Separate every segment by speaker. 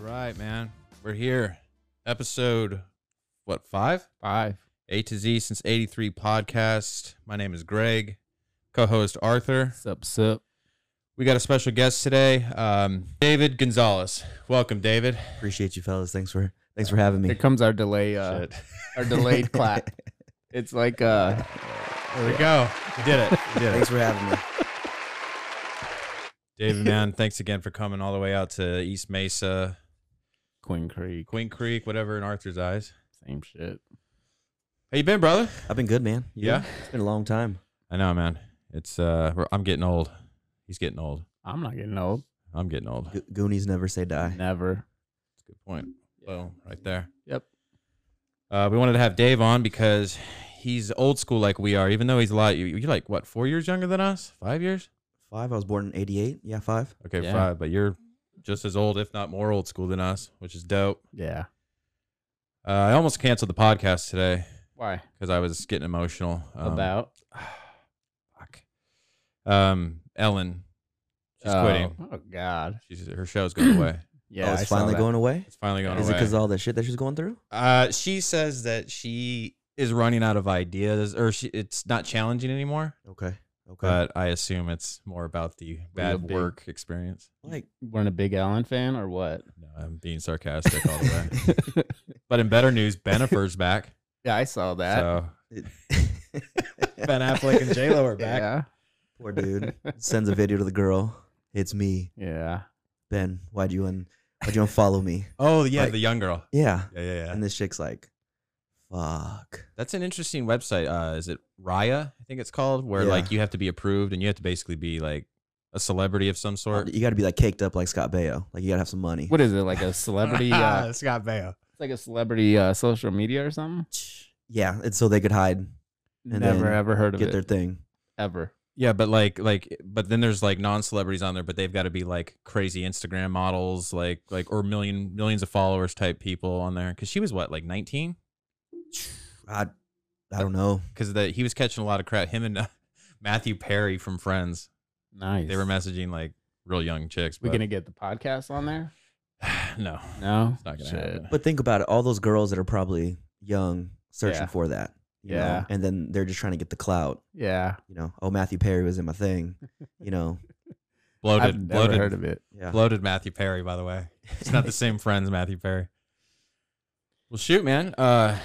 Speaker 1: right, man. We're here. Episode what, five?
Speaker 2: Five.
Speaker 1: A to Z since 83 podcast. My name is Greg, co-host Arthur.
Speaker 2: Sup, sup.
Speaker 1: We got a special guest today, um, David Gonzalez. Welcome, David.
Speaker 3: Appreciate you, fellas. Thanks for thanks for having
Speaker 2: Here
Speaker 3: me.
Speaker 2: comes our delay. Uh,
Speaker 1: Shit.
Speaker 2: our delayed clap. It's like uh,
Speaker 1: There we go. You did it. You did it.
Speaker 3: thanks for having me.
Speaker 1: David, man, thanks again for coming all the way out to East Mesa,
Speaker 2: Queen Creek.
Speaker 1: Queen Creek, whatever in Arthur's eyes.
Speaker 2: Same shit.
Speaker 1: How you been, brother?
Speaker 3: I've been good, man. You
Speaker 1: Yeah?
Speaker 3: good? it's been a long time.
Speaker 1: I know, man. It's uh, we're, I'm getting old. He's getting old.
Speaker 2: I'm not getting old.
Speaker 1: I'm getting old.
Speaker 3: Go- Goonies never say die.
Speaker 2: Never.
Speaker 1: That's a good point. Boom, right there.
Speaker 2: Yep.
Speaker 1: Uh, we wanted to have Dave on because he's old school like we are, even though he's a lot. you- You're like, what, four years younger than us? Five years?
Speaker 3: Five. I was born in '88. Yeah, five.
Speaker 1: Okay,
Speaker 2: Yeah.
Speaker 1: five. But you're just as old, if not more old school than us, which is dope.
Speaker 2: Yeah.
Speaker 1: Uh, I almost canceled the podcast today
Speaker 2: Why?
Speaker 1: because I was getting emotional. um,
Speaker 2: About.
Speaker 1: Fuck. Um, Ellen. She's
Speaker 2: Oh,
Speaker 1: quitting.
Speaker 2: Oh God.
Speaker 1: She's, her show's going away.
Speaker 2: Yeah.
Speaker 3: oh, it's
Speaker 2: I saw
Speaker 3: finally
Speaker 2: that.
Speaker 3: going away.
Speaker 1: It's finally going
Speaker 3: Is it
Speaker 1: away.
Speaker 3: because of all that shit that she's going through?
Speaker 1: Uh, she says that she is running out of ideas, or she, it's not challenging anymore.
Speaker 3: Okay. Okay.
Speaker 1: But I assume it's more about the bad
Speaker 2: big-
Speaker 1: work experience.
Speaker 3: like,
Speaker 2: Weren't a big Allen fan or what?
Speaker 1: No, I'm being sarcastic all the way. But in better news, Ben Affleck's back.
Speaker 2: yeah, I saw that.
Speaker 1: So
Speaker 3: it-
Speaker 1: Ben Affleck and J Lo are back.
Speaker 2: yeah.
Speaker 3: Poor dude sends a video to the girl. It's me,
Speaker 2: Yeah.
Speaker 3: Ben. Why'd you un- Why'd you unfollow me?
Speaker 1: Oh yeah,
Speaker 3: Like-
Speaker 1: the young girl.
Speaker 3: Yeah.
Speaker 1: Yeah, yeah, yeah.
Speaker 3: And this chick's like, fuck.
Speaker 1: That's an interesting website. Uh, is it Raya? I think it's called, where
Speaker 3: Yeah.
Speaker 1: like you have to be approved and you have to basically be like a celebrity of some sort.
Speaker 3: You got to be like caked up like Scott Baio. Like you got to have some money.
Speaker 2: What is it like a celebrity? Uh,
Speaker 1: Scott Baio.
Speaker 2: it's like a celebrity uh, social media or something.
Speaker 3: Yeah. It's so they could hide, And
Speaker 2: Never
Speaker 3: then
Speaker 2: ever heard of
Speaker 3: get
Speaker 2: it
Speaker 3: their thing.
Speaker 2: ever.
Speaker 1: Yeah, but like like but then there's like non-celebrities on there, but they've got to be like crazy Instagram models, like like or million millions of followers type people on there. Cause she was what, like 19?
Speaker 3: I, I don't know.
Speaker 1: Cause that he was catching a lot of crap. Him and uh, Matthew Perry from Friends,
Speaker 2: Nice.
Speaker 1: they were messaging like real young chicks.
Speaker 2: We
Speaker 1: But,
Speaker 2: gonna get the podcast on there?
Speaker 1: no,
Speaker 2: No,
Speaker 1: it's not gonna
Speaker 2: Shit.
Speaker 1: happen.
Speaker 3: But think about it. All those girls that are probably young searching
Speaker 2: Yeah.
Speaker 3: for that. You
Speaker 2: Yeah.
Speaker 3: Know? And then they're just trying to get the clout.
Speaker 2: Yeah,
Speaker 3: You know, oh, Matthew Perry was in my thing. You know,
Speaker 1: bloated,
Speaker 2: I've never
Speaker 1: bloated,
Speaker 2: heard of it.
Speaker 3: yeah.
Speaker 1: bloated Matthew Perry. By the way, it's not the same Friends Matthew Perry. Well, shoot, man. Uh,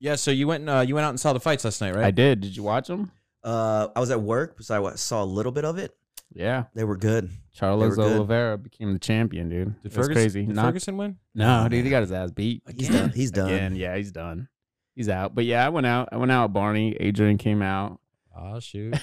Speaker 1: yeah. So you went uh, you went out and saw the fights last night, right?
Speaker 2: I did. Did you watch them?
Speaker 3: Uh, I was at work, so I wa- saw a little bit of it.
Speaker 2: Yeah,
Speaker 3: They were good.
Speaker 2: Charles
Speaker 3: good.
Speaker 2: Oliveira became the champion, dude.
Speaker 1: Did
Speaker 2: That's
Speaker 1: Ferguson,
Speaker 2: crazy.
Speaker 1: Did
Speaker 2: Knocked-
Speaker 1: Ferguson win?
Speaker 2: no, dude, he got his ass beat.
Speaker 3: He's done. He's done.
Speaker 2: Again, yeah, he's done. He's out. But yeah, I went out. I went out. with Barney, Adrian came out.
Speaker 1: Oh shoot,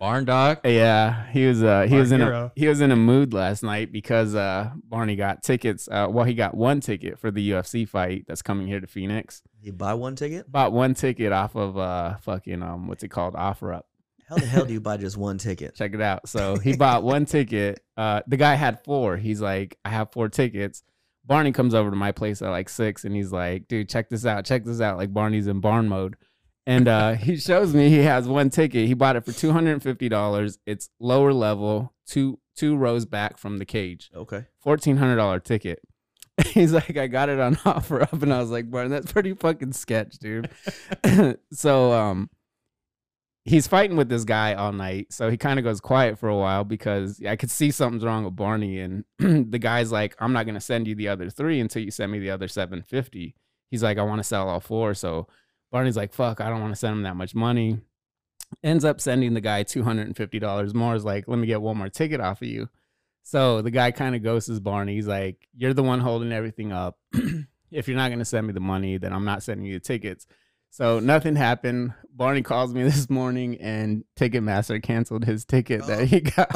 Speaker 1: Barn Dog.
Speaker 2: yeah, he was. Uh, he
Speaker 1: Our
Speaker 2: was in
Speaker 1: hero.
Speaker 2: a he was in a mood last night because uh, Barney got tickets. Uh, well, he got one ticket for the UFC fight that's coming here to Phoenix.
Speaker 3: You buy one ticket?
Speaker 2: Bought one ticket off of uh, fucking um, what's it called? Offer up.
Speaker 3: How the hell do you buy just one ticket?
Speaker 2: check it out. So he bought one ticket. Uh, the guy had four. He's like, I have four tickets. Barney comes over to my place at like six, and he's like, dude, check this out, check this out. Like Barney's in barn mode, and uh, he shows me he has one ticket. He bought it for two hundred and fifty dollars. It's lower level, two two rows back from the cage
Speaker 3: Okay.
Speaker 2: fourteen hundred dollar ticket. He's like, I got it on offer up, and I was like, bro, that's pretty fucking sketch, dude. so um, he's fighting with this guy all night. So he kind of goes quiet for a while because I could see something's wrong with Barney, and the guy's like, I'm not gonna send you the other three until you send me the other seven fifty. He's like, I want to sell all four. So Barney's like, fuck, I don't want to send him that much money. Ends up sending the guy two hundred and fifty dollars more. Is like, let me get one more ticket off of you. So the guy kind of ghosts Barney. He's like, You're the one holding everything up. if you're not going to send me the money, then I'm not sending you the tickets. So nothing happened. Barney calls me this morning and Ticketmaster canceled his ticket that he got.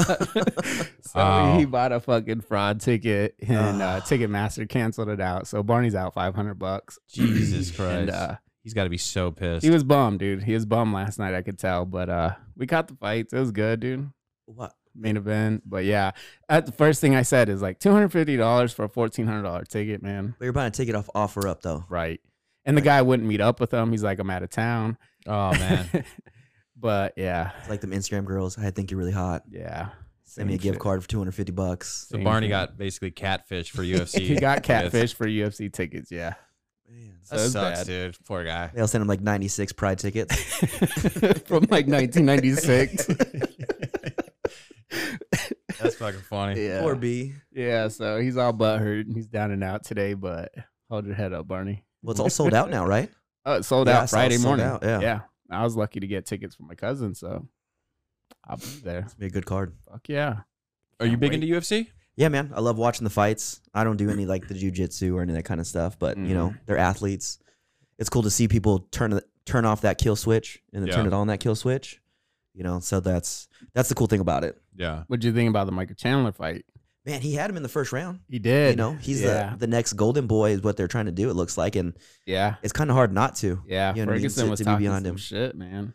Speaker 2: so
Speaker 1: Wow.
Speaker 2: he bought a fucking fraud ticket and uh, Ticketmaster canceled it out. So Barney's out 500 bucks.
Speaker 1: Jesus Christ,
Speaker 2: And uh,
Speaker 1: he's got to be so pissed.
Speaker 2: he was bummed, dude. He was bummed last night, I could tell. But uh, we caught the fights. It was good, dude
Speaker 3: What?
Speaker 2: main event. But yeah, at the first thing I said is like two hundred fifty dollars for a fourteen hundred dollar ticket, man.
Speaker 3: But you're buying a ticket off offer up though.
Speaker 2: Right. And the guy wouldn't meet up with him. He's like, I'm out of town.
Speaker 1: oh man,
Speaker 2: but yeah,
Speaker 3: It's like them Instagram girls. I think you're really hot.
Speaker 2: yeah.
Speaker 3: Send me a
Speaker 2: Same
Speaker 3: gift
Speaker 2: shit.
Speaker 3: card for 250 bucks.
Speaker 1: So
Speaker 2: Same
Speaker 1: Barney
Speaker 2: thing.
Speaker 1: got basically catfish for UFC.
Speaker 2: He got
Speaker 1: with-
Speaker 2: catfish for UFC tickets. Yeah.
Speaker 3: Man,
Speaker 1: That
Speaker 2: So it's
Speaker 1: sucks,
Speaker 2: bad.
Speaker 1: dude. Poor guy.
Speaker 3: They'll send him like 96 pride tickets.
Speaker 2: From like 1996.
Speaker 1: That's fucking funny.
Speaker 2: yeah.
Speaker 3: Poor B.
Speaker 2: Yeah. So he's all butthurt. and He's down and out today, but hold your head up, Barney.
Speaker 3: Well, it's all sold out now, right?
Speaker 2: Oh, it sold
Speaker 3: Yeah, I
Speaker 2: out
Speaker 3: saw it
Speaker 2: Friday
Speaker 3: sold
Speaker 2: morning.
Speaker 3: out,
Speaker 2: yeah.
Speaker 3: yeah.
Speaker 2: I was lucky to get tickets for my cousin, so I'll be there.
Speaker 3: Be a good card.
Speaker 2: Fuck yeah.
Speaker 1: Are you
Speaker 2: Can't
Speaker 1: big
Speaker 2: wait.
Speaker 1: into UFC?
Speaker 3: Yeah, man. I love watching the fights. I don't do any like the jujitsu or any of that kind of stuff, but you know, they're athletes. It's cool to see people turn turn off that kill switch and then turn
Speaker 1: Yeah.
Speaker 3: it on that kill switch. You know, so that's that's the cool thing about it.
Speaker 1: Yeah.
Speaker 2: What'd you think about the Michael Chandler fight?
Speaker 3: Man, he had him in the first round.
Speaker 2: He did.
Speaker 3: You know, he's
Speaker 2: yeah.
Speaker 3: the, the next golden boy is what they're trying to do, it looks like, and
Speaker 2: yeah.
Speaker 3: it's kinda hard not to.
Speaker 2: Yeah.
Speaker 3: You know what I mean?
Speaker 2: Ferguson
Speaker 3: To-
Speaker 2: was
Speaker 3: to be
Speaker 2: talking
Speaker 3: beyond
Speaker 2: some
Speaker 3: him.
Speaker 2: shit, man.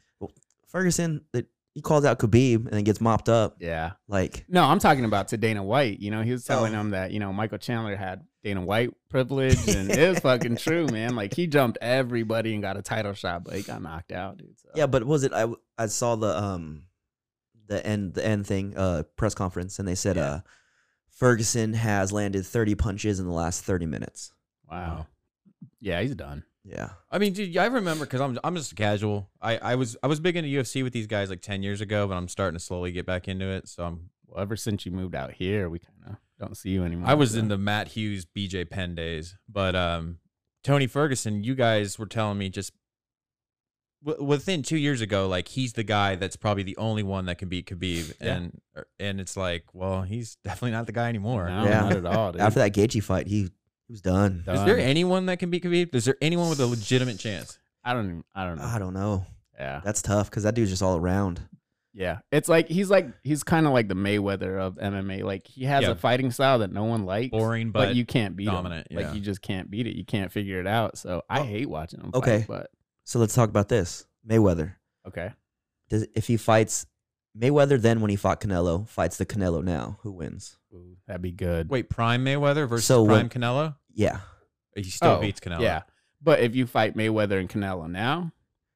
Speaker 3: Ferguson that he calls out Khabib and then gets mopped up.
Speaker 2: Yeah.
Speaker 3: Like
Speaker 2: No, I'm talking about to Dana White. You know, he was telling
Speaker 3: Oh.
Speaker 2: him that, you know, Michael Chandler had Dana White privilege and it was fucking true, man. Like he jumped everybody and got a title shot, but he got knocked out, dude. So.
Speaker 3: Yeah, but was it I I saw the um the end the end thing uh press conference and they said
Speaker 2: Yeah.
Speaker 3: uh Ferguson has landed 30 punches in the last 30 minutes.
Speaker 2: Wow. Yeah, he's done.
Speaker 3: Yeah.
Speaker 1: I mean, dude, I remember because I'm I'm just casual. I, I was I was big into UFC with these guys like ten years ago, but I'm starting to slowly get back into it. So I'm
Speaker 2: Well, ever since you moved out here, we kind of don't see you anymore.
Speaker 1: I was
Speaker 2: so.
Speaker 1: in the Matt Hughes, BJ Penn days, but um, Tony Ferguson, you guys were telling me just w- within two years ago, like he's the guy that's probably the only one that can beat Khabib,
Speaker 2: Yeah.
Speaker 1: and er, and it's like, well, he's definitely not the guy anymore.
Speaker 2: No,
Speaker 3: Yeah.
Speaker 2: not at all. Dude.
Speaker 3: After that Gaethje fight, he, he was done.
Speaker 2: Done.
Speaker 1: Is there anyone that can beat Khabib? Is there anyone with a legitimate chance?
Speaker 2: I don't. even- I don't know.
Speaker 3: I don't know.
Speaker 2: yeah,
Speaker 3: That's tough cuz that dude's just all around.
Speaker 2: yeah. It's like he's like he's kind of like the Mayweather of MMA. Like he has
Speaker 1: Yeah.
Speaker 2: a fighting style that no one likes,
Speaker 1: Boring,
Speaker 2: but,
Speaker 1: but,
Speaker 2: you can't beat
Speaker 1: dominant,
Speaker 2: him. Like
Speaker 1: yeah.
Speaker 2: you just can't beat it. You can't figure it out. So I
Speaker 3: Oh,
Speaker 2: hate watching him.
Speaker 3: okay.
Speaker 2: fight, but
Speaker 3: So let's talk about this. Mayweather.
Speaker 2: okay,
Speaker 3: Does if he fights Mayweather then when he fought Canelo, fights the Canelo now, who wins?
Speaker 2: Ooh, that'd be good.
Speaker 1: wait, Prime Mayweather versus
Speaker 3: So
Speaker 1: Prime
Speaker 3: when-
Speaker 1: Canelo.
Speaker 3: Yeah.
Speaker 1: He still
Speaker 2: Oh,
Speaker 1: beats Canelo.
Speaker 2: Yeah, but if you fight Mayweather and Canelo now,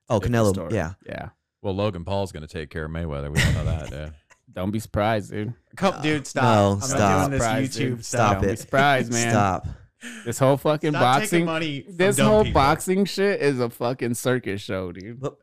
Speaker 3: Oh,
Speaker 2: different
Speaker 3: Canelo.
Speaker 2: story.
Speaker 3: Yeah.
Speaker 2: yeah.
Speaker 1: Well, Logan Paul's gonna take care of Mayweather. We all know that. Yeah.
Speaker 2: Don't be surprised, dude.
Speaker 1: Come,
Speaker 3: No.
Speaker 1: dude, stop.
Speaker 3: No,
Speaker 1: I'm
Speaker 3: stop.
Speaker 1: not doing this
Speaker 2: Surprise,
Speaker 1: YouTube
Speaker 2: dude.
Speaker 1: stuff.
Speaker 3: Stop
Speaker 2: Don't be
Speaker 3: it.
Speaker 2: surprised, man.
Speaker 3: Stop.
Speaker 2: This whole fucking
Speaker 1: Stop taking
Speaker 2: boxing
Speaker 1: money. from
Speaker 2: This
Speaker 1: dumb
Speaker 2: whole
Speaker 1: people.
Speaker 2: boxing shit is a fucking circus show, dude.
Speaker 3: But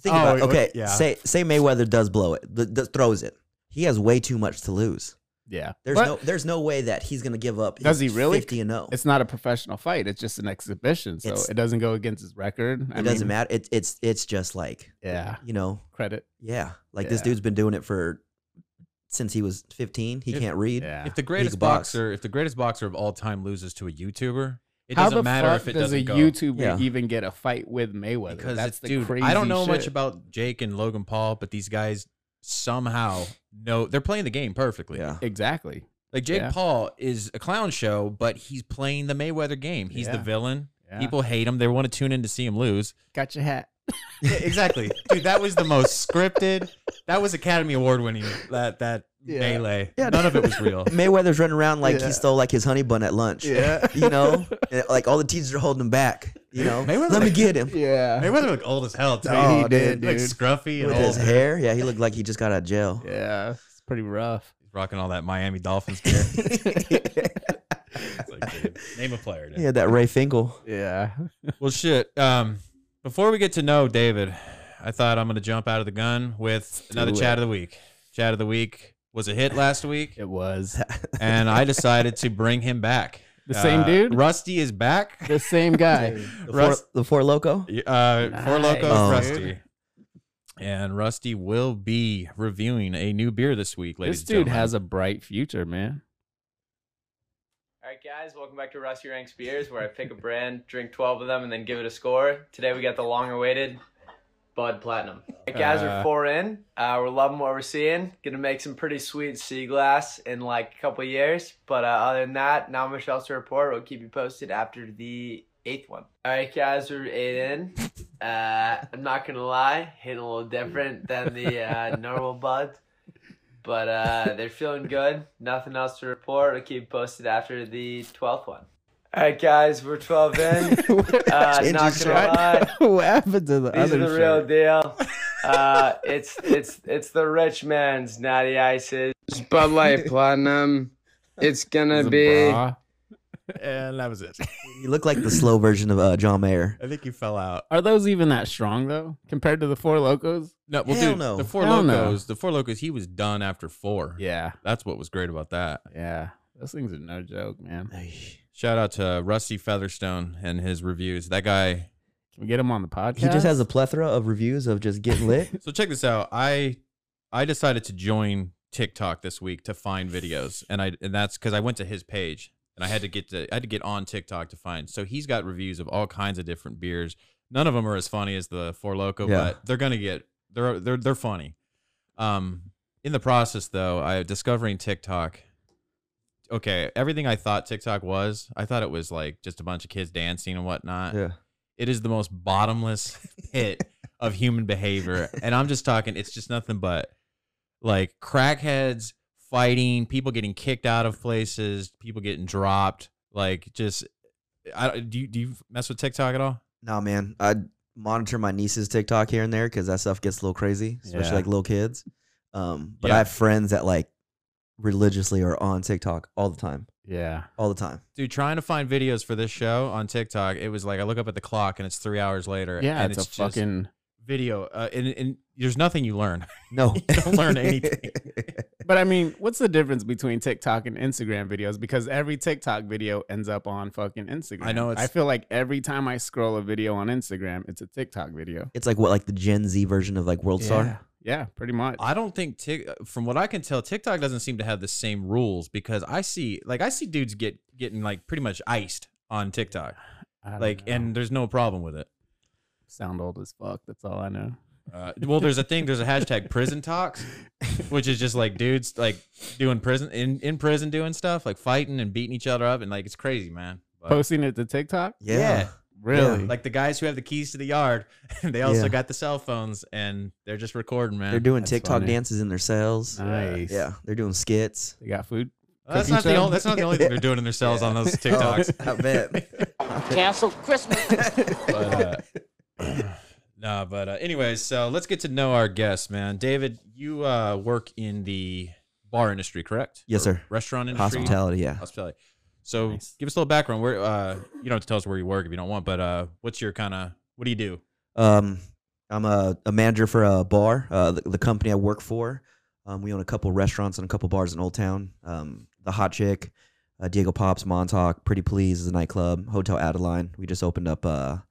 Speaker 3: think
Speaker 1: Oh,
Speaker 3: about
Speaker 1: it
Speaker 3: it.
Speaker 1: would-
Speaker 3: Okay,
Speaker 1: yeah.
Speaker 3: say say Mayweather does blow it, th- th- throws it. He has way too much to lose.
Speaker 2: Yeah.
Speaker 3: There's
Speaker 2: But
Speaker 3: no there's no way that he's gonna give up.
Speaker 2: Does he really?
Speaker 3: Fifty and oh. zero.
Speaker 2: It's not a professional fight. It's just an exhibition, so
Speaker 3: It's-
Speaker 2: it doesn't go against his record.
Speaker 3: It doesn't matter. It, it's it's just like
Speaker 2: Yeah.
Speaker 3: you know
Speaker 2: Credit.
Speaker 3: yeah like this
Speaker 2: Yeah.
Speaker 3: dude's been doing it for since he was 15. He
Speaker 1: If-
Speaker 3: can't read.
Speaker 2: Yeah.
Speaker 1: If the greatest
Speaker 3: box.
Speaker 1: boxer, if the greatest boxer of all time loses to a YouTuber, it
Speaker 2: How
Speaker 1: doesn't
Speaker 2: the
Speaker 1: matter
Speaker 2: fuck
Speaker 1: if it
Speaker 2: does
Speaker 1: doesn't
Speaker 2: a
Speaker 1: go.
Speaker 2: YouTuber
Speaker 3: Yeah.
Speaker 2: even get a fight with Mayweather?
Speaker 1: because
Speaker 2: That's
Speaker 1: it's,
Speaker 2: the
Speaker 1: dude,
Speaker 2: crazy.
Speaker 1: I don't know
Speaker 2: shit.
Speaker 1: much about Jake and Logan Paul, but these guys somehow know they're playing the game perfectly.
Speaker 3: Yeah.
Speaker 2: exactly.
Speaker 1: Like Jake
Speaker 2: Yeah.
Speaker 1: Paul is a clown show, but he's playing the Mayweather game. He's the
Speaker 2: Yeah.
Speaker 1: villain.
Speaker 2: Yeah.
Speaker 1: People hate him. They want to tune in to see him lose.
Speaker 2: got your hat.
Speaker 1: Yeah, exactly, dude. That was the most scripted. That was Academy Award winning. That that
Speaker 2: Yeah.
Speaker 1: melee.
Speaker 3: Yeah.
Speaker 1: None of it was real.
Speaker 3: Mayweather's running around like
Speaker 2: Yeah.
Speaker 3: he stole like his honey bun at lunch.
Speaker 2: Yeah,
Speaker 3: You know, And, like all the teachers are holding him back. You know,
Speaker 1: Mayweather-
Speaker 3: let me get him
Speaker 2: yeah,
Speaker 1: Mayweather looked old as hell too.
Speaker 2: Oh,
Speaker 1: He
Speaker 2: dude,
Speaker 1: did, like
Speaker 2: dude.
Speaker 1: scruffy and
Speaker 3: with
Speaker 1: old.
Speaker 3: his hair. Yeah, he looked like he just got out of jail.
Speaker 2: yeah. It's pretty rough.
Speaker 1: rocking all that Miami Dolphins gear.
Speaker 2: yeah,
Speaker 1: It's like, dude, name a player. dude.
Speaker 3: He had that Ray Fingal.
Speaker 1: Well, shit. Um, before we get to know David, I thought I'm gonna jump out of the gun with another
Speaker 2: do
Speaker 1: chat of the week. Chat of the week was a hit last week,
Speaker 2: it was
Speaker 1: and I decided to bring him back.
Speaker 2: The same
Speaker 1: Uh,
Speaker 2: dude?
Speaker 1: Rusty is back.
Speaker 2: the same guy.
Speaker 3: The four,
Speaker 1: Rust-
Speaker 3: the four loco.
Speaker 1: Uh, Four
Speaker 2: Nice,
Speaker 1: Locos
Speaker 3: Oh.
Speaker 1: Rusty. And Rusty will be reviewing a new beer this week, ladies
Speaker 2: this
Speaker 1: and
Speaker 2: dude
Speaker 1: gentlemen.
Speaker 2: has a bright future, man.
Speaker 4: All right, guys, welcome back to Rusty Ranks Beers, where I pick a brand, drink 12 of them, and then give it a score. Today we got the long awaited Bud Platinum. All right, guys,
Speaker 2: Uh.
Speaker 4: we're four in. Uh, we're loving what we're seeing. Gonna make some pretty sweet sea glass in like a couple years. But uh, other than that, not much else to report. We'll keep you posted after the eighth one. All right, guys, we're eight in. Uh, I'm not gonna lie, hitting a little different than the uh, normal Bud but uh, they're feeling good. Nothing else to report. I'll keep posted after the 12th one. All right, guys, we're 12 in. Uh,
Speaker 3: Change
Speaker 4: not
Speaker 3: his
Speaker 4: gonna
Speaker 3: shirt.
Speaker 4: lie,
Speaker 2: what happened to the
Speaker 4: these are
Speaker 2: other
Speaker 4: the
Speaker 2: shirt?
Speaker 4: real deal. Uh, it's it's it's the rich man's natty ices.
Speaker 5: It's Bud Light Platinum. It's gonna
Speaker 2: It's a
Speaker 5: be.
Speaker 2: bra.
Speaker 1: and that was it.
Speaker 3: You look like the slow version of uh, John Mayer.
Speaker 1: I think you fell out.
Speaker 2: Are those even that strong though, compared to the four locos?
Speaker 1: No, well,
Speaker 3: Hell
Speaker 1: dude,
Speaker 3: no.
Speaker 1: the four
Speaker 2: Hell no.
Speaker 1: locos, the four locos, he was done after four.
Speaker 2: Yeah,
Speaker 1: that's what was great about that.
Speaker 2: yeah. Those things are no joke, man.
Speaker 3: Ay,
Speaker 1: Shout out to uh, Rusty Featherstone and his reviews. That guy.
Speaker 2: Can we get him on the podcast?
Speaker 3: He just has a plethora of reviews of just getting lit.
Speaker 1: So check this out. I I decided to join TikTok this week to find videos, and I and that's because I went to his page and I had to get to I had to get on TikTok to find. So he's got reviews of all kinds of different beers. None of them are as funny as the Four Loco,
Speaker 3: Yeah.
Speaker 1: but they're gonna get they're they're they're funny. Um, in the process though, I discovering TikTok. Okay, everything I thought TikTok was, I thought it was like just a bunch of kids dancing and whatnot
Speaker 3: yeah.
Speaker 1: it is the most bottomless pit of human behavior. And I'm just talking, it's just nothing but like crackheads fighting, people getting kicked out of places, people getting dropped. Like, just, I, do, you, do you mess with TikTok at all?
Speaker 3: Nah, man. I monitor my niece's TikTok here and there because that stuff gets a little crazy, especially
Speaker 2: Yeah.
Speaker 3: like little kids. Um, but
Speaker 1: Yeah.
Speaker 3: I have friends that like religiously are on TikTok all the time,
Speaker 2: yeah.
Speaker 3: all the time.
Speaker 1: Dude, trying to find videos for this show on TikTok, it was like I look up at the clock and it's three hours later.
Speaker 2: Yeah,
Speaker 1: and
Speaker 2: it's, a
Speaker 1: just
Speaker 2: fucking.
Speaker 1: video. Uh, and, and there's nothing you learn.
Speaker 3: No,
Speaker 1: You don't learn anything.
Speaker 2: But I mean, what's the difference between TikTok and Instagram videos? Because every TikTok video ends up on fucking Instagram.
Speaker 1: I know it's-
Speaker 2: I feel like every time I scroll a video on Instagram, it's a TikTok video.
Speaker 3: it's like what like the Gen Z version of like World Star.
Speaker 2: Yeah, pretty much.
Speaker 1: I don't think Tik, from what I can tell, TikTok doesn't seem to have the same rules because I see, like, I see dudes get getting like pretty much iced on TikTok,
Speaker 2: I don't
Speaker 1: like,
Speaker 2: know.
Speaker 1: and there's no problem with it.
Speaker 2: sound old as fuck. That's all I know.
Speaker 1: Uh, well, there's a thing, there's a hashtag prison talks, which is just like dudes like doing prison in in prison doing stuff like fighting and beating each other up and like it's crazy, man. But-
Speaker 2: Posting it to TikTok?
Speaker 3: Yeah.
Speaker 2: Really?
Speaker 1: like the guys who have the keys to the yard, they also
Speaker 3: Yeah.
Speaker 1: got the cell phones and they're just recording, man.
Speaker 3: They're doing
Speaker 2: That's
Speaker 3: TikTok
Speaker 2: funny.
Speaker 3: dances in their cells.
Speaker 2: nice.
Speaker 3: Yeah, they're doing skits.
Speaker 2: They got food.
Speaker 1: that's
Speaker 2: cooking
Speaker 1: not the
Speaker 2: show.
Speaker 1: only, that's not the only thing they're doing in their cells on those TikToks.
Speaker 3: I bet.
Speaker 6: Cancel Christmas.
Speaker 1: but uh, nah, but uh, anyways, so let's get to know our guests, man. David, you uh, work in the bar industry, correct?
Speaker 3: Yes,
Speaker 1: Or
Speaker 3: sir.
Speaker 1: Restaurant industry,
Speaker 3: Hospitality. Yeah.
Speaker 1: Hospitality. So
Speaker 2: Nice.
Speaker 1: give us a little background. Where uh, you don't have to tell us where you work if you don't want, but uh, what's your kind of what do you do?
Speaker 3: Um, I'm a, a manager for a bar, uh, the, the company I work for. Um, we own a couple restaurants and a couple bars in Old Town. Um, the Hot Chick, uh, Diego Pops, Montauk, Pretty Please is a nightclub. Hotel Adeline. We just opened up a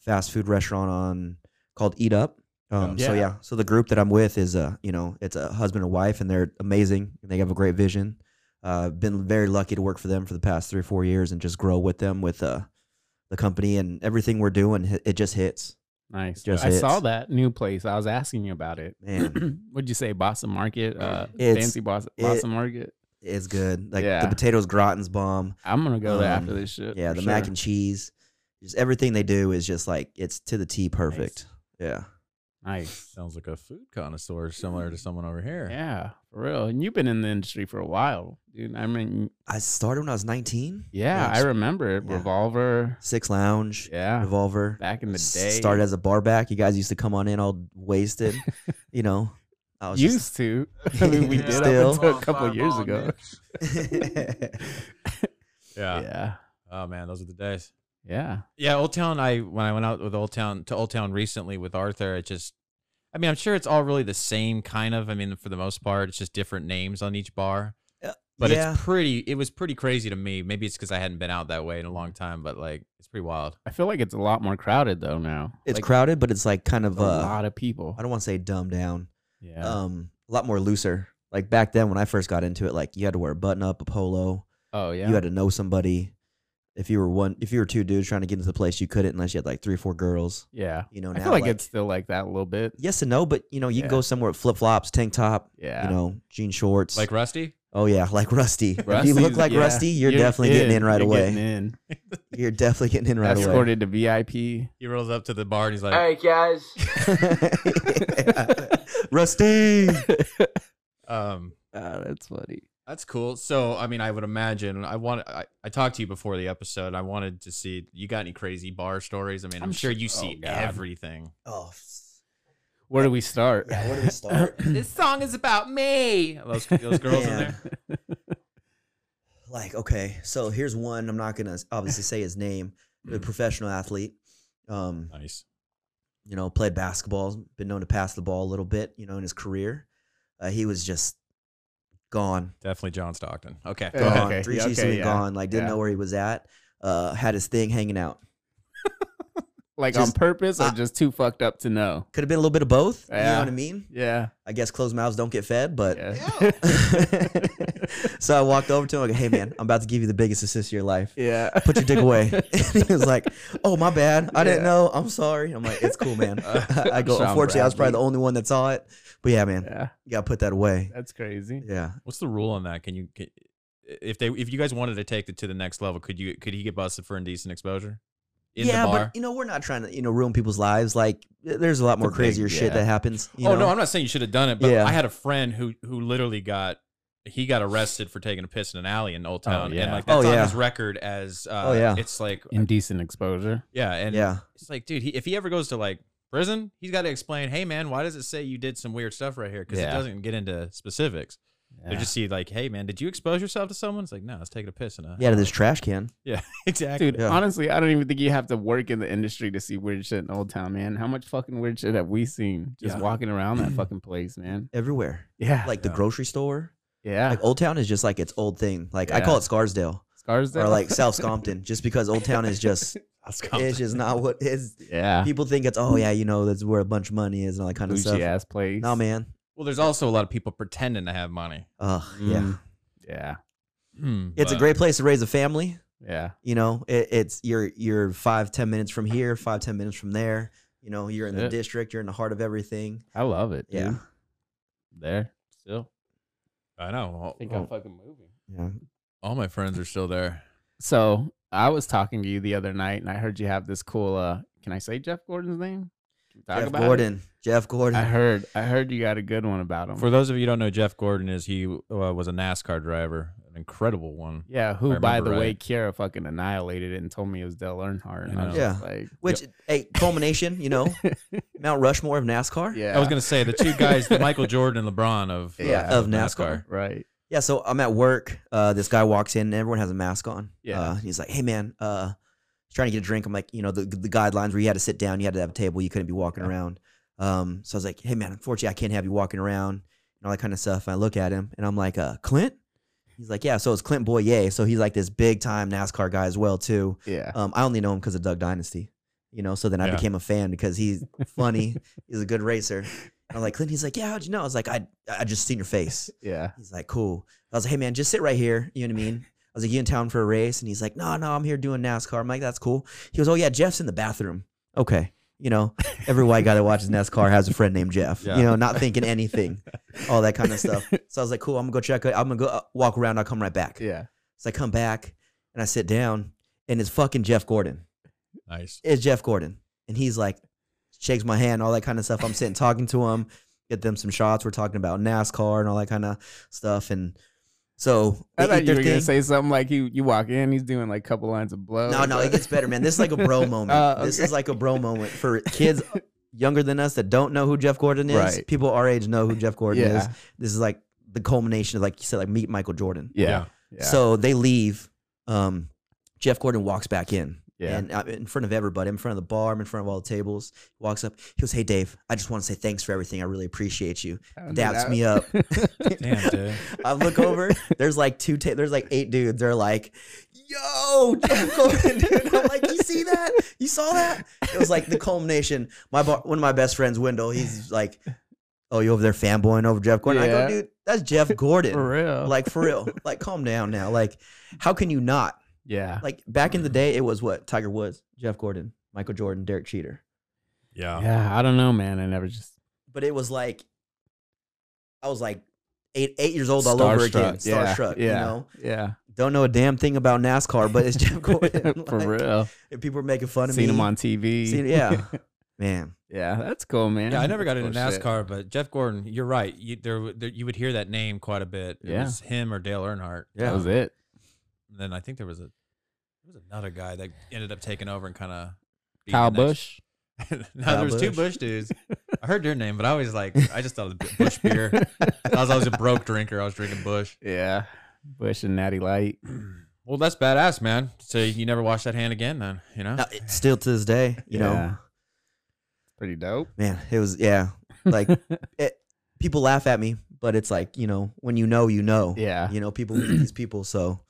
Speaker 3: fast food restaurant on called Eat Up. Um, So
Speaker 2: Yeah.
Speaker 3: yeah, so the group that I'm with is uh, you know, it's a husband and wife, and they're amazing. And they have a great vision. Uh, been very lucky to work for them for the past three or four years, and just grow with them with uh, the company and everything we're doing. hi- It just hits.
Speaker 2: Nice.
Speaker 3: Just
Speaker 2: I
Speaker 3: hits.
Speaker 2: saw that new place. I was asking you about it.
Speaker 3: Man.
Speaker 2: What'd you say? Boston Market? Uh,
Speaker 3: It's-
Speaker 2: fancy Bos-
Speaker 3: it-
Speaker 2: Boston Market?
Speaker 3: It's good. Like
Speaker 2: Yeah.
Speaker 3: the potatoes gratin's bomb.
Speaker 2: I'm going to go there
Speaker 3: Um,
Speaker 2: after this shit.
Speaker 3: Yeah,
Speaker 2: for
Speaker 3: the mac
Speaker 2: sure.
Speaker 3: and cheese. Just everything they do is just like it's to the T perfect. Yeah.
Speaker 2: Nice.
Speaker 1: Sounds like a food connoisseur, similar to someone over here.
Speaker 2: Yeah, for real. And you've been in the industry for a while, dude. I mean,
Speaker 3: I started when I was 19.
Speaker 2: yeah, I
Speaker 3: Nice.
Speaker 2: remember it.
Speaker 3: Yeah.
Speaker 2: Revolver.
Speaker 3: Six Lounge,
Speaker 2: Yeah.
Speaker 3: Revolver.
Speaker 2: Back in the
Speaker 3: S-
Speaker 2: day.
Speaker 3: Started as a bar back. You guys used to come on in all wasted. you know, I was
Speaker 2: used to. I mean, we did
Speaker 3: Still.
Speaker 2: up until a couple years ago.
Speaker 3: just.
Speaker 1: Yeah.
Speaker 2: Yeah.
Speaker 1: Oh man, those are the days.
Speaker 2: Yeah.
Speaker 1: Yeah, Old Town. I when I went out with Old Town to Old Town recently with Arthur, it just. I mean, I'm sure it's all really the same kind of. I mean, for the most part, it's just different names on each bar.
Speaker 3: Uh,
Speaker 1: But
Speaker 3: yeah.
Speaker 1: it's pretty. It was pretty crazy to me. Maybe it's because I hadn't been out that way in a long time, but like it's pretty wild.
Speaker 2: I feel like it's a lot more crowded though now.
Speaker 3: it's
Speaker 2: Like,
Speaker 3: crowded, but it's like kind of
Speaker 2: a
Speaker 3: uh,
Speaker 2: lot of people.
Speaker 3: I don't want to say dumbed down.
Speaker 2: Yeah.
Speaker 3: Um, a lot more looser. Like back then when I first got into it, like you had to wear a button up, a polo.
Speaker 2: oh yeah.
Speaker 3: you had to know somebody. If you were one, if you were two dudes trying to get into the place, you couldn't unless you had like three or four girls.
Speaker 2: yeah.
Speaker 3: You know,
Speaker 2: I
Speaker 3: now
Speaker 2: feel like, it's still like that a little bit.
Speaker 3: yes and no, but you know, you can
Speaker 2: Yeah.
Speaker 3: go somewhere with flip flops, tank top,
Speaker 2: Yeah.
Speaker 3: you know, jean shorts.
Speaker 1: Like Rusty.
Speaker 3: oh yeah, like Rusty. if you
Speaker 2: Rusty's-
Speaker 3: look like
Speaker 2: yeah.
Speaker 3: Rusty, you're, definitely getting in right
Speaker 2: You're
Speaker 3: away.
Speaker 2: getting in.
Speaker 3: You're definitely getting in right away.
Speaker 2: Escorted to VIP.
Speaker 1: He rolls up to the bar and he's like,
Speaker 4: All right, guys.
Speaker 3: Rusty.
Speaker 1: um,
Speaker 2: Oh, that's funny.
Speaker 1: That's cool. So, I mean, I would imagine I want I, I talked to you before the episode. I wanted to see you got any crazy bar stories. I mean, I'm,
Speaker 2: I'm
Speaker 1: sure Oh,
Speaker 2: su-
Speaker 1: you
Speaker 2: oh,
Speaker 1: see
Speaker 2: God.
Speaker 1: everything.
Speaker 3: Oh,
Speaker 2: Where do we start?
Speaker 3: Yeah, where do we start?
Speaker 1: this song is about me. Those, those girls in there.
Speaker 3: like okay, so here's one. I'm not gonna obviously say his name.
Speaker 2: Mm.
Speaker 3: A professional athlete. Um,
Speaker 1: Nice.
Speaker 3: you know, played basketball, been known to pass the ball a little bit, you know, in his career. Uh, he was just gone,
Speaker 1: Definitely John Stockton. Okay.
Speaker 2: Yeah.
Speaker 3: gone,
Speaker 2: okay,
Speaker 3: three
Speaker 2: yeah,
Speaker 3: Chiefs
Speaker 2: okay,
Speaker 3: and
Speaker 2: yeah,
Speaker 3: gone. Like didn't
Speaker 2: yeah.
Speaker 3: know where he was at. Uh, had his thing hanging out.
Speaker 2: Like on
Speaker 3: Just-
Speaker 2: purpose or
Speaker 3: I-
Speaker 2: just too fucked up to know?
Speaker 3: Could have been a little bit of both. You know
Speaker 2: Yeah.
Speaker 3: what I mean?
Speaker 2: Yeah.
Speaker 3: I guess closed mouths don't get fed, but
Speaker 2: Yeah.
Speaker 3: so I walked over to him. I go, "Hey, man, I'm about to give you the biggest assist of your life.
Speaker 2: yeah.
Speaker 3: Put your dick away." and he was like, "Oh, my bad. I didn't
Speaker 2: Yeah.
Speaker 3: know. I'm sorry." I'm like, "It's cool, man."
Speaker 2: Uh,
Speaker 3: I go,
Speaker 2: Sean
Speaker 3: "Unfortunately, I was
Speaker 2: Bradley.
Speaker 3: probably the only one that saw it." But yeah, man,
Speaker 2: Yeah.
Speaker 3: you gotta put that away.
Speaker 2: That's crazy.
Speaker 3: Yeah,
Speaker 1: What's the rule on that? Can you, can, if they, if you guys wanted to take it to the next level, could you, could he get busted for indecent exposure in
Speaker 3: yeah,
Speaker 1: the bar?
Speaker 3: but you know, we're not trying to you know ruin people's lives. Like, there's a lot more
Speaker 2: a big-
Speaker 3: crazier shit
Speaker 2: yeah.
Speaker 3: that happens. You
Speaker 1: oh
Speaker 3: know?
Speaker 1: no, I'm not saying you should have done it, but
Speaker 3: Yeah.
Speaker 1: I had a friend who, who literally got, he got arrested for taking a piss in an alley in Old
Speaker 2: Oh,
Speaker 1: Town, and
Speaker 2: yeah.
Speaker 1: like
Speaker 3: Oh,
Speaker 1: that's on
Speaker 3: yeah.
Speaker 1: his record as, uh,
Speaker 3: Oh, yeah.
Speaker 1: it's like,
Speaker 2: Indecent exposure.
Speaker 1: yeah, and
Speaker 3: yeah,
Speaker 1: It's like, dude, he, if he ever goes to like prison, he's got to explain, hey man, why does it say you did some weird stuff right here? Because it
Speaker 2: Yeah.
Speaker 1: doesn't get into specifics. They
Speaker 2: Yeah.
Speaker 1: just see like, hey man, did you expose yourself to someone? It's like, no, I was taking a piss in a
Speaker 3: yeah, to this trash can.
Speaker 1: exactly.
Speaker 2: Dude,
Speaker 3: Yeah.
Speaker 2: honestly, I don't even think you have to work in the industry to see weird shit in Old Town, man. How much fucking weird shit have we seen just
Speaker 1: Yeah.
Speaker 2: walking around that fucking place, man?
Speaker 3: Everywhere,
Speaker 2: Yeah.
Speaker 3: like the
Speaker 1: Yeah.
Speaker 3: grocery store,
Speaker 2: yeah.
Speaker 3: like Old Town is just like its old thing. Like I
Speaker 2: Yeah.
Speaker 3: call it Scarsdale
Speaker 2: Scarsdale.
Speaker 3: or like South Scompton, just because Old Town is just
Speaker 1: Compton.
Speaker 3: it's just not what is.
Speaker 2: yeah.
Speaker 3: People think it's oh yeah, you know that's where a bunch of money is and all that kind of
Speaker 2: Bougie
Speaker 3: stuff.
Speaker 2: ass place.
Speaker 3: No man,
Speaker 1: Well, there's also a lot of people pretending to have money.
Speaker 3: Ugh, yeah,
Speaker 2: Mm. Yeah.
Speaker 1: Hmm,
Speaker 3: it's a
Speaker 1: but-
Speaker 3: great place to raise a family.
Speaker 2: Yeah.
Speaker 3: You know, it, it's you're you're five ten minutes from here, five ten minutes from there. You know, you're in the
Speaker 2: Yeah.
Speaker 3: district, you're in the heart of everything.
Speaker 2: I love it.
Speaker 3: Yeah.
Speaker 2: dude. There. Still. Oh.
Speaker 1: I know. All,
Speaker 2: fucking moving.
Speaker 3: Yeah,
Speaker 1: all my friends are still there.
Speaker 2: So I was talking to you the other night and I heard you have this cool uh can I say Jeff Gordon's name? Can we talk
Speaker 3: Jeff
Speaker 2: about it?
Speaker 3: Gordon, Jeff Gordon.
Speaker 2: I heard I heard you got a good one about him.
Speaker 1: For those of you who don't know, Jeff Gordon is he uh, was a NASCAR driver, an incredible one.
Speaker 2: yeah,
Speaker 1: I
Speaker 2: who
Speaker 1: remember
Speaker 2: by the way
Speaker 1: right.
Speaker 2: Kiera fucking annihilated it and told me it was Dell Earnhardt. And I was
Speaker 3: Yeah. Oh.
Speaker 2: just like
Speaker 3: Which a culmination, you know, Mount Rushmore of NASCAR.
Speaker 2: Yeah.
Speaker 1: I was gonna say the two guys, the Michael Jordan and LeBron of
Speaker 2: Yeah.
Speaker 3: Of NASCAR.
Speaker 2: Right.
Speaker 3: Yeah, so I'm at work. Uh, this guy walks in, and everyone has a mask on.
Speaker 2: Yeah.
Speaker 3: uh, he's like, "Hey, man, uh, he's trying to get a drink." I'm like, you know, the the guidelines where you had to sit down, you had to have a table, you couldn't be walking around. Um, so I was like, "Hey, man, unfortunately, I can't have you walking around and all that kind of stuff." And I look at him, and I'm like, uh, "Clint." He's like, "Yeah." So it's Clint Boyer. So he's like this big time NASCAR guy as well too.
Speaker 2: Yeah.
Speaker 3: Um, I only know him because of Doug Dynasty, you know. So then I
Speaker 1: Yeah.
Speaker 3: became a fan because he's funny. he's a good racer. And I'm like, Clint. He's like, "Yeah, how'd you know?" I was like, "I I just seen your face."
Speaker 2: Yeah.
Speaker 3: He's like, cool. I was like, hey man, just sit right here. You know what I mean? I was like, you in town for a race? And he's like, no, no, I'm here doing NASCAR. I'm like, that's cool. He goes, oh yeah, Jeff's in the bathroom. Okay. You know, every white guy that watches NASCAR has a friend named Jeff.
Speaker 1: Yeah.
Speaker 3: You know, not thinking anything, all that kind of stuff. So I was like, cool. I'm gonna go check. it. I'm gonna go uh, walk around. I'll come right back.
Speaker 2: Yeah.
Speaker 3: So I come back and I sit down, and it's fucking Jeff Gordon.
Speaker 1: Nice.
Speaker 3: It's Jeff Gordon, and he's like, shakes my hand, all that kind of stuff. I'm sitting talking to him, get them some shots. We're talking about NASCAR and all that kind of stuff, and so
Speaker 2: I
Speaker 3: they
Speaker 2: thought
Speaker 3: eat
Speaker 2: you
Speaker 3: their
Speaker 2: were gonna
Speaker 3: thing.
Speaker 2: say something like you you walk in, he's doing like a couple lines of blow.
Speaker 3: no, no, it gets better, man. This is like a bro moment.
Speaker 2: Oh,
Speaker 3: This
Speaker 2: okay.
Speaker 3: is like a bro moment for kids younger than us that don't know who Jeff Gordon is.
Speaker 2: Right.
Speaker 3: People our age know who Jeff Gordon
Speaker 2: yeah.
Speaker 3: is. This is like the culmination of like you said, like meet Michael Jordan.
Speaker 2: Yeah. Yeah.
Speaker 3: So they leave. Um, Jeff Gordon walks back in.
Speaker 2: Yeah.
Speaker 3: And I'm in front of everybody, I'm in front of the bar, I'm in front of all the tables. He walks up. He goes, Hey, Dave, I just want to say thanks for everything. I really appreciate you.
Speaker 2: Pounding
Speaker 3: Daps
Speaker 2: out.
Speaker 3: me up.
Speaker 1: Damn, dude.
Speaker 3: I look over. There's like two. Ta- there's like eight dudes. They're like, "Yo, Jeff Gordon, dude!" I'm like, "You see that? You saw that?" It was like the culmination. My bar- one of my best friends, Wendell. He's like, "Oh, you over there fanboying over Jeff Gordon?" I
Speaker 2: Yeah.
Speaker 3: go, "Dude, that's Jeff Gordon."
Speaker 2: For real.
Speaker 3: Like for real. Like calm down now. Like, how can you not?
Speaker 2: yeah.
Speaker 3: Like back in the day, it was what Tiger Woods, Jeff Gordon, Michael Jordan, Derek Cheater.
Speaker 1: Yeah.
Speaker 2: yeah. I don't know, man. I never just
Speaker 3: But it was like, I was like eight eight years old all over again,
Speaker 2: Starstruck, yeah,
Speaker 3: starstruck. You
Speaker 2: yeah.
Speaker 3: know.
Speaker 2: Yeah.
Speaker 3: don't know a damn thing about NASCAR, but it's Jeff Gordon.
Speaker 2: For
Speaker 3: Like,
Speaker 2: real.
Speaker 3: if people are making fun of
Speaker 2: Seen
Speaker 3: me.
Speaker 2: him on TV.
Speaker 3: Seen- yeah, man.
Speaker 2: yeah, that's cool, man.
Speaker 1: Yeah, I never got
Speaker 2: That's
Speaker 1: into
Speaker 2: cool shit.
Speaker 1: NASCAR, but Jeff Gordon, you're right. You there, there you would hear that name quite a bit. It
Speaker 2: Yeah.
Speaker 1: was him or Dale Earnhardt.
Speaker 2: That was
Speaker 1: Um,
Speaker 2: it.
Speaker 1: And then I think there was a there was another guy that ended up taking over and kind of
Speaker 2: Kyle Bush.
Speaker 1: no,
Speaker 3: Kyle
Speaker 1: there was two
Speaker 3: Busch.
Speaker 1: Bush dudes. I heard your name, but I always like I just thought it was Bush beer. I was always a broke drinker. I was drinking Bush.
Speaker 2: yeah. Bush and Natty Light.
Speaker 1: Well, that's badass, man. So you never wash that hand again, then you know.
Speaker 3: No, it's still to this day, you
Speaker 2: Yeah.
Speaker 3: know,
Speaker 2: Pretty dope.
Speaker 3: man, it was yeah. Like it, people laugh at me, but it's like you know when you know you know.
Speaker 2: Yeah.
Speaker 3: You know people these people, so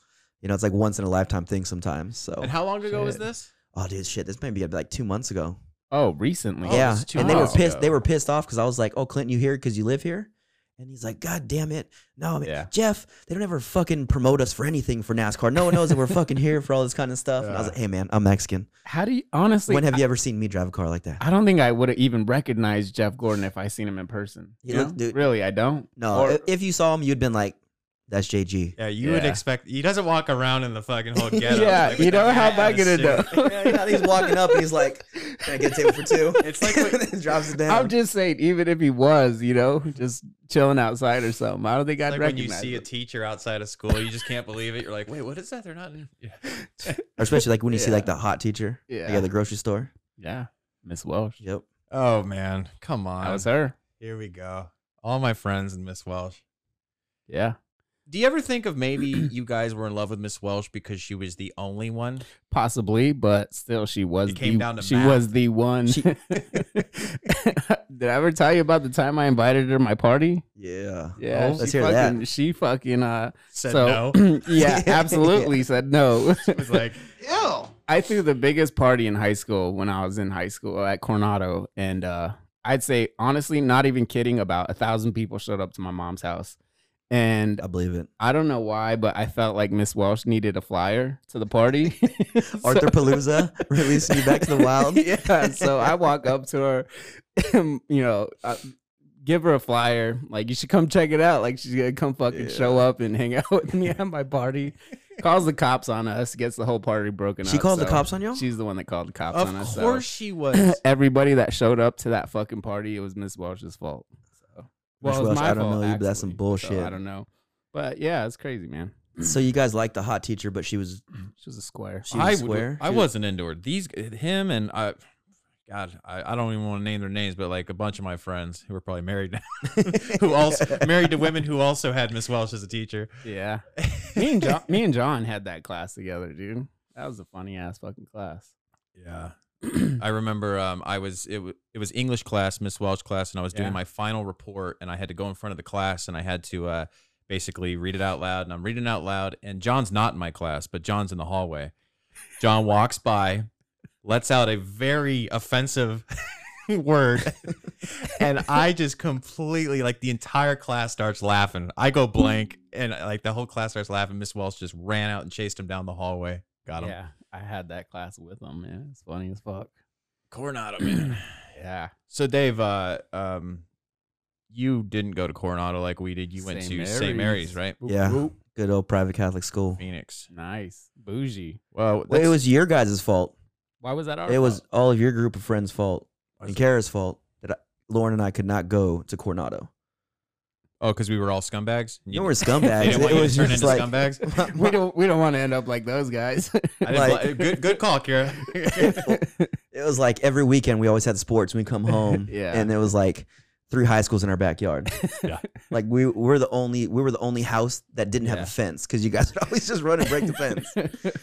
Speaker 3: you know it's like once in a lifetime thing sometimes. So
Speaker 1: And how long ago was
Speaker 2: Shit.
Speaker 1: this?
Speaker 3: oh dude, shit, this may be like two months ago.
Speaker 2: Oh, recently.
Speaker 1: Oh,
Speaker 3: yeah,
Speaker 1: it's two
Speaker 3: and they were
Speaker 1: months
Speaker 3: pissed.
Speaker 1: ago.
Speaker 3: They were pissed off because I was like, "Oh, Clinton, you here because you live here?" And he's like, "God damn it, no, I mean,
Speaker 2: Yeah.
Speaker 3: Jeff, they don't ever fucking promote us for anything for NASCAR. No one knows that we're fucking here for all this kind of stuff." And I was
Speaker 2: Yeah.
Speaker 3: like, "Hey, man, I'm Mexican.
Speaker 2: How do you honestly?
Speaker 3: when have you ever seen me drive a car like that?"
Speaker 2: I don't think I would have even recognized Jeff Gordon if I seen him in person.
Speaker 3: He
Speaker 2: You
Speaker 3: looks-
Speaker 2: know?
Speaker 3: dude.
Speaker 2: Really, I don't.
Speaker 3: no,
Speaker 2: Or-
Speaker 3: i- if you saw him, you'd been like, "That's JG."
Speaker 1: Yeah, you would
Speaker 2: Yeah.
Speaker 1: expect he doesn't walk around in the fucking whole ghetto.
Speaker 2: Yeah,
Speaker 1: like,
Speaker 2: you
Speaker 1: with
Speaker 2: know
Speaker 1: the
Speaker 2: how am
Speaker 1: hat
Speaker 2: I
Speaker 1: and the
Speaker 2: gonna
Speaker 1: suit.
Speaker 2: know?
Speaker 3: Yeah, you know, he's walking up and he's like, "Can I get a table for two?
Speaker 1: It's like what-
Speaker 3: He drops it down.
Speaker 2: I'm just saying, even if he was, you know, just chilling outside or something, I don't think I'd
Speaker 1: Like when you
Speaker 2: recognize
Speaker 1: see a
Speaker 2: him.
Speaker 1: teacher outside of school, you just can't believe it. You're like, wait, what is that? They're not. In... Yeah.
Speaker 3: or especially like when you see
Speaker 2: Yeah.
Speaker 3: like the hot teacher, like
Speaker 2: Yeah.
Speaker 3: at the grocery store.
Speaker 2: yeah, Miss Welsh.
Speaker 3: Yep.
Speaker 1: Oh man, come
Speaker 2: That
Speaker 1: on.
Speaker 2: was her.
Speaker 1: Here we go. All my friends and Miss Welsh.
Speaker 2: Yeah,
Speaker 1: Do you ever think of maybe you guys were in love with Miss Welsh because she was the only one?
Speaker 2: possibly, but still, she was.
Speaker 1: It came
Speaker 2: the,
Speaker 1: down to
Speaker 2: she
Speaker 1: math.
Speaker 2: was the one. Did I ever tell you about the time I invited her to my party?
Speaker 3: Yeah.
Speaker 2: Yeah,
Speaker 3: let's
Speaker 2: she
Speaker 3: hear that.
Speaker 2: fucking, She fucking uh,
Speaker 1: Oh, Said
Speaker 2: so
Speaker 1: no.
Speaker 2: yeah, absolutely said no.
Speaker 1: It was like,
Speaker 2: I threw the biggest party in high school when I was in high school at Coronado, and uh, I'd say honestly, not even kidding, about a thousand people showed up to my mom's house, and
Speaker 3: I believe it.
Speaker 2: I don't know why, but I felt like Miss Welsh needed a flyer to the party.
Speaker 3: Arthur Palooza releasing you back to the wild.
Speaker 2: yeah, so I walk up to her, um, you know, I give her a flyer, like you should come check it out. Like she's gonna come fucking show up and hang out with me at my party. Calls the cops on us, gets the whole party broken up.
Speaker 3: She called the
Speaker 2: so
Speaker 3: cops on you?
Speaker 2: She's the one that called the cops on
Speaker 1: of
Speaker 2: us. so-
Speaker 1: course she was.
Speaker 2: everybody that showed up to that fucking party, it was Miss Welsh's fault. So,
Speaker 3: Miss
Speaker 2: it was
Speaker 3: Welsh,
Speaker 2: my
Speaker 3: I don't
Speaker 2: fault,
Speaker 3: know you, but that's some
Speaker 2: actually. So,
Speaker 3: bullshit.
Speaker 2: I don't know, but yeah, it's crazy, man.
Speaker 3: So you guys liked the hot teacher, but she was
Speaker 2: She was a square.
Speaker 3: she was
Speaker 1: I
Speaker 3: square.
Speaker 1: I wasn't into her. These him and I. God, I, I don't even want to name their names, but like a bunch of my friends who are probably married now, who also married to women who also had Miss Welsh as a teacher.
Speaker 2: Yeah, me and John, me and John had that class together, dude. That was a funny ass fucking class.
Speaker 1: Yeah. I remember um, I was it, w- it was English class, Miss Welsh class, and I was doing
Speaker 2: Yeah.
Speaker 1: my final report, and I had to go in front of the class, and I had to uh, basically read it out loud, and I'm reading it out loud, and John's not in my class, but John's in the hallway. John walks by, lets out a very offensive word, and I just completely like the entire class starts laughing. I go blank, and like the whole class starts laughing. Miss Welsh just ran out and chased him down the hallway. Got him.
Speaker 2: Yeah, I had that class with him, man. It's funny as fuck.
Speaker 1: Coronado man.
Speaker 2: Yeah,
Speaker 1: So Dave, uh, um, you didn't go to Coronado like we did. You went
Speaker 2: St.
Speaker 1: to St. Mary's,
Speaker 2: Mary's.
Speaker 1: right?
Speaker 3: yeah, good old private Catholic school.
Speaker 1: Phoenix.
Speaker 2: nice, bougie.
Speaker 1: Well,
Speaker 3: Well, it was your guys' fault.
Speaker 2: Why was that? Our
Speaker 3: It was
Speaker 2: fault?
Speaker 3: all of your group of friends' fault and Kara's fault that I, Lauren and I could not go to Coronado.
Speaker 1: oh, because we were all scumbags.
Speaker 3: You know, we're
Speaker 1: They
Speaker 3: scumbags.
Speaker 1: didn't want you to turn
Speaker 3: just
Speaker 1: into scumbags.
Speaker 2: we don't we don't want to end up like those guys.
Speaker 1: I didn't
Speaker 3: like-
Speaker 1: bl- good, good call, Kara.
Speaker 3: It was like every weekend we always had sports. We'd come home,
Speaker 2: Yeah.
Speaker 3: and it was like three high schools in our backyard.
Speaker 1: Yeah.
Speaker 3: Like we were the only we were the only house that didn't have
Speaker 2: Yeah.
Speaker 3: a fence because you guys would always just run and break the fence.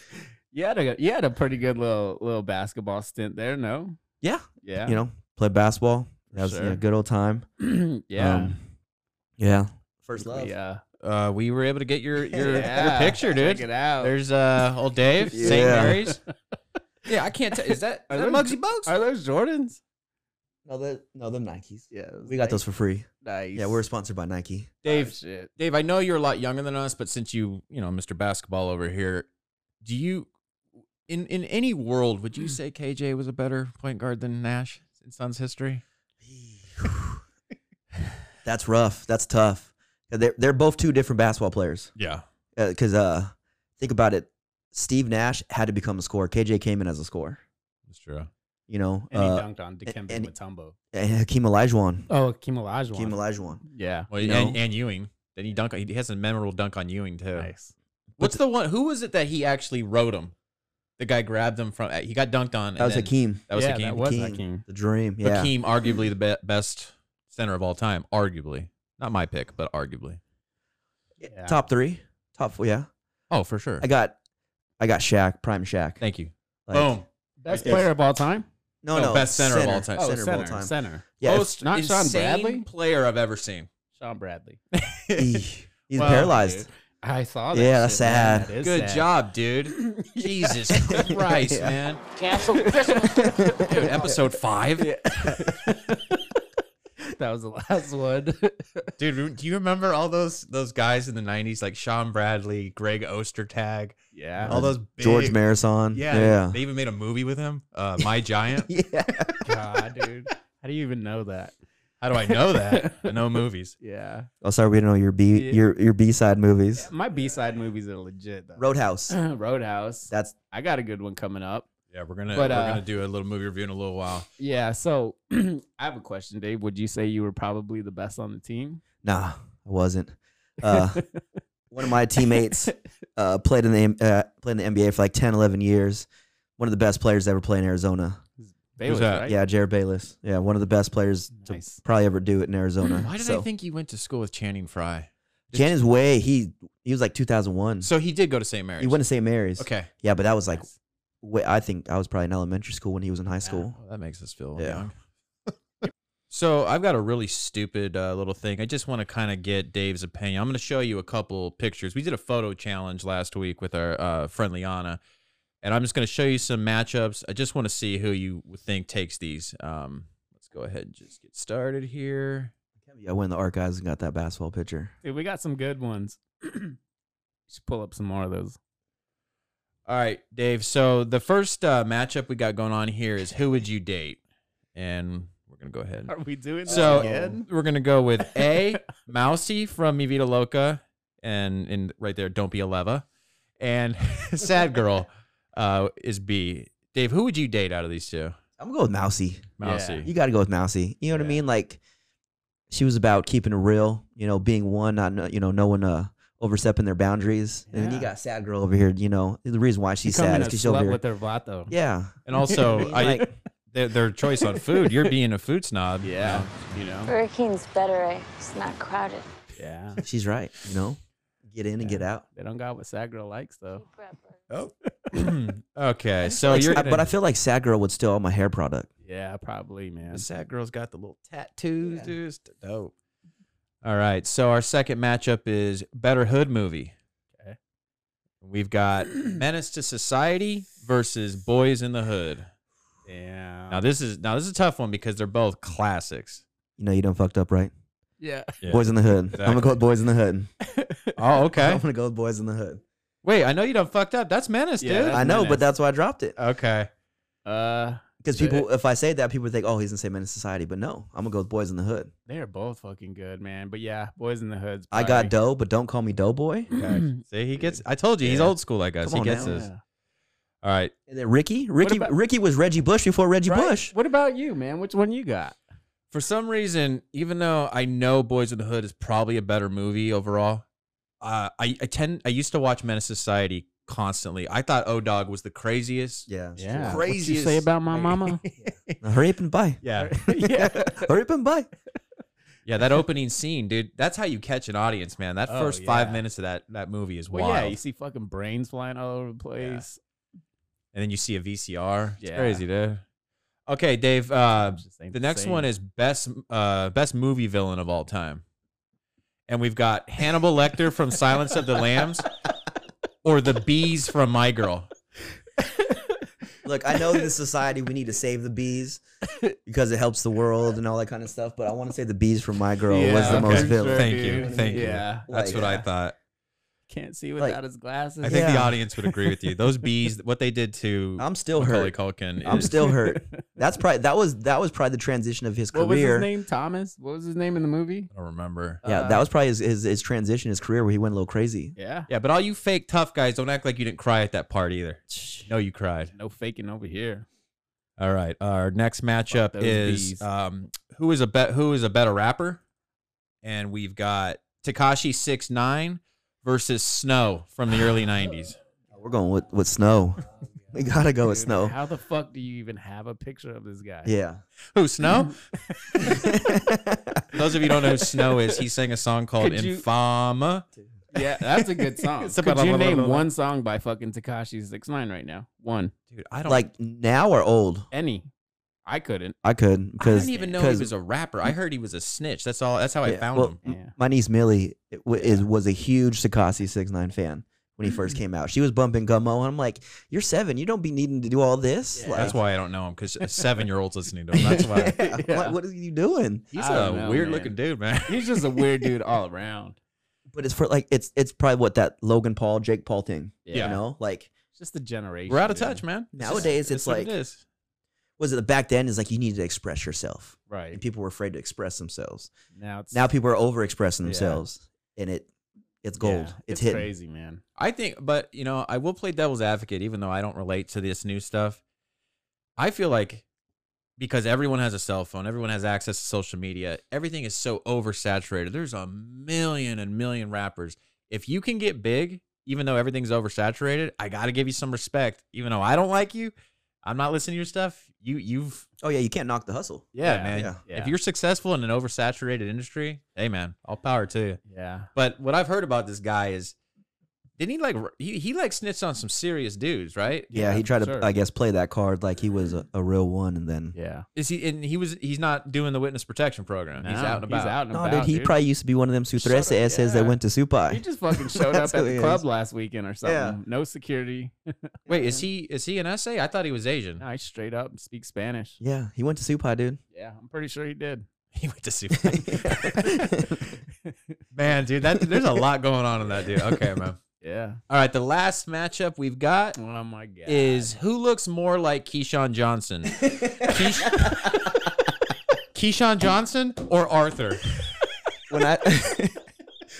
Speaker 2: you had a you had a pretty good little little basketball stint there, no?
Speaker 3: Yeah.
Speaker 2: Yeah.
Speaker 3: You know, play basketball. That was you know,
Speaker 2: Sure.
Speaker 3: a good old time.
Speaker 2: yeah.
Speaker 3: Um, yeah. First
Speaker 2: We, uh,
Speaker 1: Uh, we were able to get your your,
Speaker 2: yeah,
Speaker 1: your picture,
Speaker 2: check
Speaker 1: dude.
Speaker 2: it out.
Speaker 1: There's uh, old Dave, St.
Speaker 3: Yeah.
Speaker 1: Mary's. Yeah, I can't tell. Is that
Speaker 2: Are
Speaker 1: is that
Speaker 2: those-
Speaker 1: Muggsy Bogues?
Speaker 2: Are those Jordans?
Speaker 3: No, the no, them Nikes.
Speaker 2: Yeah.
Speaker 3: We got those for free.
Speaker 2: Nice.
Speaker 3: Yeah, we're sponsored by Nike.
Speaker 1: Dave,
Speaker 2: Oh, shit.
Speaker 1: Dave, I know you're a lot younger than us, but since you, you know, Mr. Basketball over here, do you in in any world would you say KJ was a better point guard than Nash in Suns history?
Speaker 3: That's rough. That's tough. They're they're both two different basketball players.
Speaker 1: Yeah.
Speaker 3: Because uh, think about it, Steve Nash had to become a scorer. KJ came in as a scorer.
Speaker 1: That's true.
Speaker 3: You know,
Speaker 2: And
Speaker 3: uh,
Speaker 2: he dunked on Dikembe
Speaker 3: and-
Speaker 2: Mutombo.
Speaker 3: and Hakeem Olajuwon.
Speaker 2: Oh, Kim Olajuwon.
Speaker 3: Hakeem Olajuwon.
Speaker 2: yeah.
Speaker 1: Well,
Speaker 3: You
Speaker 1: and,
Speaker 3: know?
Speaker 1: and Ewing. Then he dunk. He has a memorable dunk on Ewing too.
Speaker 2: Nice.
Speaker 1: What's the one? Who was it that he actually wrote him? The guy grabbed him from. He got dunked on. and
Speaker 3: That was
Speaker 1: then-
Speaker 3: Hakeem.
Speaker 1: That was
Speaker 2: yeah,
Speaker 1: Hakeem.
Speaker 2: That was
Speaker 3: Hakeem.
Speaker 2: Hakeem.
Speaker 3: The dream. Yeah.
Speaker 1: Hakeem, arguably the be- best center of all time. Arguably, not my pick, but arguably.
Speaker 2: Yeah.
Speaker 3: Top three. Top four. Yeah.
Speaker 1: Oh, for sure.
Speaker 3: I got I got Shaq, prime Shaq.
Speaker 1: Thank you.
Speaker 3: Like-
Speaker 1: Boom.
Speaker 2: Best
Speaker 1: Yes.
Speaker 2: player of all time.
Speaker 3: No,
Speaker 1: No,
Speaker 3: no.
Speaker 1: best center of all time. Oh,
Speaker 2: Oh,
Speaker 3: Center, of all time.
Speaker 2: Center.
Speaker 3: Yeah. it's-
Speaker 1: Most
Speaker 2: not Sean
Speaker 1: insane
Speaker 2: Bradley?
Speaker 1: player I've ever seen.
Speaker 2: Sean Bradley.
Speaker 3: he- he's
Speaker 1: Wow,
Speaker 3: paralyzed.
Speaker 1: dude.
Speaker 2: I saw that.
Speaker 3: Yeah, that's
Speaker 2: shit, man.
Speaker 3: sad.
Speaker 2: That is
Speaker 1: Good
Speaker 2: sad.
Speaker 1: job, dude. Jesus Christ,
Speaker 3: Yeah.
Speaker 1: man.
Speaker 6: Cancel Christmas.
Speaker 1: Dude, episode five.
Speaker 2: That was the last one.
Speaker 1: Dude, do you remember all those those guys in the '90s, like Sean Bradley, Greg Ostertag,
Speaker 2: yeah.
Speaker 1: all those big,
Speaker 3: George Marison.
Speaker 1: Yeah,
Speaker 3: Yeah.
Speaker 1: they even made a movie with him, uh, My Giant.
Speaker 3: Yeah.
Speaker 2: Oh, God, dude. How do you even know that?
Speaker 1: How do I know that? I know movies.
Speaker 2: Yeah.
Speaker 3: Oh, sorry, we didn't know your B
Speaker 2: Yeah.
Speaker 3: your your B side movies.
Speaker 2: My B side movies are legit though.
Speaker 3: Roadhouse.
Speaker 2: Roadhouse.
Speaker 3: That's
Speaker 2: I got a good one coming up.
Speaker 1: Yeah, we're gonna
Speaker 2: But,
Speaker 1: we're
Speaker 2: uh,
Speaker 1: gonna do a little movie review in a little while.
Speaker 2: Yeah, so I have a question, Dave. Would you say you were probably the best on the team?
Speaker 3: nah. I wasn't. Uh, one of my teammates uh, played in the M- uh, played in the NBA for like 10, 11 years. One of the best players to ever play in Arizona.
Speaker 2: Bayless,
Speaker 1: that?
Speaker 2: right?
Speaker 3: Yeah, Jared Bayless. Yeah, one of the best players
Speaker 2: Nice.
Speaker 3: to probably ever do it in Arizona.
Speaker 1: Why did
Speaker 3: so,
Speaker 1: I think you went to school with Channing Frye?
Speaker 3: Cannon's way? He he was like 2001.
Speaker 1: So he did go to St. Mary's.
Speaker 3: He went to St. Mary's.
Speaker 1: Okay.
Speaker 3: Yeah, but that was like,
Speaker 2: Nice.
Speaker 3: way, I think I was probably in elementary school when he was in high school.
Speaker 1: Oh, that makes us feel
Speaker 3: Yeah.
Speaker 1: young. so I've got a really stupid uh, little thing. I just want to kind of get Dave's opinion. I'm going to show you a couple pictures. We did a photo challenge last week with our uh, friend Liana, and I'm just going to show you some matchups. I just want to see who you would think takes these. Um, let's go ahead and just get started here.
Speaker 3: Yeah, I went in the archives and got that basketball picture.
Speaker 2: Dude, we got some good ones. Just pull up some more of those.
Speaker 1: All right, Dave. So the first uh, matchup we got going on here is who would you date, and we're gonna go ahead.
Speaker 2: Are we doing this
Speaker 1: So
Speaker 2: again?
Speaker 1: we're gonna go with A Mousy from Mi Vida Loca, and in right there, don't be a leva, and Sad Girl uh, is B. Dave, who would you date out of these two?
Speaker 3: I'm gonna go with Mousy.
Speaker 1: Mousy.
Speaker 3: You got to go with Mousy. You know what
Speaker 1: Yeah.
Speaker 3: I mean? Like, she was about keeping it real. You know, being one, not no- you know, no one uh, overstepping their boundaries. And then you
Speaker 2: Yeah.
Speaker 3: got sad girl over here. You know, the reason why she's
Speaker 2: Becoming
Speaker 3: sad
Speaker 2: a
Speaker 3: is because she's
Speaker 2: slut
Speaker 3: over here.
Speaker 2: with her vato.
Speaker 3: yeah,
Speaker 1: And also, Oh, I,
Speaker 3: Like-
Speaker 1: their, their choice on food. You're being a food snob. you
Speaker 2: Yeah,
Speaker 1: know.
Speaker 2: you know.
Speaker 7: Burger King's better. eh? It's not crowded.
Speaker 2: Yeah.
Speaker 3: she's right. You know, get in and get out.
Speaker 2: They don't got what Sad Girl likes though.
Speaker 1: okay, so
Speaker 3: Like,
Speaker 1: you're.
Speaker 3: I- but I feel like sad girl would steal all my hair product.
Speaker 2: Yeah, probably, man.
Speaker 1: The sad girl's got the little tattoos, dude. It's dope. All right. So our second matchup is Better Hood movie.
Speaker 2: Okay.
Speaker 1: We've got Menace to Society versus Boys in the Hood.
Speaker 2: Yeah.
Speaker 1: Now this is now this is a tough one because they're both classics.
Speaker 3: You know, you done fucked up, right?
Speaker 2: yeah.
Speaker 1: Yeah.
Speaker 3: Boys in the Hood. I'm gonna
Speaker 1: Exactly.
Speaker 3: go with Boys in the Hood.
Speaker 1: Oh,
Speaker 3: I'm
Speaker 1: okay.
Speaker 3: gonna go with Boys in the Hood.
Speaker 1: Wait, I know you done fucked up. That's Oh, Menace,
Speaker 2: Yeah,
Speaker 1: dude.
Speaker 2: that's-
Speaker 3: I know,
Speaker 2: Menace.
Speaker 3: but that's why I dropped it.
Speaker 1: okay.
Speaker 2: Uh
Speaker 3: Because people, if I say that, people would think, "Oh, he's in St. Menace Society." But no, I'm gonna go with Boys in the Hood.
Speaker 2: they're both fucking good, man. But yeah, Boys in the Hood's
Speaker 3: I got dough, but don't call me Doughboy.
Speaker 1: okay. See, he gets I told you he's
Speaker 3: Yeah.
Speaker 1: old school, I guess.
Speaker 3: Come on
Speaker 1: he gets
Speaker 3: now.
Speaker 1: this. All right.
Speaker 3: And then Ricky, Ricky,
Speaker 2: about-
Speaker 3: Ricky was Reggie Bush before Reggie Bush.
Speaker 2: What about you, man? Which one you got?
Speaker 1: For some reason, even though I know Boys in the Hood is probably a better movie overall, uh, I, I tend I used to watch Menace Society constantly. I thought O Dog was the craziest.
Speaker 3: Yeah,
Speaker 2: Yeah. What you
Speaker 1: Craziest-
Speaker 2: say about my mama?
Speaker 3: Now hurry up and buy.
Speaker 1: Yeah,
Speaker 2: yeah.
Speaker 3: hurry up and buy.
Speaker 1: yeah. That opening scene, dude. That's how you catch an audience, man. That
Speaker 2: Oh,
Speaker 1: first five
Speaker 2: yeah.
Speaker 1: minutes of that that movie is
Speaker 2: Well,
Speaker 1: wild.
Speaker 2: yeah, you see fucking brains flying all over the place.
Speaker 1: and then you see a VCR. It's
Speaker 2: Yeah.
Speaker 1: crazy, dude. Okay, Dave. Uh, the next one is best uh, best movie villain of all time, and we've got Hannibal Lecter from Silence of the Lambs, or the bees from My Girl.
Speaker 3: Look, I know in society we need to save the bees because it helps the world and all that kind of stuff. But I want to say the bees from My Girl was the
Speaker 1: okay.
Speaker 3: most villain.
Speaker 1: Thank you, thank you.
Speaker 2: Yeah,
Speaker 1: That's
Speaker 3: Like,
Speaker 1: what I
Speaker 3: yeah.
Speaker 1: thought.
Speaker 2: can't see
Speaker 3: Like-
Speaker 2: without his glasses.
Speaker 1: I think the
Speaker 3: Yeah.
Speaker 1: audience would agree with you. Those bees, what they did to
Speaker 3: I'm still
Speaker 1: Macaulay
Speaker 3: hurt.
Speaker 1: Culkin.
Speaker 3: I'm
Speaker 1: is-
Speaker 3: still hurt. That's probably that was that was probably the transition of his
Speaker 2: What was his
Speaker 3: career.
Speaker 2: name? Thomas. What was his name in the movie?
Speaker 1: I don't remember.
Speaker 3: Yeah, that was probably his, his his transition, his career where he went a little crazy.
Speaker 2: Yeah.
Speaker 1: Yeah, but all you fake tough guys, don't act like you didn't cry at that part either. No, you cried.
Speaker 2: No faking over here.
Speaker 1: All right. Our next matchup
Speaker 2: those
Speaker 1: is
Speaker 2: bees.
Speaker 1: um, who is a bet who is a better rapper, and we've got Takashi Six Nine versus Snow from the early '90s.
Speaker 3: We're going with, with Snow. We gotta go with
Speaker 2: Dude,
Speaker 3: Snow.
Speaker 2: How the fuck do you even have a picture of this guy?
Speaker 3: Yeah.
Speaker 1: Who Snow? Those of you who don't know who Snow is, he sang a song called
Speaker 2: Could you-
Speaker 1: Infama.
Speaker 2: yeah, that's a good song.
Speaker 1: It's a
Speaker 2: Could
Speaker 1: blah,
Speaker 2: you
Speaker 1: blah, blah,
Speaker 2: name
Speaker 1: blah, blah.
Speaker 2: one song by fucking Takashi Six Nine right now? One,
Speaker 1: Dude, I don't
Speaker 3: like now or old?
Speaker 2: any? I couldn't.
Speaker 3: I could
Speaker 1: I
Speaker 3: because
Speaker 1: didn't even know he
Speaker 3: because-
Speaker 1: was a rapper. I heard he was a snitch. That's all. That's how Oh, I
Speaker 3: Yeah,
Speaker 1: found
Speaker 3: well,
Speaker 1: him.
Speaker 2: him. Yeah.
Speaker 3: My niece Millie it wa- is, was a huge Sakasi Six Nine fan when he
Speaker 2: Mm.
Speaker 3: first came out. She was bumping Gummo, and I'm like, "You're seven. You don't be needing to do all this." Like,
Speaker 1: That's why I don't know him because a seven-year-old's listening to him. That's why.
Speaker 3: Yeah, I'm
Speaker 2: Yeah.
Speaker 3: like, what are you doing?
Speaker 1: He's
Speaker 2: I
Speaker 1: a
Speaker 2: don't know,
Speaker 1: weird-looking
Speaker 2: man.
Speaker 1: dude, man.
Speaker 2: He's just a weird dude all around.
Speaker 3: But it's for like it's it's probably what that Logan Paul Jake Paul thing.
Speaker 2: Yeah.
Speaker 3: You know, like
Speaker 2: It's Just the generation.
Speaker 1: We're out of
Speaker 2: dude.
Speaker 1: touch, man. It's just-
Speaker 3: Nowadays, it's
Speaker 1: what it
Speaker 3: like-
Speaker 1: is.
Speaker 3: was it back then? Is like you needed to express yourself, and
Speaker 2: Right
Speaker 3: people were afraid to express themselves.
Speaker 2: now, it's
Speaker 3: Now people are overexpressing
Speaker 2: Yeah.
Speaker 3: themselves, and it it's
Speaker 2: yeah,
Speaker 3: gold. it's hidden.
Speaker 2: crazy, man.
Speaker 1: I think, but you know, I will play devil's advocate, even though I don't relate to this new stuff. I feel like because everyone has a cell phone, everyone has access to social media, everything is so oversaturated. There's a million and million rappers. If you can get big, even though everything's oversaturated, I gotta give you some respect. Even though I don't like you, I'm not listening to your stuff. You, you've,
Speaker 3: Oh yeah, you can't knock the hustle.
Speaker 1: yeah,
Speaker 2: Yeah,
Speaker 1: man.
Speaker 3: yeah,
Speaker 1: If you're successful in an oversaturated industry, hey, man, all power to you.
Speaker 2: yeah,
Speaker 1: But what I've heard about this guy is, didn't he like he he like snitched on some serious dudes, right?
Speaker 3: Yeah,
Speaker 2: Yeah,
Speaker 3: he tried to,
Speaker 2: sure.
Speaker 3: I guess, play that card like he was a, a real one, and then
Speaker 2: yeah,
Speaker 1: Is he and he was he's not doing the witness protection program. he's
Speaker 2: No,
Speaker 1: out and about.
Speaker 2: He's out and
Speaker 3: no,
Speaker 2: about.
Speaker 3: dude, he probably used to be one of them Sutrese SS that
Speaker 2: yeah.
Speaker 3: went to Supai.
Speaker 2: He just fucking showed up
Speaker 3: That's
Speaker 2: at
Speaker 3: who
Speaker 2: the
Speaker 3: he
Speaker 2: club
Speaker 3: is.
Speaker 2: last weekend or something. No security.
Speaker 1: Wait, is he is he an SA? I thought he was Asian.
Speaker 2: No, he straight up speaks Spanish.
Speaker 3: yeah, he went to Supai, dude.
Speaker 2: Yeah, I'm pretty sure he did.
Speaker 1: He went to super. man, dude, that there's a lot going on in that dude. Okay, man.
Speaker 2: Yeah.
Speaker 1: All right, the last matchup we've got
Speaker 2: Oh my god.
Speaker 1: is who looks more like Keyshawn Johnson, Keish- Keyshawn Johnson or Arthur?
Speaker 3: when I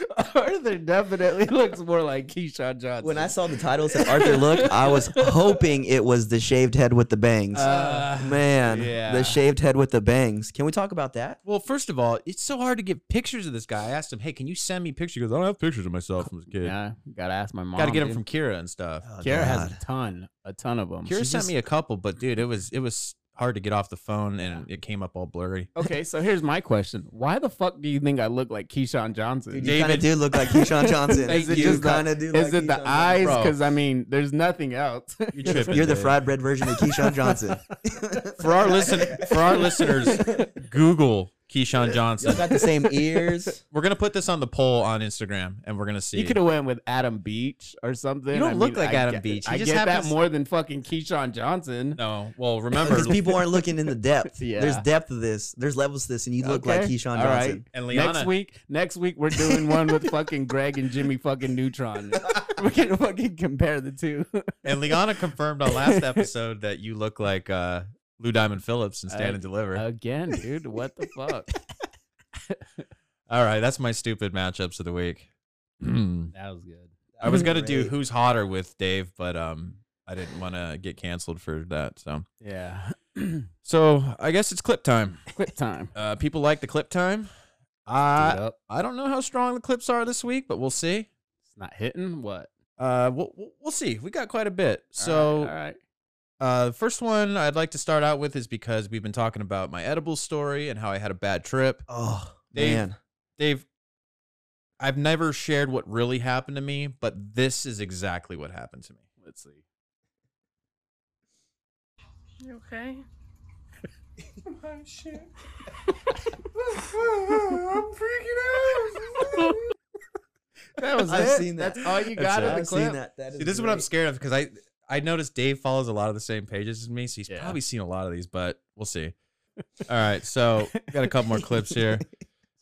Speaker 2: Arthur definitely looks more like Keyshawn Johnson.
Speaker 3: when I saw the title it said Arthur Look, I was hoping it was the shaved head with the bangs. Uh, Man,
Speaker 2: Uh, yeah.
Speaker 3: the shaved head with the bangs. Can we talk about that?
Speaker 1: Well, first of all, it's so hard to get pictures of this guy. I asked him, "Hey, can you send me pictures?" He goes, "I don't have pictures of myself from as a kid.
Speaker 2: yeah, gotta ask my mom.
Speaker 1: Got to get them from
Speaker 2: dude.
Speaker 1: Kira and stuff."
Speaker 3: Oh,
Speaker 2: Kara has
Speaker 3: God.
Speaker 2: a ton, a ton of them.
Speaker 1: Kira sent me a couple, but dude, it was it was hard to get off the phone, and it came up all blurry.
Speaker 2: Okay, so here's my question: Why the fuck do you think I look like Keyshawn Johnson?
Speaker 3: Dude,
Speaker 1: David-
Speaker 3: you kind of do look like Keyshawn Johnson.
Speaker 2: Is it
Speaker 3: you
Speaker 2: just
Speaker 3: kind of do.
Speaker 2: Is
Speaker 3: like
Speaker 2: it
Speaker 3: Keyshawn
Speaker 2: the
Speaker 3: Johnson.
Speaker 2: eyes?
Speaker 1: Bro.
Speaker 2: Because I mean, there's nothing else.
Speaker 1: You're,
Speaker 3: You're the fried bread version of Keyshawn Johnson.
Speaker 1: for our listen for our listeners. Google Keyshawn
Speaker 3: Y'all
Speaker 1: Johnson.
Speaker 3: got the same ears.
Speaker 1: We're gonna put this on the poll on Instagram, and we're gonna see.
Speaker 2: you could have went with Adam Beach or something.
Speaker 1: You don't
Speaker 2: I
Speaker 1: look
Speaker 2: mean,
Speaker 1: like
Speaker 2: I
Speaker 1: Adam
Speaker 2: get,
Speaker 1: Beach. You
Speaker 2: I
Speaker 1: just
Speaker 2: get that
Speaker 1: happens-
Speaker 2: more than fucking Keyshawn Johnson.
Speaker 1: no, well, remember
Speaker 3: Because people aren't looking in the depth.
Speaker 2: Yeah.
Speaker 3: There's depth to this. There's levels to this, and you look like
Speaker 2: Okay.
Speaker 3: Keyshawn
Speaker 2: All right.
Speaker 3: Johnson.
Speaker 1: and
Speaker 2: Next
Speaker 1: Liana.
Speaker 2: week, next week we're doing one with fucking Greg and Jimmy fucking Neutron. We're gonna fucking compare the two.
Speaker 1: And Liana confirmed on last episode that you look like uh, Lou Diamond Phillips and Stand
Speaker 2: Uh,
Speaker 1: and Deliver.
Speaker 2: Again, dude, what the fuck?
Speaker 1: All right, that's my stupid matchups of the week. I
Speaker 2: That was good.
Speaker 1: was gonna do
Speaker 3: Great.
Speaker 1: who's hotter with Dave, but um, I didn't want to get canceled for that. So,
Speaker 2: Yeah.
Speaker 1: so I guess it's clip time.
Speaker 2: Quit time.
Speaker 1: Uh, people like the clip time.
Speaker 2: Dude
Speaker 3: Uh,
Speaker 2: oh,
Speaker 1: I
Speaker 2: up.
Speaker 1: I don't know how strong the clips are this week, but we'll see.
Speaker 2: It's not hitting. What?
Speaker 1: Uh, we'll we'll- we'll see. We got quite a bit.
Speaker 2: all
Speaker 1: So,
Speaker 2: right. all right.
Speaker 1: uh, the first one I'd like to start out with is because we've been talking about my edible story and how I had a bad trip.
Speaker 3: Oh
Speaker 1: Dave-
Speaker 3: man,
Speaker 1: Dave, I've never shared what really happened to me, but this is exactly what happened to me.
Speaker 2: Let's see.
Speaker 8: You okay?
Speaker 2: That was
Speaker 3: I've
Speaker 2: it.
Speaker 3: seen that.
Speaker 2: That's all you
Speaker 1: That's
Speaker 2: got
Speaker 1: it.
Speaker 2: in the
Speaker 3: I've
Speaker 2: clip.
Speaker 3: seen that. That is
Speaker 1: See, this is what I'm
Speaker 3: great.
Speaker 1: scared of because I I noticed Dave follows a lot of the same pages as me, so he's
Speaker 2: Yeah.
Speaker 1: probably seen a lot of these, but we'll see. All right, so we got a couple more clips here.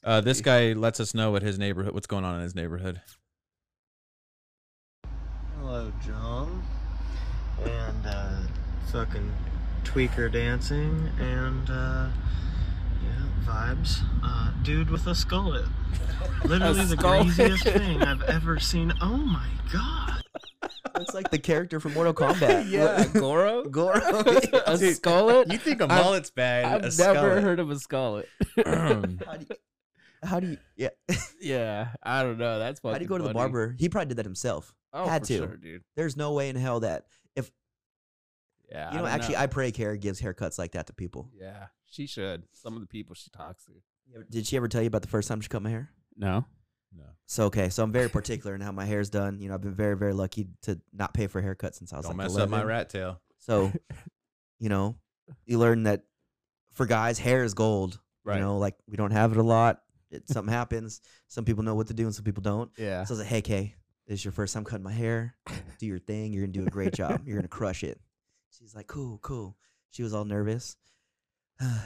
Speaker 1: Uh, this guy lets us know what his neighborhood, what's going on in his neighborhood.
Speaker 9: Hello, John. And uh, fucking tweaker dancing and uh, yeah, vibes. Uh, dude with a skull lip. Literally the
Speaker 2: skull
Speaker 9: craziest thing I've ever seen. Oh my god.
Speaker 3: It's like the character from Mortal Kombat.
Speaker 2: Yeah, Goro.
Speaker 3: Goro.
Speaker 2: a skullet.
Speaker 1: You think a
Speaker 2: I've-
Speaker 1: mullet's bad?
Speaker 2: I've never heard of a skullet.
Speaker 3: how, do you, how do you? Yeah.
Speaker 2: yeah, I don't know. That's fucking.
Speaker 3: How do you go to the
Speaker 2: funny.
Speaker 3: barber? He probably did that himself.
Speaker 2: Oh,
Speaker 3: Had
Speaker 2: for
Speaker 3: to.
Speaker 2: sure, dude.
Speaker 3: There's no way in hell that if
Speaker 2: Yeah.
Speaker 3: You know,
Speaker 2: don't
Speaker 3: actually, I pray Kara gives haircuts like that to people.
Speaker 2: yeah, she should. Some of the people she talks to.
Speaker 3: Did she ever tell you about the first time she cut my hair?
Speaker 2: No.
Speaker 1: No.
Speaker 3: So okay, so I'm very particular in how my hair's done. You know, I've been very, very lucky to not pay for haircuts since I was
Speaker 1: Don't
Speaker 3: like
Speaker 1: mess
Speaker 3: 11.
Speaker 1: up my rat tail.
Speaker 3: So, you know, you learn that for guys, hair is gold.
Speaker 2: Right.
Speaker 3: You know, like we don't have it a lot. It, something happens. Some people know what to do, and some people don't.
Speaker 2: Yeah.
Speaker 3: So I was like, "Hey, Kay, this is your first time cutting my hair. Do your thing. You're gonna do a great job. You're gonna crush it." She's like, "Cool, cool." She was all nervous.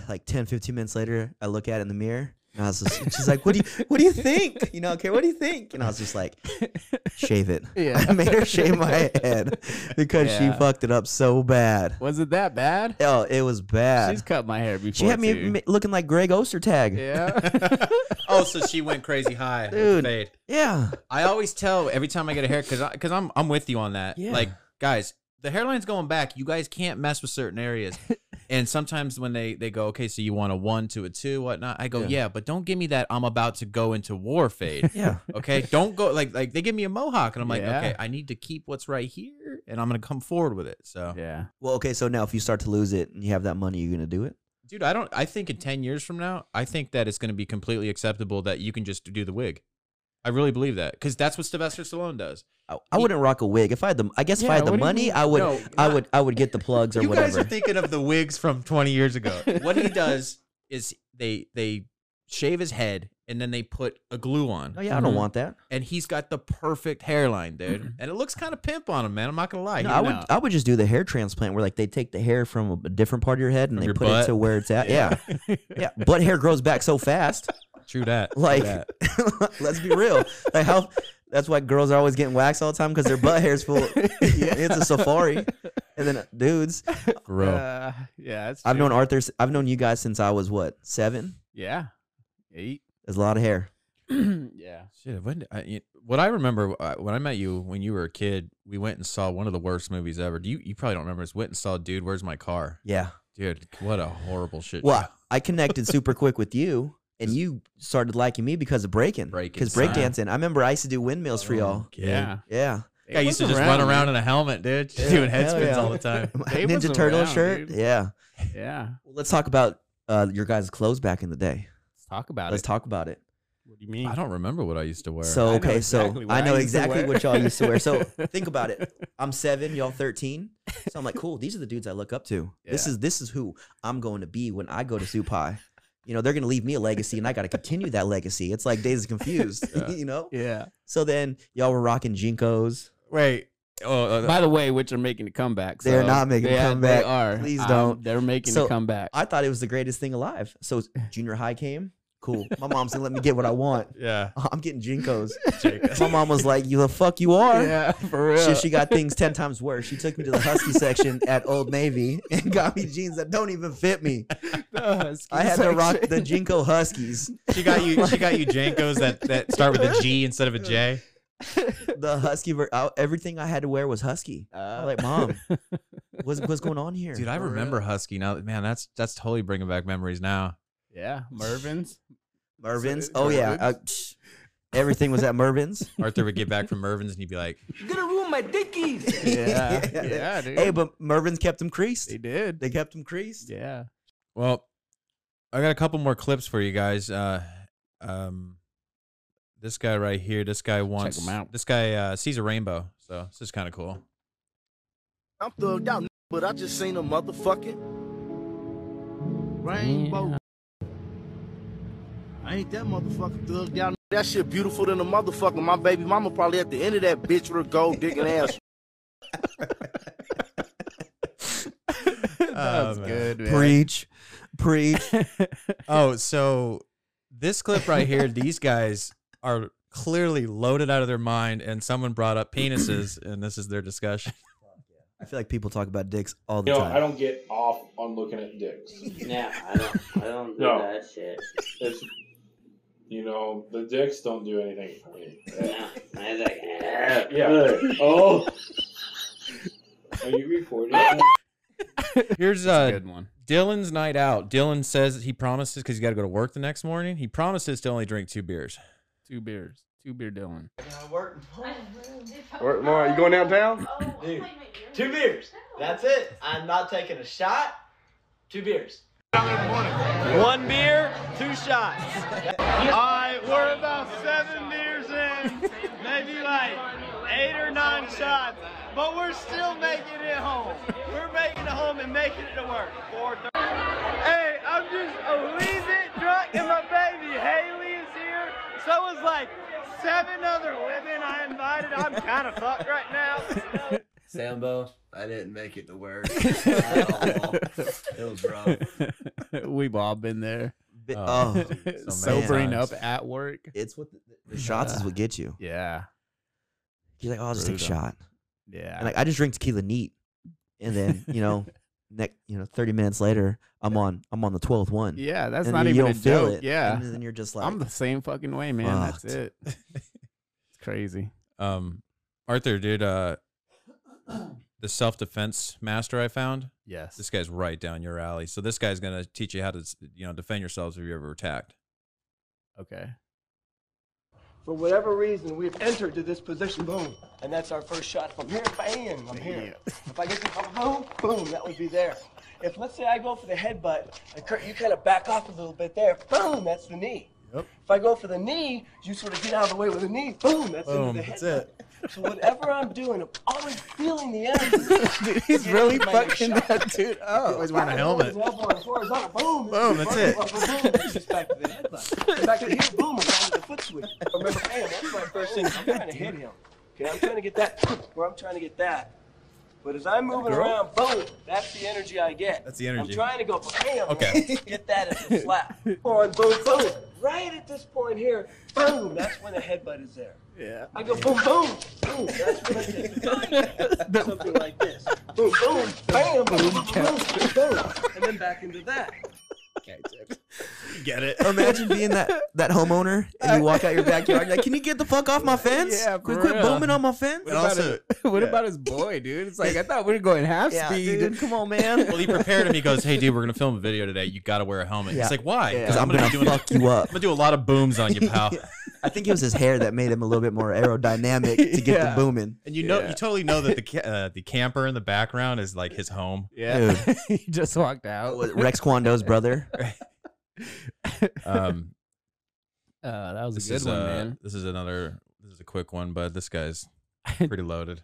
Speaker 3: like 10, 15 minutes later, I look at it in the mirror. And I was just, she's like, "What do you, what do you think? You know, okay, what do you think?" And I was just like, "Shave it."
Speaker 2: Yeah.
Speaker 3: I made her shave my head because
Speaker 2: Yeah.
Speaker 3: she fucked it up so bad.
Speaker 2: Was it that bad?
Speaker 3: Oh, it was bad.
Speaker 2: She's cut my hair before.
Speaker 3: she had me
Speaker 2: too.
Speaker 3: m- looking like Greg Ostertag. Yeah.
Speaker 2: Yeah.
Speaker 1: Oh, so she went crazy high. with the
Speaker 3: Dude.
Speaker 1: fade. I always tell every time I get a hair because because I'm I'm with you on that.
Speaker 3: Yeah.
Speaker 1: Like guys, the hairline's going back. You guys can't mess with certain areas. and sometimes when they they go, okay, so you want a one to a two, whatnot. I go, yeah,
Speaker 3: Yeah.
Speaker 1: but don't give me that. I'm about to go into war fade.
Speaker 3: Yeah.
Speaker 1: Okay, don't go like like they give me a mohawk and I'm like,
Speaker 2: Yeah.
Speaker 1: okay, I need to keep what's right here and I'm gonna come forward with it. So,
Speaker 2: yeah.
Speaker 3: Well, okay, so now if you start to lose it and you have that money, you're going to do it?
Speaker 1: dude, I don't. I think in ten years from now, I think that it's gonna be completely acceptable that you can just do the wig. I really believe that because that's what Sylvester Stallone does.
Speaker 3: I, I wouldn't rock a wig. If I had the I guess if
Speaker 2: Yeah,
Speaker 3: I had the
Speaker 2: what do you
Speaker 3: money,
Speaker 2: mean?
Speaker 3: I would
Speaker 1: No,
Speaker 3: I
Speaker 1: not-
Speaker 3: would I would get the plugs or
Speaker 1: you
Speaker 3: whatever.
Speaker 1: guys are thinking of the wigs from 20 years ago. What he does is they they shave his head and then they put a glue on.
Speaker 3: oh yeah, I don't
Speaker 2: Mhm.
Speaker 3: want that.
Speaker 1: And he's got the perfect hairline, dude. And it looks kind of pimp on him, man. I'm not gonna lie.
Speaker 3: No,
Speaker 1: He-
Speaker 3: I would I would just do the hair transplant where like they take the hair from a different part of your head and
Speaker 1: From
Speaker 3: they
Speaker 1: your
Speaker 3: put
Speaker 1: butt.
Speaker 3: it to where it's at. Yeah. Yeah. But hair grows back so fast.
Speaker 1: True that. True
Speaker 3: Like
Speaker 1: that.
Speaker 3: let's be real. Like how that's why girls are always getting waxed all the time because their butt hair's full. it's a safari. And then uh, dudes,
Speaker 1: for real.
Speaker 2: Uh, yeah. That's
Speaker 3: I've
Speaker 2: true.
Speaker 3: known Arthur. s- I've known you guys since I was what seven.
Speaker 2: Yeah. Eight.
Speaker 3: There's a lot of hair.
Speaker 2: yeah.
Speaker 1: Shit, when did I, you- what I remember uh, when I met you when you were a kid, we went and saw one of the worst movies ever. Do you you probably don't remember? It's went and saw Dude, Where's My Car?
Speaker 3: Yeah.
Speaker 1: Dude, what a horrible shit.
Speaker 3: Well, I connected super quick with you, and you started liking me because of breaking.
Speaker 1: Breaking,
Speaker 3: Because
Speaker 1: son.
Speaker 3: breakdancing. I remember I used to do windmills for y'all.
Speaker 1: Oh,
Speaker 2: Yeah.
Speaker 3: Yeah.
Speaker 2: They
Speaker 1: I used to
Speaker 2: was
Speaker 1: just run
Speaker 2: man.
Speaker 1: around in a helmet, dude, just
Speaker 3: Yeah,
Speaker 1: doing head
Speaker 3: hell
Speaker 1: spins
Speaker 3: yeah.
Speaker 1: all the time.
Speaker 3: My
Speaker 2: They
Speaker 3: Ninja
Speaker 2: was
Speaker 3: Turtle
Speaker 2: around,
Speaker 3: shirt.
Speaker 2: dude.
Speaker 3: Yeah.
Speaker 2: Yeah.
Speaker 3: Well, let's talk about uh, your guys' clothes back in the day.
Speaker 2: Let's talk about
Speaker 3: Let's
Speaker 2: it.
Speaker 3: talk about it.
Speaker 2: what do you mean?
Speaker 1: I don't remember what I used to wear.
Speaker 3: So
Speaker 2: I know
Speaker 3: okay,
Speaker 2: exactly
Speaker 3: so
Speaker 2: what
Speaker 3: I
Speaker 2: I
Speaker 3: know
Speaker 2: used to
Speaker 3: exactly
Speaker 2: wear.
Speaker 3: what y'all used to wear. So think about it. I'm seven, y'all thirteen. So I'm like, cool. These are the dudes I look up to. This
Speaker 2: Yeah.
Speaker 3: is this is who I'm going to be when I go to Supai. You know, they're going to leave me a legacy, and I got to continue that legacy. It's like Days of Confused.
Speaker 1: Yeah.
Speaker 3: you know.
Speaker 2: Yeah.
Speaker 3: So then y'all were rocking jinkos.
Speaker 1: wait, oh, uh,
Speaker 2: By the way, which are making a comeback.
Speaker 3: They're
Speaker 2: so
Speaker 3: not making a
Speaker 2: they,
Speaker 3: comeback.
Speaker 2: They are.
Speaker 3: Please
Speaker 2: Um,
Speaker 3: don't.
Speaker 2: they're making
Speaker 3: So,
Speaker 2: a comeback.
Speaker 3: I thought it was the greatest thing alive. So junior high came. Cool. My mom's gonna let me get what I want.
Speaker 1: yeah,
Speaker 3: I'm getting jinkos.
Speaker 1: Jacob.
Speaker 3: My mom was like, "You the fuck you are."
Speaker 2: yeah, for
Speaker 3: She,
Speaker 2: real.
Speaker 3: she got things 10 times worse. She took me to the Husky section at Old Navy and got me jeans that don't even fit me.
Speaker 2: Oh,
Speaker 3: I had to rock the Jinko Huskies,
Speaker 1: she got you. She got you Jankos that that start with a G instead of a J.
Speaker 3: the Husky. Ver- I, everything I had to wear was Husky. I was like, Mom, what's, what's going on here?
Speaker 1: Dude, I
Speaker 2: For real.
Speaker 1: remember Husky now. Man, that's that's totally bringing back memories now.
Speaker 2: yeah, Mervin's.
Speaker 3: Mervin's.
Speaker 2: So-
Speaker 3: Oh, yeah.
Speaker 2: Mervin's?
Speaker 3: Uh, psh, everything was at Mervin's.
Speaker 1: Arthur would get back from Mervin's and he'd be like,
Speaker 2: Yeah,
Speaker 3: Yeah.
Speaker 2: yeah, dude.
Speaker 3: Hey, but Mervin's kept them creased.
Speaker 2: they did.
Speaker 3: They kept them creased.
Speaker 2: yeah.
Speaker 1: "Well, I got a couple more clips for you guys. Uh, um, this guy right here. This guy wants.
Speaker 2: 'em out.
Speaker 1: This guy uh, sees a rainbow. So this is kind of cool.
Speaker 8: I'm thugged out, but I just seen a motherfucking rainbow. I ain't that motherfucking thugged out. That shit beautiful than a motherfucker. My baby mama probably at the end of that bitch with a gold digging ass.
Speaker 2: that
Speaker 1: Oh,
Speaker 2: was
Speaker 1: man.
Speaker 2: good. Man.
Speaker 3: Preach. Preach.
Speaker 1: Oh, so this clip right here, these guys are clearly loaded out of their mind, and someone brought up penises, and this is their discussion.
Speaker 3: I feel like people talk about dicks all the
Speaker 10: You know,
Speaker 3: time.
Speaker 10: I don't get off on looking at dicks.
Speaker 11: Yeah, I don't, I don't do
Speaker 10: No.
Speaker 11: that shit.
Speaker 10: It's, you know, the dicks don't do anything for me.
Speaker 11: No, I was like, eh.
Speaker 10: Yeah. Oh. Are you recording?
Speaker 1: Here's
Speaker 2: That's a
Speaker 1: uh,
Speaker 2: good one.
Speaker 1: Dylan's night out. Dylan says he promises because he's got to go to work the next morning. He promises to only drink two beers.
Speaker 2: Two beers. Two Two Beer Dylan.
Speaker 9: Work
Speaker 5: Work more. You going downtown?
Speaker 9: Dude, two beers. That's it. I'm not taking a shot. Two beers. One beer, two shots. I we're about seven beers in, maybe like eight or nine shots, but we're still making it home. We're making it home and making it to work. Four thirty. Hey, I'm just a wee bit drunk, and my baby Haley is here. So is like seven other women I invited. I'm kind of fucked right now.
Speaker 12: Sambo, I didn't make it to work. at all. It was rough.
Speaker 2: We've all been there.
Speaker 3: Oh, so many
Speaker 2: sobering
Speaker 3: times.
Speaker 2: up at work.
Speaker 3: It's what the, The shots is what get you.
Speaker 2: Yeah.
Speaker 3: You're like, oh, I'll just take a
Speaker 2: Brutal. Ah.
Speaker 3: shot.
Speaker 2: Yeah.
Speaker 3: And like, I just drink tequila neat, and then you know, next, you know, thirty minutes later, I'm on, I'm on the twelfth one.
Speaker 2: Yeah, that's
Speaker 3: And
Speaker 2: not
Speaker 3: then
Speaker 2: even
Speaker 3: you
Speaker 2: a
Speaker 3: don't feel
Speaker 2: joke.
Speaker 3: it,
Speaker 2: Yeah,
Speaker 3: and then you're just like,
Speaker 2: I'm the same fucking way, man.
Speaker 3: fucked.
Speaker 2: That's it. it's crazy.
Speaker 1: Um, Arthur, dude, uh, the self defense master I found.
Speaker 2: Yes.
Speaker 1: this guy's right down your alley. So this guy's gonna teach you how to, you know, defend yourselves if you're ever attacked.
Speaker 2: Okay.
Speaker 13: For whatever reason, we have entered to this position. Boom. And that's our first shot. If I'm here, bang, I'm here. If I get to boom, boom, that would be there. If, let's say, I go for the headbutt, and Kurt, you kind of back off a little bit there, boom, that's the knee.
Speaker 2: Yep.
Speaker 13: If I go for the knee, you sort of get out of the way with the knee, boom, that's into
Speaker 2: Boom,
Speaker 13: the
Speaker 2: that's
Speaker 13: headbutt. So whatever I'm doing, I'm always feeling the energy.
Speaker 2: Dude, he's really fucking that dude up. Always wearing a helmet.
Speaker 13: Elbow and horizontal, boom.
Speaker 2: Boom, that's it.
Speaker 13: Boom, just back to the headbutt. Come back to the heel, boom, and down to the foot switch. Remember, man, that's my first thing. I'm trying to hit him. Okay, I'm trying to get that, or I'm trying to get that. But as I'm moving
Speaker 1: Girl.
Speaker 13: around, boom, that's the energy I get.
Speaker 1: That's the
Speaker 13: I'm
Speaker 1: energy.
Speaker 13: trying to go, bam,
Speaker 1: Okay.
Speaker 13: get that as a slap. Or boom, boom. Right at this point here, boom, that's when the headbutt is there.
Speaker 2: Yeah.
Speaker 13: I go boom, boom, boom. That's what I did. Something like this. Boom, boom, bam, boom, boom, boom, boom. And then back into that.
Speaker 1: Get it?
Speaker 3: Imagine being that that homeowner and you walk out your backyard. You're like, can you get the fuck off my fence?
Speaker 2: Yeah,
Speaker 3: Can you
Speaker 2: for
Speaker 3: quit
Speaker 2: real.
Speaker 3: booming on my fence.
Speaker 2: What, about, his, what about his boy, dude? It's like I thought we were going half
Speaker 3: Yeah,
Speaker 2: speed.
Speaker 3: dude, come on, man.
Speaker 1: Well, he prepared him. He goes, "Hey, dude, we're gonna film a video today. You gotta wear a helmet."
Speaker 3: Yeah.
Speaker 1: He's like, "Why?
Speaker 3: Because I'm gonna,
Speaker 1: be doing,
Speaker 3: fuck you up.
Speaker 1: I'm gonna do a lot of booms on you, pal."
Speaker 3: I think it was his hair that made him a little bit more aerodynamic to get
Speaker 1: Yeah.
Speaker 3: the booming.
Speaker 1: And you know, you totally know that the ca- uh, the camper in the background is like his home.
Speaker 2: Yeah. he just walked out.
Speaker 3: Rex Kwando's brother.
Speaker 1: Um,
Speaker 2: Uh, that was
Speaker 1: this
Speaker 2: a good
Speaker 1: is
Speaker 2: one,
Speaker 1: uh,
Speaker 2: man.
Speaker 1: This is another. This is a quick one, but this guy's pretty loaded.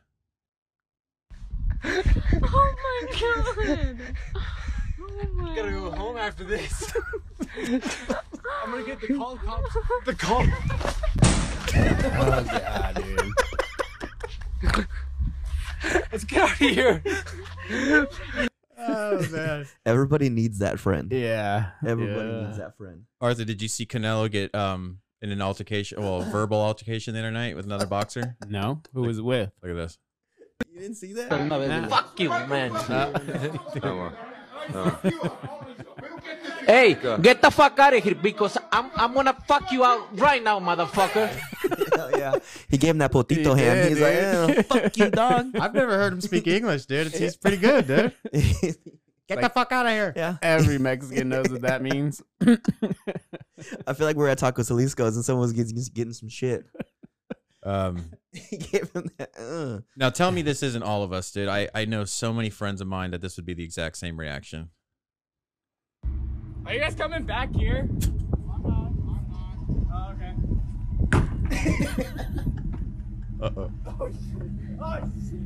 Speaker 14: Oh my god. Oh my
Speaker 9: Gotta go home after this. I'm gonna get the call cops. The call.
Speaker 2: oh god, dude.
Speaker 9: Let's get out of here.
Speaker 2: Oh man.
Speaker 3: Everybody needs that friend.
Speaker 2: Yeah.
Speaker 3: Everybody
Speaker 1: Yeah.
Speaker 3: needs that friend.
Speaker 1: Arthur, did you see Canelo get um in an altercation, well, a verbal altercation the other night with another boxer?
Speaker 2: No, who was it with?
Speaker 1: Look at this.
Speaker 3: You didn't see that?
Speaker 9: Fuck you, man.
Speaker 1: Uh,
Speaker 6: Hey, get the fuck out of here because I'm I'm gonna fuck you out right now, motherfucker.
Speaker 3: yeah. He gave him that potito hand. He's like, "Yeah, fuck you, dog.
Speaker 1: I've never heard him speak English, dude. It's, he's pretty good, dude. Get the fuck out of here.
Speaker 3: Yeah.
Speaker 2: Every Mexican knows what that means.
Speaker 3: I feel like we're at Taco Salisco's and someone's getting, getting some shit.
Speaker 1: Um,
Speaker 3: He gave him that. Uh.
Speaker 1: now tell me this isn't all of us, dude. I, I know so many friends of mine that this would be the exact same reaction.
Speaker 9: Are you guys coming back here? I'm not. I'm not.
Speaker 1: Uh oh.
Speaker 9: Oh, okay. Oh, shit.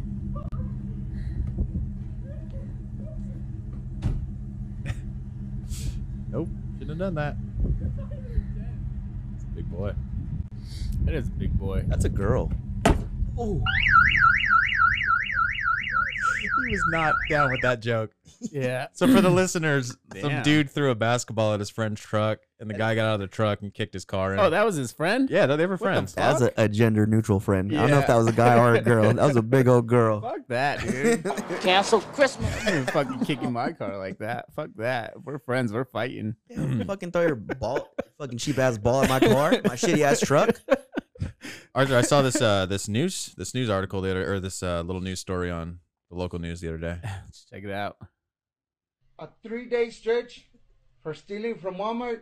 Speaker 1: Nope. Shouldn't have done that. It's a big boy.
Speaker 2: That is a big boy.
Speaker 3: That's a girl. Oh.
Speaker 1: He was not down with that joke.
Speaker 2: Yeah.
Speaker 1: So for the listeners, some
Speaker 2: Damn.
Speaker 1: dude threw a basketball at his friend's truck, and the guy got out of the truck and kicked his car in.
Speaker 2: Oh, that was his friend?
Speaker 1: yeah, they were friends.
Speaker 3: That was a, a gender neutral friend. I don't know if
Speaker 2: Yeah.
Speaker 3: that was a guy or a girl. That was a big old girl.
Speaker 2: Fuck that, dude.
Speaker 6: Cancel Christmas.
Speaker 2: I ain't fucking kicking my car like that. Fuck that. We're friends. We're fighting.
Speaker 3: fucking throw your ball, fucking cheap ass ball at my car, my shitty ass truck.
Speaker 1: Arthur, I saw this uh this news this news article the other or this uh, little news story on the local news the other day.
Speaker 2: Let's check it out.
Speaker 15: a three-day stretch for stealing from Walmart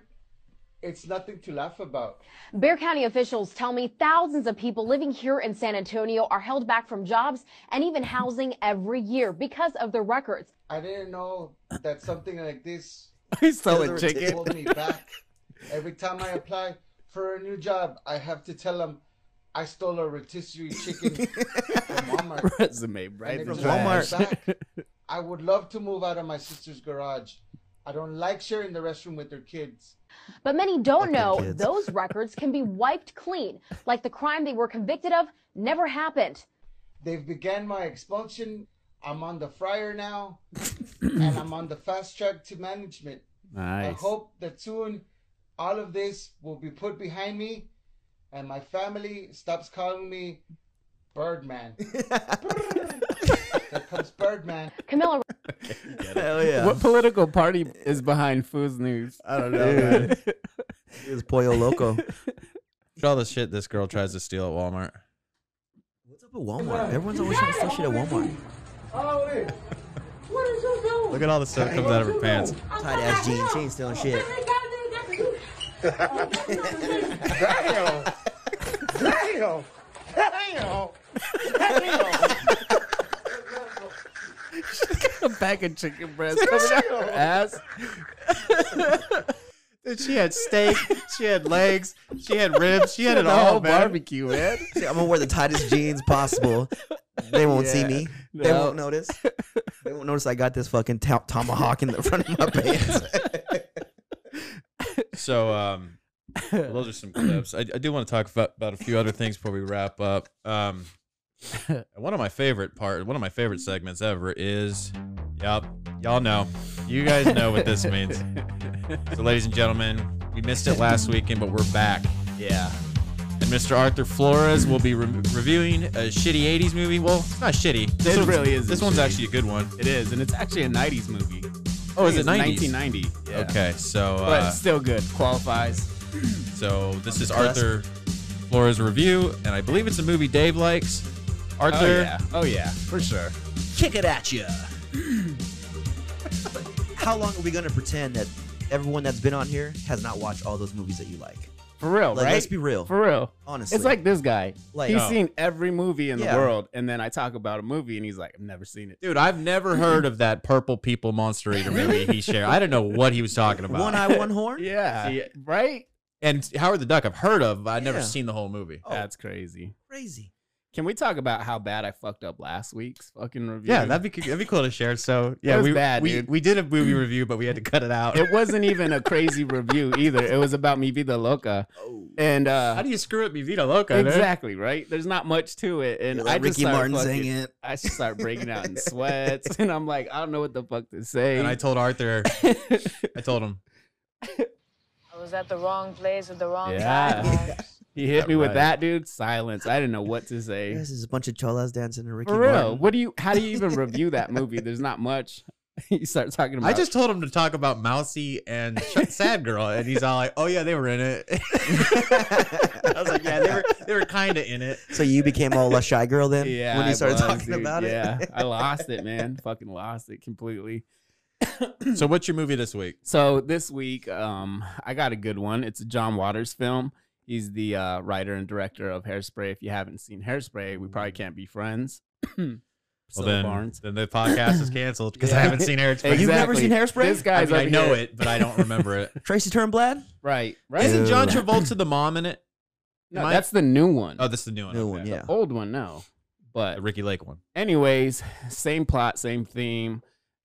Speaker 15: It's nothing to laugh about.
Speaker 16: Bear County officials tell me thousands of people living here in San Antonio are held back from jobs and even housing every year because of the records.
Speaker 15: I didn't know that something like this
Speaker 2: He's selling
Speaker 15: Hillary
Speaker 2: chicken.
Speaker 15: Hold me back. Every time I apply for a new job, I have to tell them I stole a rotisserie chicken from Walmart.
Speaker 2: Resume right
Speaker 15: And it
Speaker 2: from
Speaker 15: just holds me
Speaker 2: Walmart.
Speaker 15: back. I would love to move out of my sister's garage. I don't like sharing the restroom with her kids.
Speaker 16: But many don't know
Speaker 15: kids.
Speaker 16: those records can be wiped clean, like the crime they were convicted of never happened.
Speaker 15: They've began my expulsion. I'm on the fryer now, and I'm on the fast track to management. I
Speaker 2: Nice.
Speaker 15: hope that soon all of this will be put behind me, and my family stops calling me Birdman. Here comes Birdman.
Speaker 16: Camilla.
Speaker 3: Hell yeah.
Speaker 2: What political party is behind Foos News? I don't
Speaker 3: know, man. It was Pollo Loco.
Speaker 1: Look at all the shit this girl tries to steal at Walmart.
Speaker 3: What's up at Walmart? Everyone's always trying to sell shit at Walmart.
Speaker 5: Oh, wait. What did you do?
Speaker 1: Look at all the stuff that comes out of her pants.
Speaker 3: Tight ass jeans. She ain't stealing shit.
Speaker 5: Damn. Damn. Damn. Damn.
Speaker 2: a bag of chicken breasts coming out her ass.
Speaker 1: Dude, she had steak, she had legs, she had ribs, she, had, it
Speaker 2: the
Speaker 1: all,
Speaker 2: whole
Speaker 1: man.
Speaker 2: barbecue, man.
Speaker 3: See, I'm gonna wear the tightest jeans possible. They won't see
Speaker 2: Yeah.
Speaker 3: me. They
Speaker 2: No.
Speaker 3: won't notice. They won't notice I got this fucking to- tomahawk in the front of my pants.
Speaker 1: So, um, well, those are some clips. I, I do want to talk about, about a few other things before we wrap up. Um, one of my favorite part, one of my favorite segments ever is, yup, y'all know, you guys know what this means. So, ladies and gentlemen, we missed it last weekend, but we're back. Yeah. And Mr. Arthur Flores will be re- reviewing a shitty '80s movie. Well, it's not shitty.
Speaker 2: This
Speaker 1: one's-
Speaker 2: really is.
Speaker 1: This one's actually a good one.
Speaker 2: It is, and it's actually a '90s movie.
Speaker 1: Oh, is
Speaker 2: It's
Speaker 1: it 90s?
Speaker 2: 1990. yeah.
Speaker 1: Okay, so
Speaker 2: but
Speaker 1: uh,
Speaker 2: it's still good. Qualifies.
Speaker 1: so this is
Speaker 2: Cusp.
Speaker 1: Arthur Flores review, and I believe it's a movie Dave likes. Arthur,
Speaker 2: Oh yeah. Oh yeah. For sure.
Speaker 3: Kick it at you. How long are we gonna pretend that everyone that's been on here has not watched all those movies that you like?
Speaker 2: For real,
Speaker 3: Like,
Speaker 2: right?
Speaker 3: let's be real.
Speaker 2: For real.
Speaker 3: Honestly.
Speaker 2: It's like this guy.
Speaker 3: Like-
Speaker 2: he's
Speaker 1: Oh.
Speaker 3: No.
Speaker 2: seen every movie in
Speaker 3: Yeah.
Speaker 2: the world, and then I talk about a movie, and he's like, I've never seen it.
Speaker 1: Dude, I've never heard of that Purple People Monster Eater movie he shared. I didn't know what he was talking about.
Speaker 3: One eye, one horn.
Speaker 2: Yeah.
Speaker 1: See,
Speaker 2: right?
Speaker 1: and Howard the Duck, I've heard of, but I've never
Speaker 3: Yeah.
Speaker 1: seen the whole movie.
Speaker 3: Oh.
Speaker 2: That's crazy.
Speaker 3: Crazy.
Speaker 2: Can we talk about how bad I fucked up last week's fucking review?
Speaker 1: Yeah, that'd be that'd be cool to share. So yeah,
Speaker 2: was
Speaker 1: we
Speaker 2: bad,
Speaker 1: we,
Speaker 2: dude.
Speaker 1: we did a movie review, but we had to cut it out.
Speaker 2: it wasn't even a crazy review either. It was about Mi Vida Loca.
Speaker 3: Oh.
Speaker 2: And uh
Speaker 1: How do you screw up Mi Vida Loca? dude?
Speaker 2: Exactly, right? There's not much to it. And
Speaker 3: You
Speaker 2: I
Speaker 3: let
Speaker 2: just
Speaker 3: Ricky
Speaker 2: started
Speaker 3: Martin
Speaker 2: fucking-
Speaker 3: sing it.
Speaker 2: I just start breaking out in sweats and I'm like, I don't know what the fuck to say.
Speaker 1: And I told Arthur, I told him,
Speaker 17: I was at the wrong place at the wrong time.
Speaker 2: Yeah. he hit me with
Speaker 3: Right.
Speaker 2: that, dude. Silence. I didn't know what to say.
Speaker 3: This is a bunch of cholas dancing to Ricky
Speaker 2: For real.
Speaker 3: Martin.
Speaker 2: What do you how do you even review that movie? There's not much. you start talking about
Speaker 1: I just told him to talk about Mousy and Ch- Sad Girl, and he's all like, "Oh yeah, they were in it." I was like, "Yeah, they were they were kind of in it."
Speaker 3: So you became all a shy girl then
Speaker 2: yeah,
Speaker 3: when
Speaker 2: I
Speaker 3: you started
Speaker 2: was,
Speaker 3: talking
Speaker 2: dude.
Speaker 3: about
Speaker 2: Yeah,
Speaker 3: it.
Speaker 2: I lost it, man. Fucking lost it completely.
Speaker 1: So what's your movie this week?
Speaker 2: So this week, um, I got a good one. It's a John Waters film. He's the uh, writer and director of Hairspray. If you haven't seen Hairspray, we probably can't be friends.
Speaker 1: Well,
Speaker 2: Priscilla
Speaker 1: then,
Speaker 2: Barnes.
Speaker 1: then the podcast is canceled because I haven't seen Hairspray.
Speaker 2: Exactly.
Speaker 3: You've never seen Hairspray?
Speaker 2: This
Speaker 1: I,
Speaker 2: guy's
Speaker 1: mean, I
Speaker 2: up
Speaker 1: know
Speaker 2: here.
Speaker 1: it, but I don't remember it.
Speaker 3: Tracy Turnblad.
Speaker 2: Right, right.
Speaker 1: Isn't John
Speaker 3: Dude.
Speaker 1: Travolta the mom in it?
Speaker 2: No,
Speaker 1: Am I-
Speaker 2: that's the new one.
Speaker 1: oh, this is the new one.
Speaker 3: New
Speaker 1: okay.
Speaker 3: one, yeah.
Speaker 2: Old one, no. But
Speaker 1: The Ricky Lake one.
Speaker 2: anyways, same plot, same theme.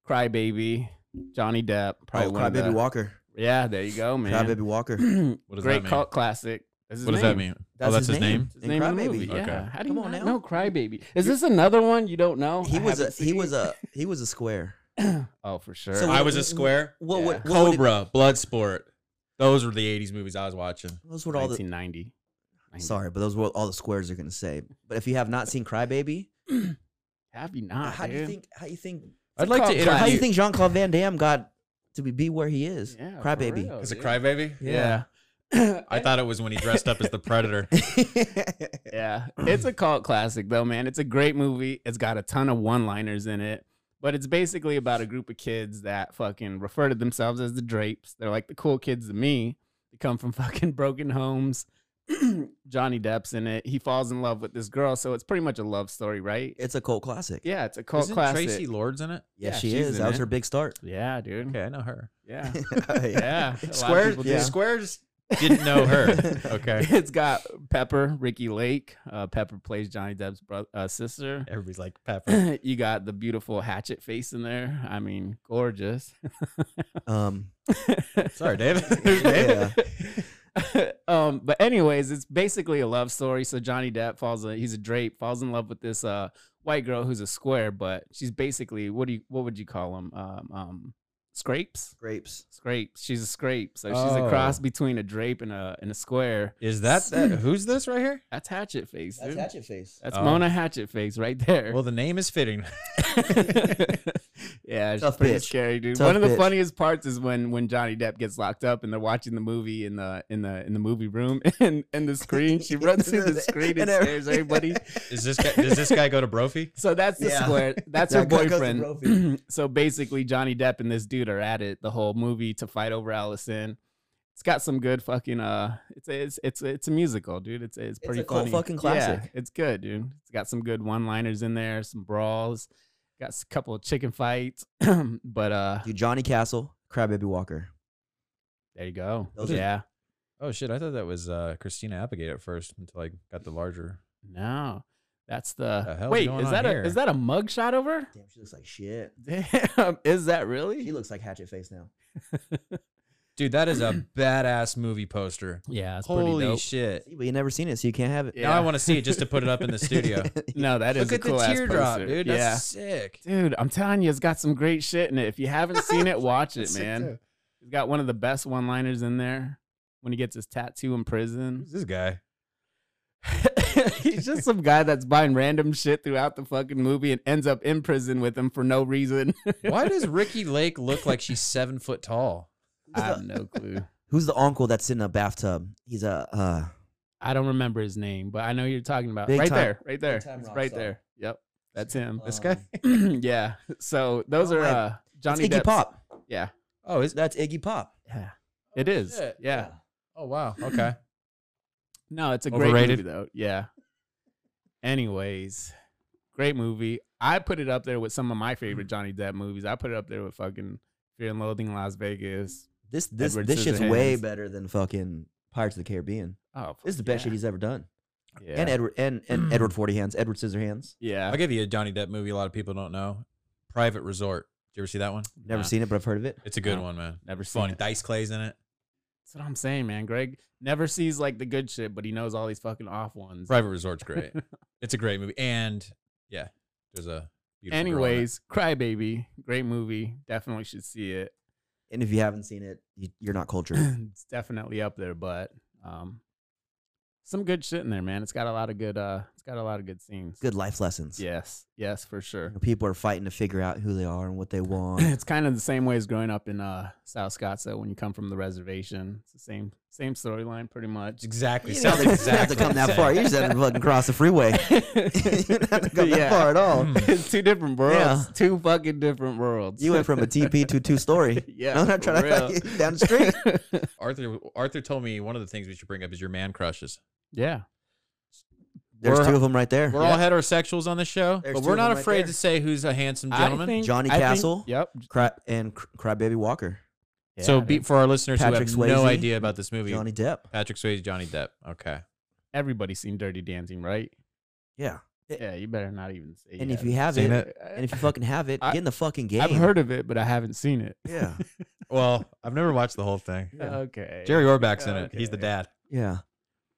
Speaker 2: Crybaby, Johnny Depp, probably
Speaker 3: Oh,
Speaker 2: one of
Speaker 3: Crybaby
Speaker 2: the-
Speaker 3: Walker.
Speaker 2: Yeah, there you go, man.
Speaker 3: Crybaby Walker.
Speaker 1: What does that
Speaker 2: Great
Speaker 1: mean?
Speaker 2: cult classic. That's his
Speaker 1: What does that mean? oh, that's his name.
Speaker 2: It's the
Speaker 3: In
Speaker 2: name of the
Speaker 3: Crybaby.
Speaker 2: movie.
Speaker 1: Okay.
Speaker 2: Yeah. How do you
Speaker 3: Come on
Speaker 2: not
Speaker 3: now.
Speaker 2: know Crybaby? Is this another one you don't know?
Speaker 3: He
Speaker 2: I
Speaker 3: was a
Speaker 2: haven't
Speaker 3: he
Speaker 2: seen
Speaker 3: was
Speaker 2: it?
Speaker 3: a he was a square.
Speaker 2: Oh, for sure.
Speaker 3: So
Speaker 1: I was a square.
Speaker 3: What
Speaker 2: Yeah.
Speaker 3: would what would it-
Speaker 1: Cobra, Bloodsport. Those were the '80s movies I was watching.
Speaker 3: those were all the
Speaker 2: 1990.
Speaker 3: sorry, but those were all the squares are gonna say. But if you have not seen Crybaby,
Speaker 2: Have you not?
Speaker 3: how do you
Speaker 2: dude?
Speaker 3: think how you think
Speaker 1: I'd like to
Speaker 2: Cobra.
Speaker 1: interview.
Speaker 3: how do you think Jean Claude Van Damme got to be, be where he is?
Speaker 2: Oh, Yeah, for real,
Speaker 3: Crybaby.
Speaker 1: As a
Speaker 2: dude.
Speaker 1: crybaby?
Speaker 2: Yeah.
Speaker 1: I thought it was when he dressed up as the Predator.
Speaker 2: Yeah. It's a cult classic, though, man. It's a great movie. It's got a ton of one liners in it, but it's basically about a group of kids that fucking refer to themselves as the Drapes. They're like the cool kids to me. They come from fucking broken homes. Johnny Depp's in it. He falls in love with this girl, so it's pretty much a love story, right?
Speaker 3: It's a cult classic.
Speaker 2: Yeah, it's a cult
Speaker 1: Isn't
Speaker 2: classic.
Speaker 1: Tracy Lords in it?
Speaker 3: Yeah, she is. That was her big start.
Speaker 2: Yeah, dude.
Speaker 1: Okay, I know her.
Speaker 2: Yeah.
Speaker 3: Yeah.
Speaker 2: yeah. A lot of
Speaker 1: Squares-
Speaker 2: people do.
Speaker 1: yeah. Squares didn't know her. Okay.
Speaker 2: It's got Pepper, Ricky Lake. Uh, Pepper plays Johnny Depp's brother, uh, sister.
Speaker 1: Everybody's like Pepper.
Speaker 2: you got the beautiful hatchet face in there. I mean, gorgeous.
Speaker 3: um,
Speaker 1: sorry, David.
Speaker 3: Yeah.
Speaker 2: um, but anyways, it's basically a love story. So Johnny Depp falls, in, he's a drape, falls in love with this uh white girl who's a square, but she's basically what do you what would you call them? Um, um scrapes,
Speaker 3: Grapes.
Speaker 2: scrapes. She's a scrape, so she's a
Speaker 1: Oh.
Speaker 2: cross between a drape and a and a square.
Speaker 1: Is that, that who's this right here?
Speaker 2: That's Hatchet Face.
Speaker 3: That's
Speaker 2: dude.
Speaker 3: Hatchet Face.
Speaker 2: That's
Speaker 1: Oh.
Speaker 2: Mona Hatchet Face right there.
Speaker 1: Well, the name is fitting.
Speaker 2: Yeah, it's
Speaker 3: Tough
Speaker 2: pretty
Speaker 3: bitch.
Speaker 2: scary, dude.
Speaker 3: Tough
Speaker 2: One of the
Speaker 3: bitch.
Speaker 2: funniest parts is when when Johnny Depp gets locked up and they're watching the movie in the in the in the movie room and and the screen she runs through the screen and
Speaker 3: And every-
Speaker 2: scares everybody.
Speaker 1: Is this guy, does this guy go to Brophy?
Speaker 2: So that's the
Speaker 3: Yeah.
Speaker 2: square. That's her
Speaker 3: That guy goes to
Speaker 2: boyfriend.
Speaker 3: Brophy.
Speaker 2: so basically, Johnny Depp and this dude are at it the whole movie to fight over Allison. It's got some good fucking uh. It's a, it's it's it's a musical, dude. It's it's pretty
Speaker 3: a cult
Speaker 2: funny.
Speaker 3: fucking
Speaker 2: Yeah,
Speaker 3: classic.
Speaker 2: it's good, dude. It's got some good one-liners in there, some brawls. Got a couple of chicken fights, but uh,
Speaker 3: Dude, Johnny Castle, Crybaby Walker.
Speaker 2: there you go.
Speaker 3: Those are-
Speaker 2: yeah.
Speaker 1: Oh shit! I thought that was uh, Christina Applegate at first until I got the larger.
Speaker 2: No, that's the.
Speaker 1: The hell's
Speaker 2: Wait,
Speaker 1: going
Speaker 2: is
Speaker 1: on
Speaker 2: that
Speaker 1: here?
Speaker 2: a is that a mug shot of her?
Speaker 3: Damn, she looks like shit.
Speaker 2: Damn, is that
Speaker 3: She
Speaker 2: really?
Speaker 3: looks like Hatchet Face now.
Speaker 1: Dude, that is a badass movie poster.
Speaker 2: Yeah, it's pretty
Speaker 1: Holy
Speaker 2: dope.
Speaker 1: shit!
Speaker 3: See, but you never seen it, so you can't have it.
Speaker 1: Now
Speaker 2: Yeah.
Speaker 1: I want to see it just to put it up in the studio.
Speaker 2: No, that is
Speaker 1: Look
Speaker 2: a
Speaker 1: at
Speaker 2: cool
Speaker 1: the
Speaker 2: ass
Speaker 1: teardrop,
Speaker 2: poster.
Speaker 1: dude.
Speaker 2: yeah.
Speaker 1: That's sick.
Speaker 2: Dude, I'm telling you, it's got some great shit in it. If you haven't seen it, watch it,
Speaker 1: Sick
Speaker 2: man.
Speaker 1: too.
Speaker 2: It's got one of the best one liners in there when he gets his tattoo in prison.
Speaker 1: Who's this guy?
Speaker 2: He's just some guy that's buying random shit throughout the fucking movie and ends up in prison with him for no reason.
Speaker 1: Why does Ricky Lake look like she's seven foot tall?
Speaker 2: I have no clue.
Speaker 3: Who's the uncle that's in a bathtub? He's a uh,
Speaker 2: I don't remember his name, but I know who you're talking about
Speaker 3: Big
Speaker 2: right
Speaker 3: time-
Speaker 2: there, right there,
Speaker 3: time
Speaker 2: It's
Speaker 3: rock
Speaker 2: right
Speaker 3: star.
Speaker 2: there. Yep, that's him.
Speaker 1: This guy?
Speaker 2: yeah. So those
Speaker 3: Oh,
Speaker 2: are
Speaker 3: man.
Speaker 2: uh,
Speaker 3: that's
Speaker 2: Johnny
Speaker 3: Iggy
Speaker 2: Depp's-
Speaker 3: Pop.
Speaker 2: Yeah,
Speaker 1: Oh, is
Speaker 3: That's Iggy Pop.
Speaker 2: yeah, it is.
Speaker 1: shit.
Speaker 2: Yeah.
Speaker 1: Oh wow. Okay.
Speaker 2: No, it's a
Speaker 1: Overrated.
Speaker 2: great movie though. Yeah. Anyways, great movie. I put it up there with some of my
Speaker 1: Mm.
Speaker 2: favorite Johnny Depp movies. I put it up there with fucking Fear and Loathing Las Vegas.
Speaker 3: This this
Speaker 2: Edward
Speaker 3: this shit's way
Speaker 2: Scissorhands.
Speaker 3: better than fucking Pirates of the Caribbean.
Speaker 2: Oh,
Speaker 3: This is the best
Speaker 2: yeah.
Speaker 3: shit he's ever done.
Speaker 2: Yeah.
Speaker 3: And Edward and, and Edward Forty Hands, Edward Scissorhands.
Speaker 2: yeah.
Speaker 1: I'll give you a Johnny Depp movie. A lot of people don't know. Private Resort. Did you ever see that one?
Speaker 3: Never
Speaker 2: Nah.
Speaker 3: seen it, but I've heard of it.
Speaker 1: It's a good
Speaker 2: No,
Speaker 1: one, man.
Speaker 2: never
Speaker 1: It's
Speaker 2: seen
Speaker 1: funny.
Speaker 2: it.
Speaker 1: Dice Clay's in it.
Speaker 2: That's what I'm saying, man. Greg never sees like the good shit, but he knows all these fucking off ones.
Speaker 1: Private Resort's great. it's a great movie, and yeah, there's a. Beautiful
Speaker 2: Anyways, Crybaby, great movie. Definitely should see it.
Speaker 3: And if you haven't seen it, you, you're not cultured.
Speaker 2: it's definitely up there, but um, some good shit in there, man. It's got a lot of good. Uh, it's got a lot of good scenes.
Speaker 3: good life lessons.
Speaker 2: Yes, yes, for sure.
Speaker 3: You know, people are fighting to figure out who they are and what they want.
Speaker 2: it's kind of the same way as growing up in uh, South Scottsdale when you come from the reservation. It's the same same storyline, pretty much.
Speaker 1: exactly.
Speaker 3: You didn't have
Speaker 1: Sounds
Speaker 3: to- you didn't have
Speaker 1: exactly.
Speaker 3: to come
Speaker 1: the
Speaker 3: that far.
Speaker 1: same.
Speaker 3: You just had to fucking cross the freeway. you didn't have to come
Speaker 2: Yeah.
Speaker 3: that far at all.
Speaker 1: Hmm.
Speaker 2: it's two different worlds.
Speaker 3: Yeah.
Speaker 2: Two fucking different worlds.
Speaker 3: You went from a TP to two story.
Speaker 2: Yeah,
Speaker 3: I'm not
Speaker 2: for
Speaker 3: trying
Speaker 2: real.
Speaker 3: to you down the street.
Speaker 1: Arthur Arthur told me one of the things we should bring up is your man crushes.
Speaker 2: yeah.
Speaker 3: There's
Speaker 1: We're-
Speaker 3: two of them right there.
Speaker 1: We're all heterosexuals on the show,
Speaker 3: There's
Speaker 1: but
Speaker 3: two
Speaker 1: we're
Speaker 3: of
Speaker 1: not
Speaker 3: them right
Speaker 1: afraid
Speaker 3: there.
Speaker 1: to say who's a handsome
Speaker 2: I
Speaker 1: gentleman.
Speaker 2: think-
Speaker 3: Johnny
Speaker 2: I think-
Speaker 3: Castle.
Speaker 2: yep.
Speaker 3: Cry, and Cr- Crybaby Walker,
Speaker 1: so,
Speaker 2: Yeah,
Speaker 1: be, for our listeners
Speaker 3: Patrick
Speaker 1: who have no
Speaker 3: Swayze,
Speaker 1: idea about this movie,
Speaker 3: Johnny Depp.
Speaker 1: Patrick Swayze, Johnny Depp. Okay,
Speaker 2: everybody's seen Dirty Dancing, right?
Speaker 3: Yeah.
Speaker 2: Yeah, you better not even say.
Speaker 3: And
Speaker 2: yes.
Speaker 3: if you have it,
Speaker 1: Seen
Speaker 3: and if you fucking have it,
Speaker 2: I-
Speaker 3: get in the fucking game.
Speaker 2: I've heard of it, but I haven't seen it.
Speaker 3: Yeah.
Speaker 1: well, I've never watched the whole thing.
Speaker 2: Okay.
Speaker 1: Jerry Orbach's in it. He's the
Speaker 2: Okay.
Speaker 1: dad.
Speaker 3: Yeah.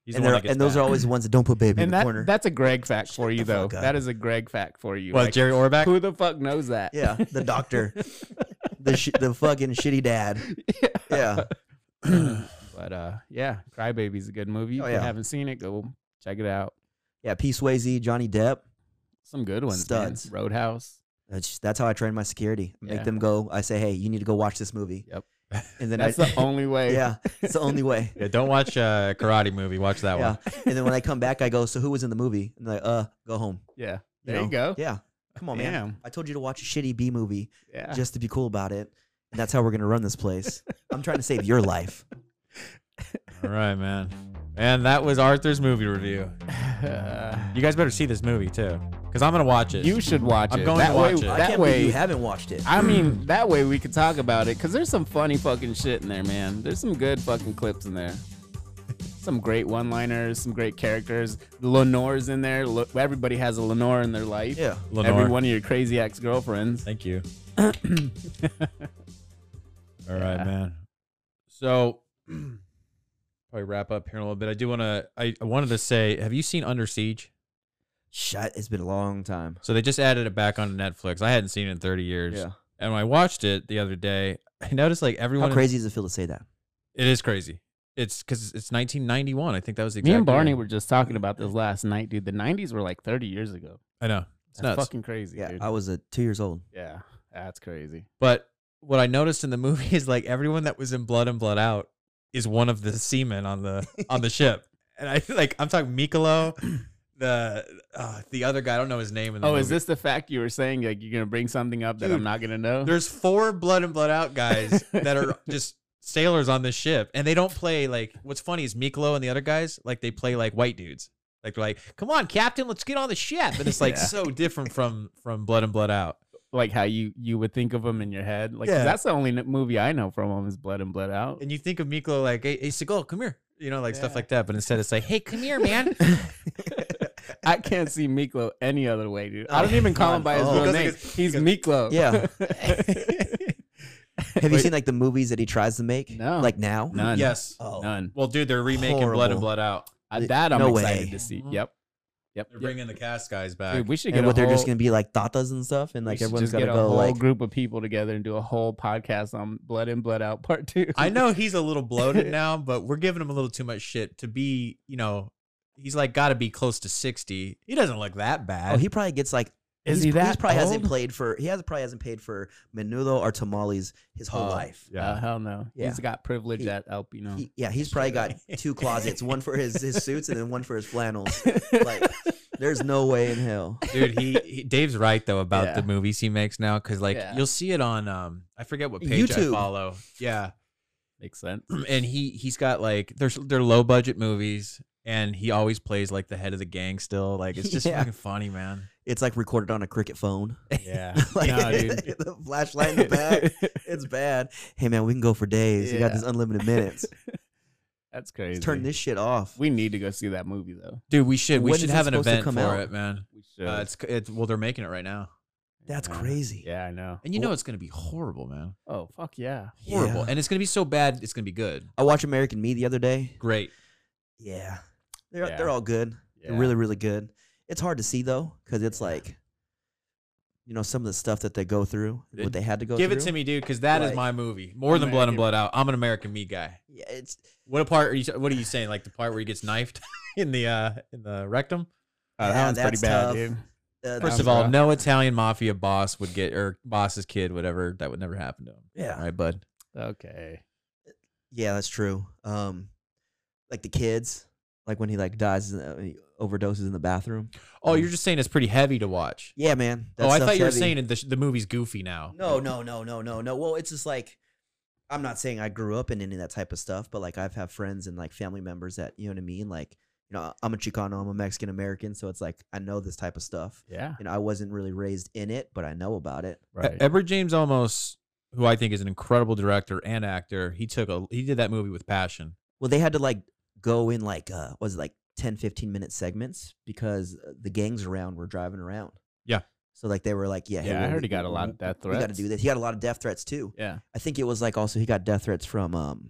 Speaker 1: He's
Speaker 3: and
Speaker 1: the one
Speaker 3: they're-
Speaker 1: that gets
Speaker 3: and those
Speaker 1: bad.
Speaker 3: are always the ones that don't put baby in
Speaker 2: and
Speaker 3: the
Speaker 2: that,
Speaker 3: corner.
Speaker 2: that's a Greg fact for
Speaker 3: Shut
Speaker 2: you,
Speaker 3: the
Speaker 2: though.
Speaker 3: fuck up.
Speaker 2: That is a Greg fact for you.
Speaker 1: What,
Speaker 2: Like,
Speaker 1: Jerry Orbach?
Speaker 2: who the fuck knows that?
Speaker 3: yeah, the doctor, the sh- the fucking shitty dad. Yeah,
Speaker 2: but uh, yeah, Crybaby's a good movie.
Speaker 3: Oh,
Speaker 2: if
Speaker 3: yeah.
Speaker 2: you haven't seen it, go check it out.
Speaker 3: yeah. P. Swayze, Johnny Depp.
Speaker 2: Some good ones. man.
Speaker 3: Studs.
Speaker 2: Roadhouse.
Speaker 3: That's, that's how I train my security. I
Speaker 2: Yeah.
Speaker 3: Make them go. I say, hey, you need to go watch this movie.
Speaker 2: Yep.
Speaker 3: And then
Speaker 2: That's
Speaker 3: I,
Speaker 2: the only way.
Speaker 3: yeah, it's the only way.
Speaker 1: Yeah, don't watch a karate movie. Watch that
Speaker 3: yeah.
Speaker 1: one.
Speaker 3: And then when I come back, I go, so who was in the movie? And they're like, uh, go home.
Speaker 2: Yeah. There
Speaker 3: know?
Speaker 2: you go.
Speaker 3: Yeah. Come on, man.
Speaker 2: Damn.
Speaker 3: I told you to watch a shitty B movie
Speaker 2: Yeah.
Speaker 3: just to be cool about it. And that's how we're gonna run this place. I'm trying to save your life.
Speaker 1: All right, man. And that was Arthur's movie review. you guys better see this movie too, because I'm gonna watch it.
Speaker 2: You should watch
Speaker 1: I'm
Speaker 2: it.
Speaker 1: going
Speaker 2: that
Speaker 1: to watch
Speaker 2: way,
Speaker 1: it.
Speaker 2: That way
Speaker 3: watched it.
Speaker 2: I mean, that way we could talk about it because there's some funny fucking shit in there, man. There's some good fucking clips in there. Some great one-liners, some great characters. Lenore's in there. Lo- Everybody has a Lenore in their life.
Speaker 3: Yeah.
Speaker 2: Every
Speaker 1: Lenore.
Speaker 2: one of your crazy ex-girlfriends.
Speaker 1: Thank you. All right, man. So probably wrap up here in a little bit. I do want to. I, I wanted to say, have you seen Under Siege?
Speaker 3: Shut. It's been a long time.
Speaker 1: So they just added it back onto Netflix. I hadn't seen it in 30 years.
Speaker 3: Yeah.
Speaker 1: And when I watched it the other day, I noticed like everyone.
Speaker 3: How crazy does it feel to say that?
Speaker 1: It is crazy. It's because it's 1991. I think that was the exact
Speaker 2: Me and Barney
Speaker 1: year.
Speaker 2: were just talking about this last night, dude. The '90s were like 30 years ago.
Speaker 1: I know. It's
Speaker 2: That's
Speaker 1: nuts.
Speaker 2: fucking crazy,
Speaker 3: Yeah,
Speaker 2: dude.
Speaker 3: I was uh, two years old.
Speaker 2: yeah, that's crazy.
Speaker 1: But what I noticed in the movie is like everyone that was in Blood and Blood Out is one of the seamen on the on the ship. And I feel like I'm talking Mikolo, the uh, the other guy. I don't know his name. In the
Speaker 2: Oh, is
Speaker 1: movie.
Speaker 2: this the fact you were saying? Like, you're gonna bring something up that
Speaker 1: Dude,
Speaker 2: I'm not gonna know?
Speaker 1: There's four Blood and Blood Out guys that are just sailors on this ship, and they don't play like. What's funny is Mikolo and the other guys like they play like white dudes. Like they're like, come on, Captain, let's get on the ship. And it's like
Speaker 2: Yeah.
Speaker 1: so different from from Blood and Blood Out.
Speaker 2: Like how you you would think of them in your head. Like 'cause
Speaker 1: Yeah.
Speaker 2: that's the only n- movie I know from them is Blood and Blood Out.
Speaker 1: And you think of Miklo like, hey, hey Seagull, come here. You know, like stuff like that. But instead, it's like, hey, come here, man.
Speaker 2: I can't see Miklo any other way, dude. I don't even call him by his
Speaker 3: Oh.
Speaker 2: real
Speaker 3: Because
Speaker 2: name. He's Miklo.
Speaker 3: Yeah. Have you
Speaker 2: Wait.
Speaker 3: seen like the movies that he tries to make?
Speaker 2: No.
Speaker 3: Like now?
Speaker 2: None.
Speaker 1: yes.
Speaker 3: Oh.
Speaker 2: None.
Speaker 1: Well, dude, they're remaking Blood and
Speaker 3: Horrible.
Speaker 1: Blood Out.
Speaker 2: Uh, that I'm
Speaker 3: No
Speaker 2: excited
Speaker 3: way.
Speaker 2: to see. Yep. Yep.
Speaker 1: They're
Speaker 2: yep.
Speaker 1: bringing the cast guys back.
Speaker 2: Dude, we should get
Speaker 3: And
Speaker 2: a
Speaker 3: what they're
Speaker 2: whole,
Speaker 3: just gonna be like tatas and stuff, and
Speaker 2: we
Speaker 3: like
Speaker 2: should
Speaker 3: everyone's
Speaker 2: just
Speaker 3: gotta
Speaker 2: get a
Speaker 3: go
Speaker 2: whole
Speaker 3: like
Speaker 2: group of people together and do a whole podcast on Blood and Blood Out Part Two.
Speaker 1: I know he's a little bloated now, but we're giving him a little too much shit to be, you know, he's like got to be close to 60. He doesn't look that bad.
Speaker 3: Oh, he probably gets like.
Speaker 2: Is
Speaker 3: he's-
Speaker 2: he that
Speaker 3: probably hasn't
Speaker 2: old?
Speaker 3: played for. He has probably hasn't paid for menudo or tamales his whole
Speaker 2: Oh,
Speaker 3: life.
Speaker 1: yeah.
Speaker 2: Uh, hell no.
Speaker 3: Yeah.
Speaker 2: He's got privilege
Speaker 3: He-
Speaker 2: at Alpino.
Speaker 3: He- yeah, he's probably got two closets, one for his his suits and then one for his flannels. Like, there's no way in hell.
Speaker 1: Dude, he, he Dave's right though about
Speaker 2: Yeah.
Speaker 1: the movies he makes now cuz like
Speaker 2: Yeah.
Speaker 1: you'll see it on um I forget what page I
Speaker 3: YouTube.
Speaker 1: follow. Yeah.
Speaker 2: Makes sense.
Speaker 1: and he he's got like there's they're low budget movies and he always plays like the head of the gang still. Like it's just
Speaker 3: Yeah.
Speaker 1: fucking funny, man.
Speaker 3: It's like recorded on a cricket phone.
Speaker 1: Yeah.
Speaker 3: like
Speaker 2: No, dude.
Speaker 3: the flashlight in the back. It's bad. Hey man, we can go for days. You got
Speaker 2: Yeah.
Speaker 3: this unlimited minutes.
Speaker 2: That's crazy.
Speaker 3: Let's turn this shit off.
Speaker 2: We need to go see that movie though.
Speaker 1: Dude, we should we
Speaker 3: When
Speaker 1: should
Speaker 3: is it
Speaker 1: have an
Speaker 3: supposed to
Speaker 1: event
Speaker 3: come
Speaker 1: for
Speaker 3: out?
Speaker 1: it, man.
Speaker 2: We should.
Speaker 1: Uh, it's it's well they're making it right now.
Speaker 3: That's
Speaker 2: Yeah.
Speaker 3: crazy.
Speaker 2: yeah, I know.
Speaker 1: And you know it's going to be horrible, man.
Speaker 2: Oh fuck yeah.
Speaker 1: Horrible.
Speaker 3: Yeah.
Speaker 1: And it's going to be so bad it's going to be good.
Speaker 3: I watched American Me the other day.
Speaker 1: Great.
Speaker 3: Yeah, they're
Speaker 2: Yeah.
Speaker 3: they're all good.
Speaker 2: Yeah.
Speaker 3: They're really really good. It's hard to see though because it's like, you know, some of the stuff that they go through,
Speaker 1: It-
Speaker 3: what they had to go.
Speaker 1: Give
Speaker 3: through.
Speaker 1: it to me, dude, because that is
Speaker 3: Like-
Speaker 1: my movie. More than Blood and
Speaker 2: American-
Speaker 1: Blood Out. I'm an American Me guy.
Speaker 3: Yeah, it's
Speaker 1: What part are you? What are you saying? Like the part where he gets knifed in the uh in the rectum?
Speaker 2: Oh, that
Speaker 3: Yeah,
Speaker 2: one's pretty
Speaker 3: that's
Speaker 2: bad,
Speaker 3: tough.
Speaker 2: dude.
Speaker 3: uh,
Speaker 1: First
Speaker 2: Sounds
Speaker 1: of all,
Speaker 2: rough.
Speaker 1: no Italian mafia boss would get or boss's kid, whatever. That would never happen to him.
Speaker 3: Yeah.
Speaker 1: All right, bud.
Speaker 2: Okay.
Speaker 3: yeah, that's true. Um, like the kids, like when he like dies, in the- he overdoses in the bathroom.
Speaker 1: Oh, you're just saying it's pretty heavy to watch.
Speaker 3: Yeah, man. that
Speaker 1: oh, I
Speaker 3: stuff's
Speaker 1: thought you were
Speaker 3: heavy.
Speaker 1: saying the the movie's goofy now. E-,
Speaker 3: No, no, no, no, no, no. Well, it's just like I'm not saying I grew up in any of that type of stuff, but like I've had friends and like family members that you know what I mean. Like you know, I'm a Chicano, I'm a Mexican American, so it's like I know this type of stuff.
Speaker 2: Yeah.
Speaker 3: You know, I wasn't really raised in it, but I know about it.
Speaker 1: E- Edward James Olmos, who I think is an incredible director and actor, he took a he did that movie with passion.
Speaker 3: Well, they had to like go in like uh, what was it like 10, 15 minute segments because uh, the gangs around were driving around.
Speaker 1: Yeah.
Speaker 3: So like they were like, yeah, hey,
Speaker 2: Yeah, I
Speaker 3: well,
Speaker 2: heard he
Speaker 3: we-
Speaker 2: got a lot
Speaker 3: we-
Speaker 2: of death
Speaker 3: We got to
Speaker 2: threats.
Speaker 3: do this. He got a lot of death threats too.
Speaker 2: Yeah.
Speaker 3: I think it was like also he got death threats from um,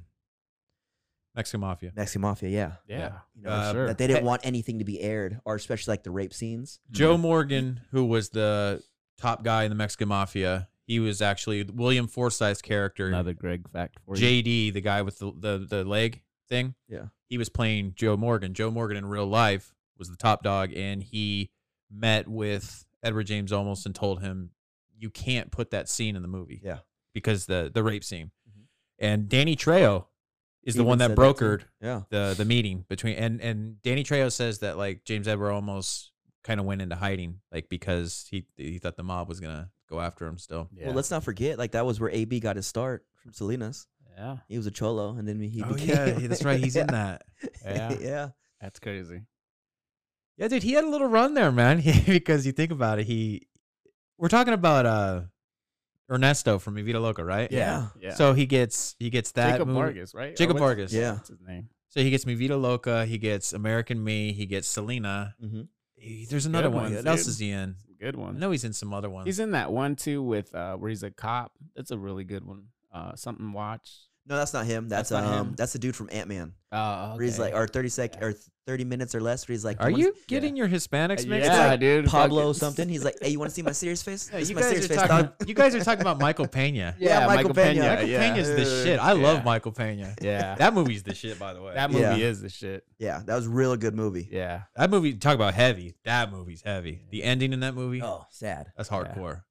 Speaker 1: Mexican mafia.
Speaker 3: Mexican Mafia. Yeah.
Speaker 2: Yeah.
Speaker 3: you know,
Speaker 1: Uh,
Speaker 2: sure.
Speaker 3: that they didn't
Speaker 1: Hey.
Speaker 3: want anything to be aired, or especially like the rape scenes.
Speaker 1: Joe Morgan, who was the top guy in the Mexican mafia, he was actually William Forsythe's character.
Speaker 2: Another Greg fact for you.
Speaker 1: JD, the guy with the, the the leg thing.
Speaker 3: Yeah.
Speaker 1: He was playing Joe Morgan. Joe Morgan in real life was the top dog, and he met with Edward James Olmos and told him, "You can't put that scene in the movie."
Speaker 3: Yeah.
Speaker 1: Because the the rape scene,
Speaker 3: Mhm.
Speaker 1: and Danny Trejo is the
Speaker 3: Even
Speaker 1: one that
Speaker 3: said too.
Speaker 1: brokered
Speaker 3: yeah.
Speaker 1: the the meeting between and and Danny Trejo says that like James Edward almost kind of went into hiding like because he he thought the mob was gonna go after him still.
Speaker 2: Yeah.
Speaker 3: Well, let's not forget, like that was where AB got his start from Salinas.
Speaker 2: Yeah.
Speaker 3: He was a cholo, and then he
Speaker 1: Oh,
Speaker 3: became.
Speaker 1: yeah, he- that's right, he's in that.
Speaker 2: Yeah.
Speaker 3: yeah.
Speaker 2: That's crazy.
Speaker 1: Yeah, dude, he had a little run there, man. because you think about it, he we're talking about uh Ernesto from Evita Loca, right?
Speaker 3: Yeah.
Speaker 2: Yeah.
Speaker 1: So he gets he gets that
Speaker 2: Jacob
Speaker 1: movie-
Speaker 2: Vargas, right? Or
Speaker 1: Jacob
Speaker 2: what's-
Speaker 1: Vargas.
Speaker 3: Yeah.
Speaker 2: What's his name?
Speaker 1: So he gets Mi Vida Loca, he gets American Me, he gets Selena.
Speaker 3: Mhm.
Speaker 1: He- there's another
Speaker 2: Good
Speaker 1: one.
Speaker 2: Mm-hmm. ones,
Speaker 1: What else
Speaker 2: dude.
Speaker 1: is he in?
Speaker 2: Some good
Speaker 1: I
Speaker 2: ones.
Speaker 1: know he's in some other ones.
Speaker 2: He's in that one too with uh where he's a cop. That's a really good one. Uh something watch.
Speaker 3: No, that's not him. That's,
Speaker 2: That's not
Speaker 3: um,
Speaker 2: him?
Speaker 3: that's the dude from Ant Man.
Speaker 2: Oh,
Speaker 3: Where he's like,
Speaker 2: okay.
Speaker 3: or thirty sec, or thirty minutes or less. Where he's like,
Speaker 1: Are
Speaker 3: "Wanna
Speaker 1: you
Speaker 3: s-
Speaker 1: getting your Hispanics mixed
Speaker 2: Yeah,
Speaker 1: up?
Speaker 2: dude.
Speaker 3: Pablo
Speaker 2: fucking-
Speaker 3: something?" He's like, "Hey, you want to see my serious face?
Speaker 1: Yeah,
Speaker 3: This is
Speaker 1: you,
Speaker 3: my
Speaker 1: guys
Speaker 3: serious
Speaker 1: are
Speaker 3: face,
Speaker 1: talking,
Speaker 3: dog."
Speaker 1: you guys are talking about Michael Pena.
Speaker 3: Yeah, Michael Peña,
Speaker 1: Michael
Speaker 2: yeah.
Speaker 1: Pena's the
Speaker 2: Dude,
Speaker 1: shit. I love
Speaker 2: yeah.
Speaker 1: Michael Pena.
Speaker 2: Yeah.
Speaker 1: That movie's the shit, by the way.
Speaker 2: That movie
Speaker 3: Yeah.
Speaker 2: is the shit.
Speaker 3: Yeah, that was a really good movie.
Speaker 2: Yeah.
Speaker 1: That movie, talk about heavy. That movie's heavy. The ending in that movie,
Speaker 3: Oh, sad.
Speaker 1: that's hardcore.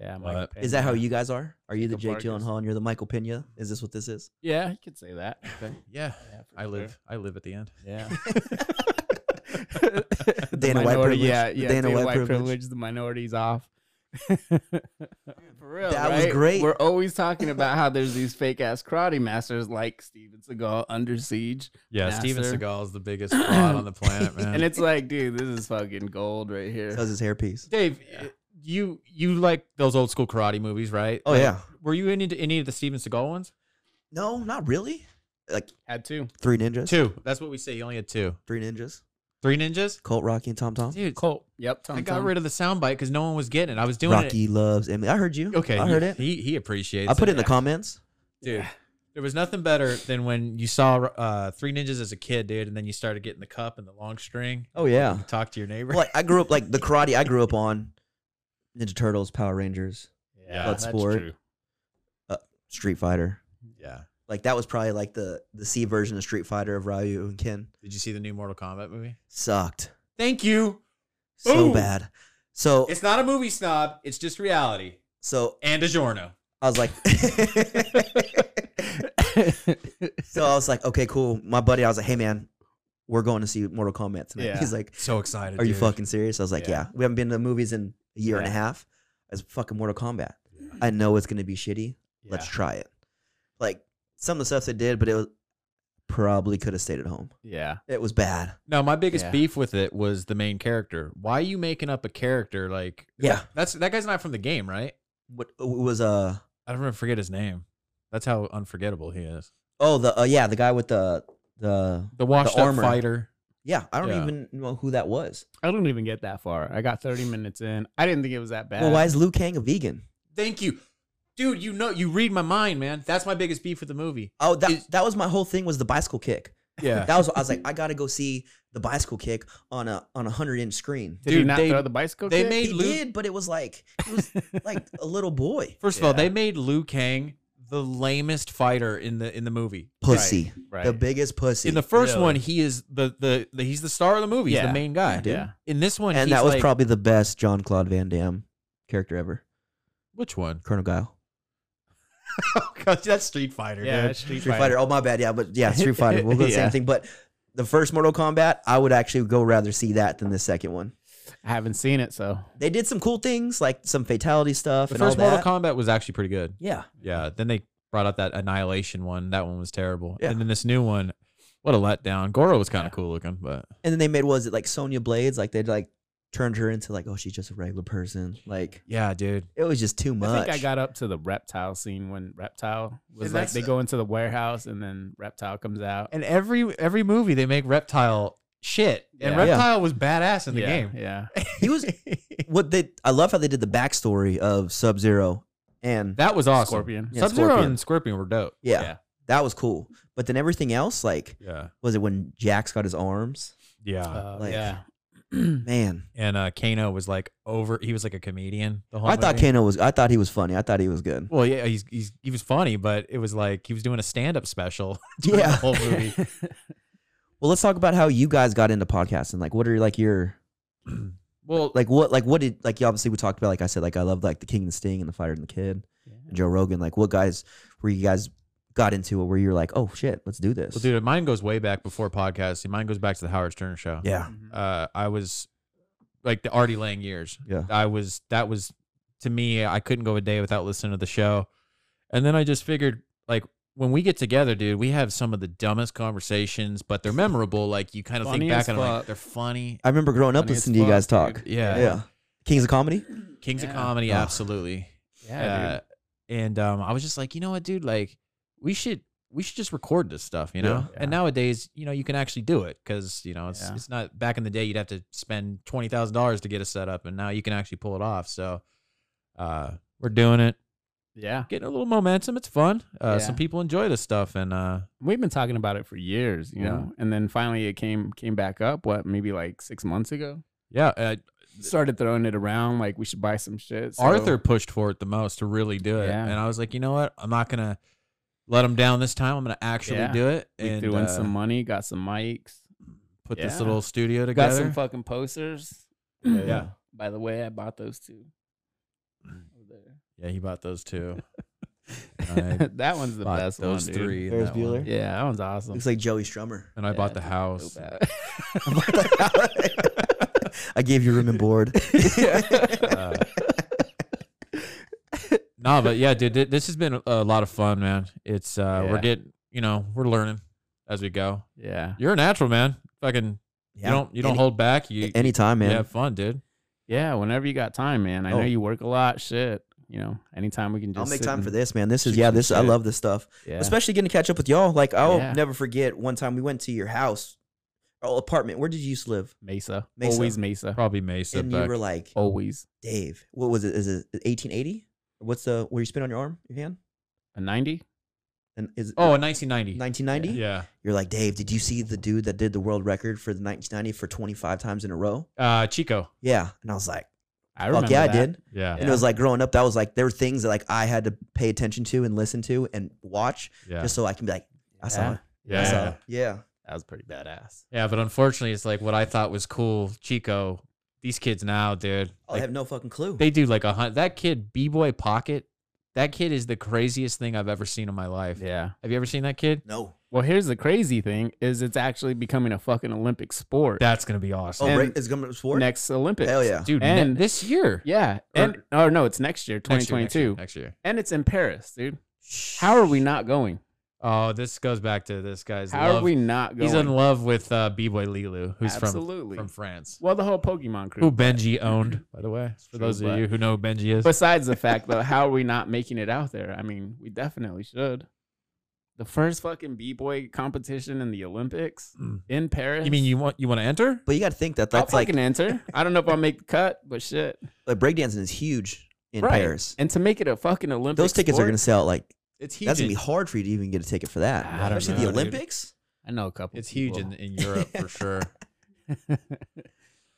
Speaker 2: Yeah.
Speaker 1: But-
Speaker 3: Is that how you guys are? Are you the Jake
Speaker 2: Jacob Vargas.
Speaker 3: Gyllenhaal and you're the Michael Pena? Is this what this is?
Speaker 2: Yeah, you could say that. I think.
Speaker 1: Yeah,
Speaker 2: for
Speaker 1: I live. I live at the end.
Speaker 2: Yeah.
Speaker 3: The
Speaker 2: the
Speaker 3: Dana White
Speaker 2: minority-
Speaker 3: privilege.
Speaker 2: Yeah,
Speaker 3: The
Speaker 2: yeah.
Speaker 3: Dana
Speaker 2: Dana,
Speaker 3: White
Speaker 2: White,
Speaker 3: privilege.
Speaker 2: privilege. The minorities off. For real,
Speaker 3: That was
Speaker 2: right?
Speaker 3: great.
Speaker 2: We're always talking about how there's these fake ass karate masters like Steven Seagal under siege.
Speaker 1: Yeah, Steven
Speaker 2: master.
Speaker 1: Seagal is the biggest fraud on the planet, man.
Speaker 2: And it's like, dude, this is fucking gold right here.
Speaker 3: That was his hairpiece.
Speaker 1: Dave, you you like those old school karate movies, right?
Speaker 3: Oh,
Speaker 1: Like,
Speaker 3: yeah.
Speaker 1: Were you into any of the Steven Seagal ones?
Speaker 3: No, not really. Like
Speaker 2: Had two.
Speaker 3: three ninjas.
Speaker 1: Two. That's what we say. You only had two.
Speaker 3: Three ninjas.
Speaker 1: Three ninjas.
Speaker 3: Colt Rocky and Tom Tom.
Speaker 1: Dude,
Speaker 2: Colt. Yep. Tom,
Speaker 1: I got
Speaker 2: Tom.
Speaker 1: rid of the soundbite because no one was getting it. I was doing it.
Speaker 3: Rocky loves Emily. I heard you.
Speaker 1: Okay,
Speaker 3: I heard it.
Speaker 1: He he appreciates.
Speaker 3: I put it in
Speaker 1: it
Speaker 3: the comments.
Speaker 1: dude. There was nothing better than when you saw uh, Three Ninjas as a kid, dude, and then you started getting the cup and the long string.
Speaker 3: Oh yeah.
Speaker 1: You talk to your neighbor.
Speaker 3: Well, like I grew up like the karate I grew up on Ninja Turtles, Power Rangers,
Speaker 1: Yeah,
Speaker 3: Blood Sport. Street Fighter.
Speaker 1: Yeah.
Speaker 3: Like that was probably like the the C version of Street Fighter of Ryu and Ken.
Speaker 1: Did you see the new Mortal Kombat movie?
Speaker 3: Sucked.
Speaker 1: Thank you.
Speaker 3: So
Speaker 1: Ooh.
Speaker 3: bad. So
Speaker 1: It's not a movie snob. It's just reality.
Speaker 3: so
Speaker 1: And a giorno.
Speaker 3: I was like So I was like, okay, cool. My buddy, I was like, hey man, we're going to see Mortal Kombat tonight.
Speaker 2: Yeah.
Speaker 3: He's like,
Speaker 1: So excited.
Speaker 3: Are you
Speaker 1: dude.
Speaker 3: fucking serious? I was like,
Speaker 2: Yeah.
Speaker 3: yeah. We haven't been to the movies in a year and a
Speaker 2: Yeah.
Speaker 3: half. It's fucking Mortal Kombat. I know it's gonna be shitty. Let's
Speaker 2: Yeah.
Speaker 3: try it. Like some of the stuff they did, but it was probably could have stayed at home.
Speaker 2: Yeah.
Speaker 3: It was bad.
Speaker 1: No, my biggest
Speaker 2: Yeah.
Speaker 1: beef with it was the main character. Why are you making up a character like
Speaker 3: Yeah.
Speaker 1: that's that guy's not from the game, right?
Speaker 3: What it was uh
Speaker 1: I don't remember forget his name. That's how unforgettable he is.
Speaker 3: oh the uh, yeah the guy with the the
Speaker 1: The washed up
Speaker 3: armor.
Speaker 1: fighter.
Speaker 3: yeah I don't
Speaker 1: Yeah.
Speaker 3: even know who that was.
Speaker 2: I don't even get that far. I got 30 minutes in. I didn't think it was that bad.
Speaker 3: Well, why is Liu Kang a vegan?
Speaker 1: Thank you. Dude, you know you read my mind, man. That's my biggest beef with the movie.
Speaker 3: Oh that
Speaker 1: Is-
Speaker 3: that was my whole thing was the bicycle kick.
Speaker 1: Yeah.
Speaker 3: That was I was like I gotta go see the bicycle kick on a on a hundred inch screen.
Speaker 2: Did he
Speaker 1: Dude,
Speaker 2: not
Speaker 1: they-
Speaker 2: throw the bicycle?
Speaker 1: they
Speaker 2: kick?
Speaker 1: made- Hey,
Speaker 3: He
Speaker 1: Liu-
Speaker 3: did, but it was like it was like a little boy
Speaker 1: First of all,
Speaker 2: Yeah.
Speaker 1: they made Liu Kang the lamest fighter in the in the movie.
Speaker 3: pussy,
Speaker 2: right.
Speaker 3: the biggest pussy.
Speaker 1: In the first
Speaker 2: Really?
Speaker 1: one, he is the, the the he's the star of the movie. He's
Speaker 2: Yeah.
Speaker 1: the main guy.
Speaker 3: dude.
Speaker 2: Yeah.
Speaker 1: In this one,
Speaker 3: and
Speaker 1: he's
Speaker 3: that was
Speaker 1: like-
Speaker 3: probably the best John Claude Van Damme character ever.
Speaker 1: which one?
Speaker 3: Colonel Guile.
Speaker 1: God, that's Street Fighter.
Speaker 2: Yeah,
Speaker 1: dude.
Speaker 2: Street,
Speaker 3: Street Fighter. Oh my bad. Yeah, but yeah, Street Fighter. We'll go the
Speaker 2: Yeah.
Speaker 3: same thing. But the first Mortal Kombat, I would actually go rather see that than the second one.
Speaker 2: I haven't seen it, so
Speaker 3: They did some cool things, like some fatality stuff
Speaker 1: The
Speaker 3: and all
Speaker 1: first Mortal
Speaker 3: that.
Speaker 1: Kombat was actually pretty good.
Speaker 3: yeah.
Speaker 1: Yeah. Then they brought out that Annihilation one. That one was terrible.
Speaker 3: Yeah.
Speaker 1: And then this new one, what a letdown. Goro was kind of cool looking, but
Speaker 3: And then they made was it like Sonya Blades? Like they like turned her into like, oh, she's just a regular person. Like
Speaker 1: yeah, dude.
Speaker 3: it was just too much.
Speaker 2: I think I got up to the reptile scene when reptile was
Speaker 1: And
Speaker 2: like
Speaker 1: that's-
Speaker 2: they go into the warehouse and then reptile comes out.
Speaker 1: And every every movie they make Reptile shit, and
Speaker 2: Yeah.
Speaker 1: Reptile was badass in the
Speaker 2: yeah,
Speaker 1: game.
Speaker 2: yeah.
Speaker 3: he was what they I love how they did the backstory of Sub Zero and
Speaker 1: That was awesome.
Speaker 2: Scorpion.
Speaker 3: Yeah,
Speaker 1: Sub Zero
Speaker 3: Scorpion.
Speaker 1: and Scorpion were dope.
Speaker 3: yeah,
Speaker 2: yeah.
Speaker 3: that was cool. But then everything else, like
Speaker 1: Yeah.
Speaker 3: was it when Jax got his arms?
Speaker 1: Yeah.
Speaker 2: Uh,
Speaker 3: Like-
Speaker 2: yeah.
Speaker 3: Man.
Speaker 1: and uh Kano was like over he was like a comedian the whole
Speaker 3: I thought
Speaker 1: movie.
Speaker 3: Kano was I thought he was funny. I thought he was good.
Speaker 1: well, yeah, he's, he's he was funny, but it was like he was doing a stand-up special. during
Speaker 3: Yeah.
Speaker 1: the whole movie.
Speaker 3: Well, let's talk about how you guys got into podcasting. Like, what are like your
Speaker 1: Well,
Speaker 3: like what like what did like you obviously we talked about like I said like I love like the King and the Sting and the Fighter and the Kid and Joe Rogan. Like, what guys were you guys got into it where you're like, oh shit, let's do this.
Speaker 1: Well, dude, mine goes way back before podcasting. Mine goes back to the Howard Stern show.
Speaker 3: Yeah,
Speaker 1: Uh, I was like the Artie Lang years.
Speaker 3: yeah.
Speaker 1: I was, that was to me, I couldn't go a day without listening to the show. And then I just figured like when we get together, dude, we have some of the dumbest conversations, but they're memorable. Like you kind of
Speaker 2: Funny
Speaker 1: think
Speaker 2: as
Speaker 1: back and I'm
Speaker 2: fuck.
Speaker 1: like they're funny.
Speaker 3: I remember growing up
Speaker 1: Funny
Speaker 3: listening
Speaker 1: as
Speaker 3: to you guys
Speaker 1: fuck,
Speaker 3: talk.
Speaker 1: dude. Yeah.
Speaker 3: yeah. Kings of comedy.
Speaker 1: Kings of
Speaker 2: Yeah.
Speaker 1: Comedy,
Speaker 3: Ugh.
Speaker 1: absolutely. Uh,
Speaker 2: Yeah,
Speaker 1: and um, I was just like, you know what, dude, like we should we should just record this stuff, you
Speaker 2: Yeah.
Speaker 1: know. And nowadays, you know, you can actually do it because you know it's
Speaker 2: Yeah.
Speaker 1: it's not back in the day you'd have to spend twenty thousand dollars to get a setup, and now you can actually pull it off. So uh, we're doing it,
Speaker 2: Yeah.
Speaker 1: getting a little momentum. It's fun. Uh,
Speaker 2: Yeah.
Speaker 1: Some people enjoy this stuff, and uh,
Speaker 2: We've been talking about it for years, you know. And then finally it came came back up what maybe like 6 months ago.
Speaker 1: yeah, uh,
Speaker 2: Started throwing it around like we should buy some shit. so-
Speaker 1: Arthur pushed for it the most to really do it,
Speaker 2: Yeah.
Speaker 1: and I was like, you know what, I'm not gonna let him down this time. I'm gonna actually
Speaker 2: Yeah.
Speaker 1: do it.
Speaker 2: We
Speaker 1: and,
Speaker 2: threw in
Speaker 1: uh,
Speaker 2: some money, got some mics,
Speaker 1: put this
Speaker 2: Yeah.
Speaker 1: little studio together.
Speaker 2: got some fucking posters.
Speaker 1: Yeah.
Speaker 2: By the way, I bought those two. Over there.
Speaker 1: Yeah, he bought those two. I
Speaker 2: that one's the
Speaker 1: bought
Speaker 2: best
Speaker 1: those
Speaker 2: one. dude.
Speaker 1: three. and
Speaker 3: Ferris
Speaker 1: that one.
Speaker 3: Bueller.
Speaker 2: Yeah, that one's awesome.
Speaker 3: Looks like Joey Strummer.
Speaker 1: And I
Speaker 2: Yeah,
Speaker 1: bought the
Speaker 2: it's so
Speaker 1: house.
Speaker 2: bad.
Speaker 3: I gave you room and board.
Speaker 1: Uh, nah, but yeah, dude, thi- this has been a- a lot of fun, man. It's uh,
Speaker 2: Yeah.
Speaker 1: we're getting, you know, we're learning as we go.
Speaker 2: yeah.
Speaker 1: You're a natural, man. Fucking,
Speaker 3: Yeah.
Speaker 1: you don't you don't
Speaker 3: Any-
Speaker 1: hold back. You
Speaker 3: Anytime,
Speaker 1: you
Speaker 3: man.
Speaker 1: have fun, dude.
Speaker 2: Yeah, whenever you got time, man. I
Speaker 3: Oh.
Speaker 2: know you work a lot, shit. You know, anytime we can just
Speaker 3: I'll make
Speaker 2: sit
Speaker 3: time
Speaker 2: and-
Speaker 3: for this, man. This is
Speaker 2: shoot
Speaker 3: yeah,
Speaker 2: some
Speaker 3: this I
Speaker 2: shit.
Speaker 3: love this stuff.
Speaker 2: Yeah.
Speaker 3: Especially getting to catch up with y'all. Like I'll
Speaker 2: Yeah.
Speaker 3: never forget one time we went to your house, or apartment. Where did you used to live?
Speaker 2: Mesa.
Speaker 3: Mesa.
Speaker 2: Always Mesa.
Speaker 1: Probably Mesa.
Speaker 3: and
Speaker 1: back- Oh.
Speaker 3: you were like,
Speaker 2: Always.
Speaker 3: Dave, what was it? Is it 1880? What's the where you spin on your arm, your hand?
Speaker 2: A 90?
Speaker 3: And is it
Speaker 1: oh, in 1990.
Speaker 3: 1990?
Speaker 1: Yeah.
Speaker 3: You're like, Dave, did you see the dude that did the world record for the 1990 for 25 times in a row?
Speaker 1: Uh, Chico.
Speaker 3: Yeah. And I was like,
Speaker 2: I
Speaker 3: fuck
Speaker 2: remember.
Speaker 3: yeah, I
Speaker 2: that.
Speaker 3: did.
Speaker 1: Yeah.
Speaker 3: And it was like growing up, that was like, there were things that like I had to pay attention to and listen to and watch
Speaker 1: Yeah.
Speaker 3: just so I can be like, I saw it.
Speaker 1: yeah.
Speaker 3: I saw
Speaker 1: yeah.
Speaker 3: it. Yeah.
Speaker 2: That was pretty badass.
Speaker 1: Yeah, but unfortunately, it's like what I thought was cool, Chico. These kids now, dude.
Speaker 3: I
Speaker 1: like,
Speaker 3: have no fucking clue.
Speaker 1: they do like a hunt. That kid, B Boy Pocket, that kid is the craziest thing I've ever seen in my life.
Speaker 2: Yeah.
Speaker 1: Have you ever seen that kid?
Speaker 3: no.
Speaker 2: Well, here's the crazy thing is it's actually becoming a fucking Olympic sport.
Speaker 1: That's gonna be
Speaker 3: Oh,
Speaker 1: awesome,
Speaker 2: And
Speaker 3: right, it's coming to sport?
Speaker 2: next Olympics.
Speaker 3: Hell yeah.
Speaker 1: dude. And
Speaker 2: And-
Speaker 1: this year,
Speaker 2: Yeah. And oh no, it's next year,
Speaker 1: Next year, next
Speaker 2: 2022.
Speaker 1: year, next year.
Speaker 2: And it's in Paris, dude. How are we not going?
Speaker 1: Oh, this goes back to this guy's.
Speaker 2: How
Speaker 1: love.
Speaker 2: are we not going?
Speaker 1: He's in love with uh, B Boy Lilu, who's
Speaker 2: Absolutely.
Speaker 1: from from France,
Speaker 2: well, the whole Pokemon crew.
Speaker 1: who Benji owned, by the way. For
Speaker 2: true,
Speaker 1: those of
Speaker 2: but-
Speaker 1: you who know who Benji is,
Speaker 2: Besides the fact, though, how are we not making it out there? I mean, we definitely should. The first fucking b boy competition in the Olympics
Speaker 1: Mm.
Speaker 2: in Paris.
Speaker 1: you mean you want you want to enter?
Speaker 3: But you got to think that
Speaker 2: I'll
Speaker 3: that's like,
Speaker 2: fucking enter. I don't know if I'll make the cut, but shit.
Speaker 3: like breakdancing is huge in
Speaker 2: Right.
Speaker 3: Paris.
Speaker 2: And to make it a fucking Olympic,
Speaker 3: Those tickets are
Speaker 2: sport,
Speaker 3: going to sell like,
Speaker 1: It's huge.
Speaker 3: that's going to
Speaker 1: in- Ah,
Speaker 3: be hard for you to even get a ticket for that.
Speaker 2: I don't
Speaker 3: Especially
Speaker 2: know,
Speaker 3: the
Speaker 2: dude.
Speaker 3: Olympics.
Speaker 2: I know a couple.
Speaker 1: It's huge in,
Speaker 2: people.
Speaker 1: in Europe for sure.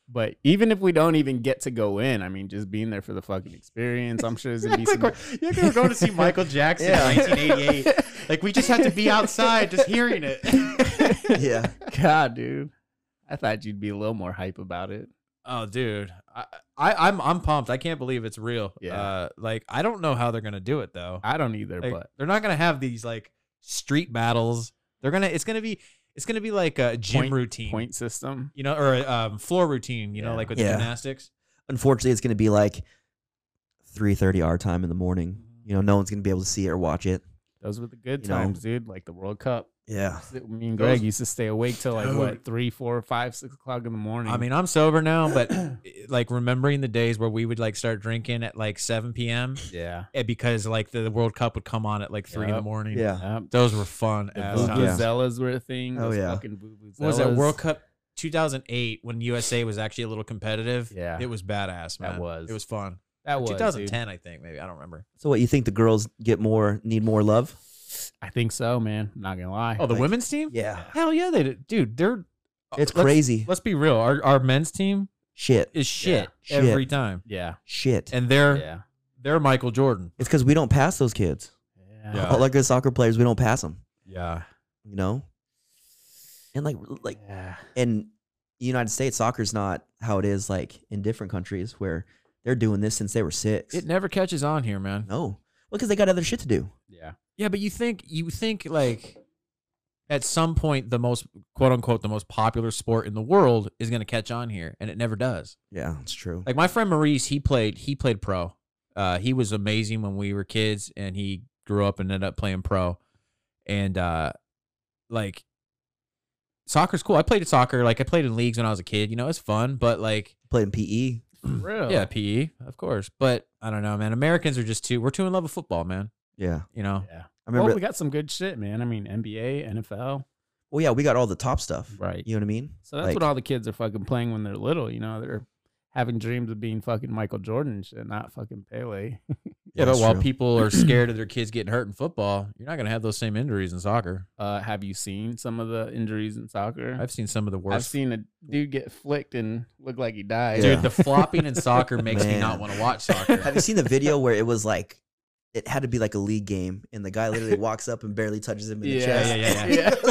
Speaker 2: but even if we don't even get to go in, I mean, just being there for the fucking experience, I'm sure is a decent.
Speaker 1: Yeah, they were going to see Michael Jackson
Speaker 3: Yeah.
Speaker 1: in 1988. Like we just have to be outside, just hearing it.
Speaker 3: yeah.
Speaker 2: God, dude, I thought you'd be a little more hype about it.
Speaker 1: oh, dude, I, I, I'm I'm pumped. I can't believe it's real.
Speaker 2: Yeah.
Speaker 1: Uh, like I don't know how they're gonna do it though.
Speaker 2: I don't either,
Speaker 1: Like,
Speaker 2: but
Speaker 1: they're not gonna have these like street battles. They're gonna. It's gonna be. It's gonna be like a gym
Speaker 2: Point-
Speaker 1: routine.
Speaker 2: point system.
Speaker 1: You know, or a um, floor routine. You know,
Speaker 2: Yeah.
Speaker 1: like with
Speaker 3: Yeah.
Speaker 1: gymnastics.
Speaker 3: unfortunately it's going to be like 3.30 our time in the morning you know no one's going to be able to see it or watch it
Speaker 2: Those were the good
Speaker 3: You know.
Speaker 2: times, dude. Like the World Cup.
Speaker 3: yeah
Speaker 2: Me and Greg
Speaker 1: Those-
Speaker 2: used to stay awake till like
Speaker 1: Dude.
Speaker 2: what three, four, five, six o'clock in the morning.
Speaker 1: I mean, I'm sober now, but like remembering the days where we would like start drinking at like 7 p.m.
Speaker 2: yeah,
Speaker 1: eh, because like the, the World Cup would come on at like three in the
Speaker 2: Yep.
Speaker 1: morning.
Speaker 3: yeah
Speaker 2: yep.
Speaker 1: Those were fun.
Speaker 2: The
Speaker 1: as times.
Speaker 2: vuvuzelas were a thing.
Speaker 3: Oh,
Speaker 2: those
Speaker 3: yeah.
Speaker 2: fucking vuvuzelas.
Speaker 1: What was that World Cup 2008 when USA was actually a little competitive?
Speaker 2: Yeah.
Speaker 1: it was badass, man.
Speaker 2: That was.
Speaker 1: It was fun.
Speaker 2: That was dude.
Speaker 1: 2010, I think maybe I don't remember.
Speaker 3: so what you think the girls get more need more love
Speaker 2: I think so, man. Not gonna lie.
Speaker 1: Oh, the
Speaker 3: Like-
Speaker 1: women's team?
Speaker 3: yeah
Speaker 1: Hell yeah, they did. dude. They're uh,
Speaker 3: it's
Speaker 1: let's-
Speaker 3: crazy
Speaker 1: Let's be real. Our our men's team
Speaker 3: shit
Speaker 1: is shit
Speaker 3: Shit.
Speaker 1: every time,
Speaker 2: yeah,
Speaker 3: shit
Speaker 1: and they're
Speaker 2: yeah,
Speaker 1: they're Michael Jordan.
Speaker 3: it's because we don't pass those kids
Speaker 1: Yeah.
Speaker 3: All like the soccer players we don't pass them
Speaker 1: Yeah,
Speaker 3: you know and like like
Speaker 2: yeah.
Speaker 3: in the united states soccer's not how it is like in different countries where they're doing this since they were six
Speaker 1: it never catches on here, man.
Speaker 3: no well because they got other shit to do
Speaker 2: yeah.
Speaker 1: Yeah, but you think you think like at some point the most quote unquote the most popular sport in the world is going to catch on here, and it never does.
Speaker 3: yeah it's true
Speaker 1: Like my friend Maurice, he played he played pro. Uh, he was amazing when we were kids, and he grew up and ended up playing pro. And uh like soccer's cool. I played at soccer, like I played in leagues when I was a kid, you know, it's fun, but like
Speaker 3: played in E. PE.
Speaker 2: real.
Speaker 1: Yeah, PE, of course. But I don't know, man. Americans are just too we're too in love with football, man.
Speaker 3: Yeah.
Speaker 1: You know.
Speaker 2: Yeah.
Speaker 3: I remember-
Speaker 2: well, we got some good shit, man. I mean, NBA, NFL.
Speaker 3: Well, yeah, we got all the top stuff.
Speaker 2: Right.
Speaker 3: You know what I mean?
Speaker 2: So that's
Speaker 3: Like,
Speaker 2: what all the kids are fucking playing when they're little. You know, they're having dreams of being fucking Michael Jordan and shit, not fucking Pele.
Speaker 1: Yeah, but while people are scared of their kids getting hurt in football, you're not going to have those same injuries in soccer.
Speaker 2: uh, have you seen some of the injuries in soccer?
Speaker 1: I've seen some of the worst.
Speaker 2: I've seen a dude get flicked and look like he died.
Speaker 1: Dude, the flopping in soccer makes me
Speaker 3: Man.
Speaker 1: not want to watch soccer.
Speaker 3: Have you seen the video where it was like it had to be like a league game and the guy literally walks up and barely touches him in the
Speaker 2: Yeah,
Speaker 3: chest.
Speaker 2: yeah, yeah,
Speaker 3: yeah.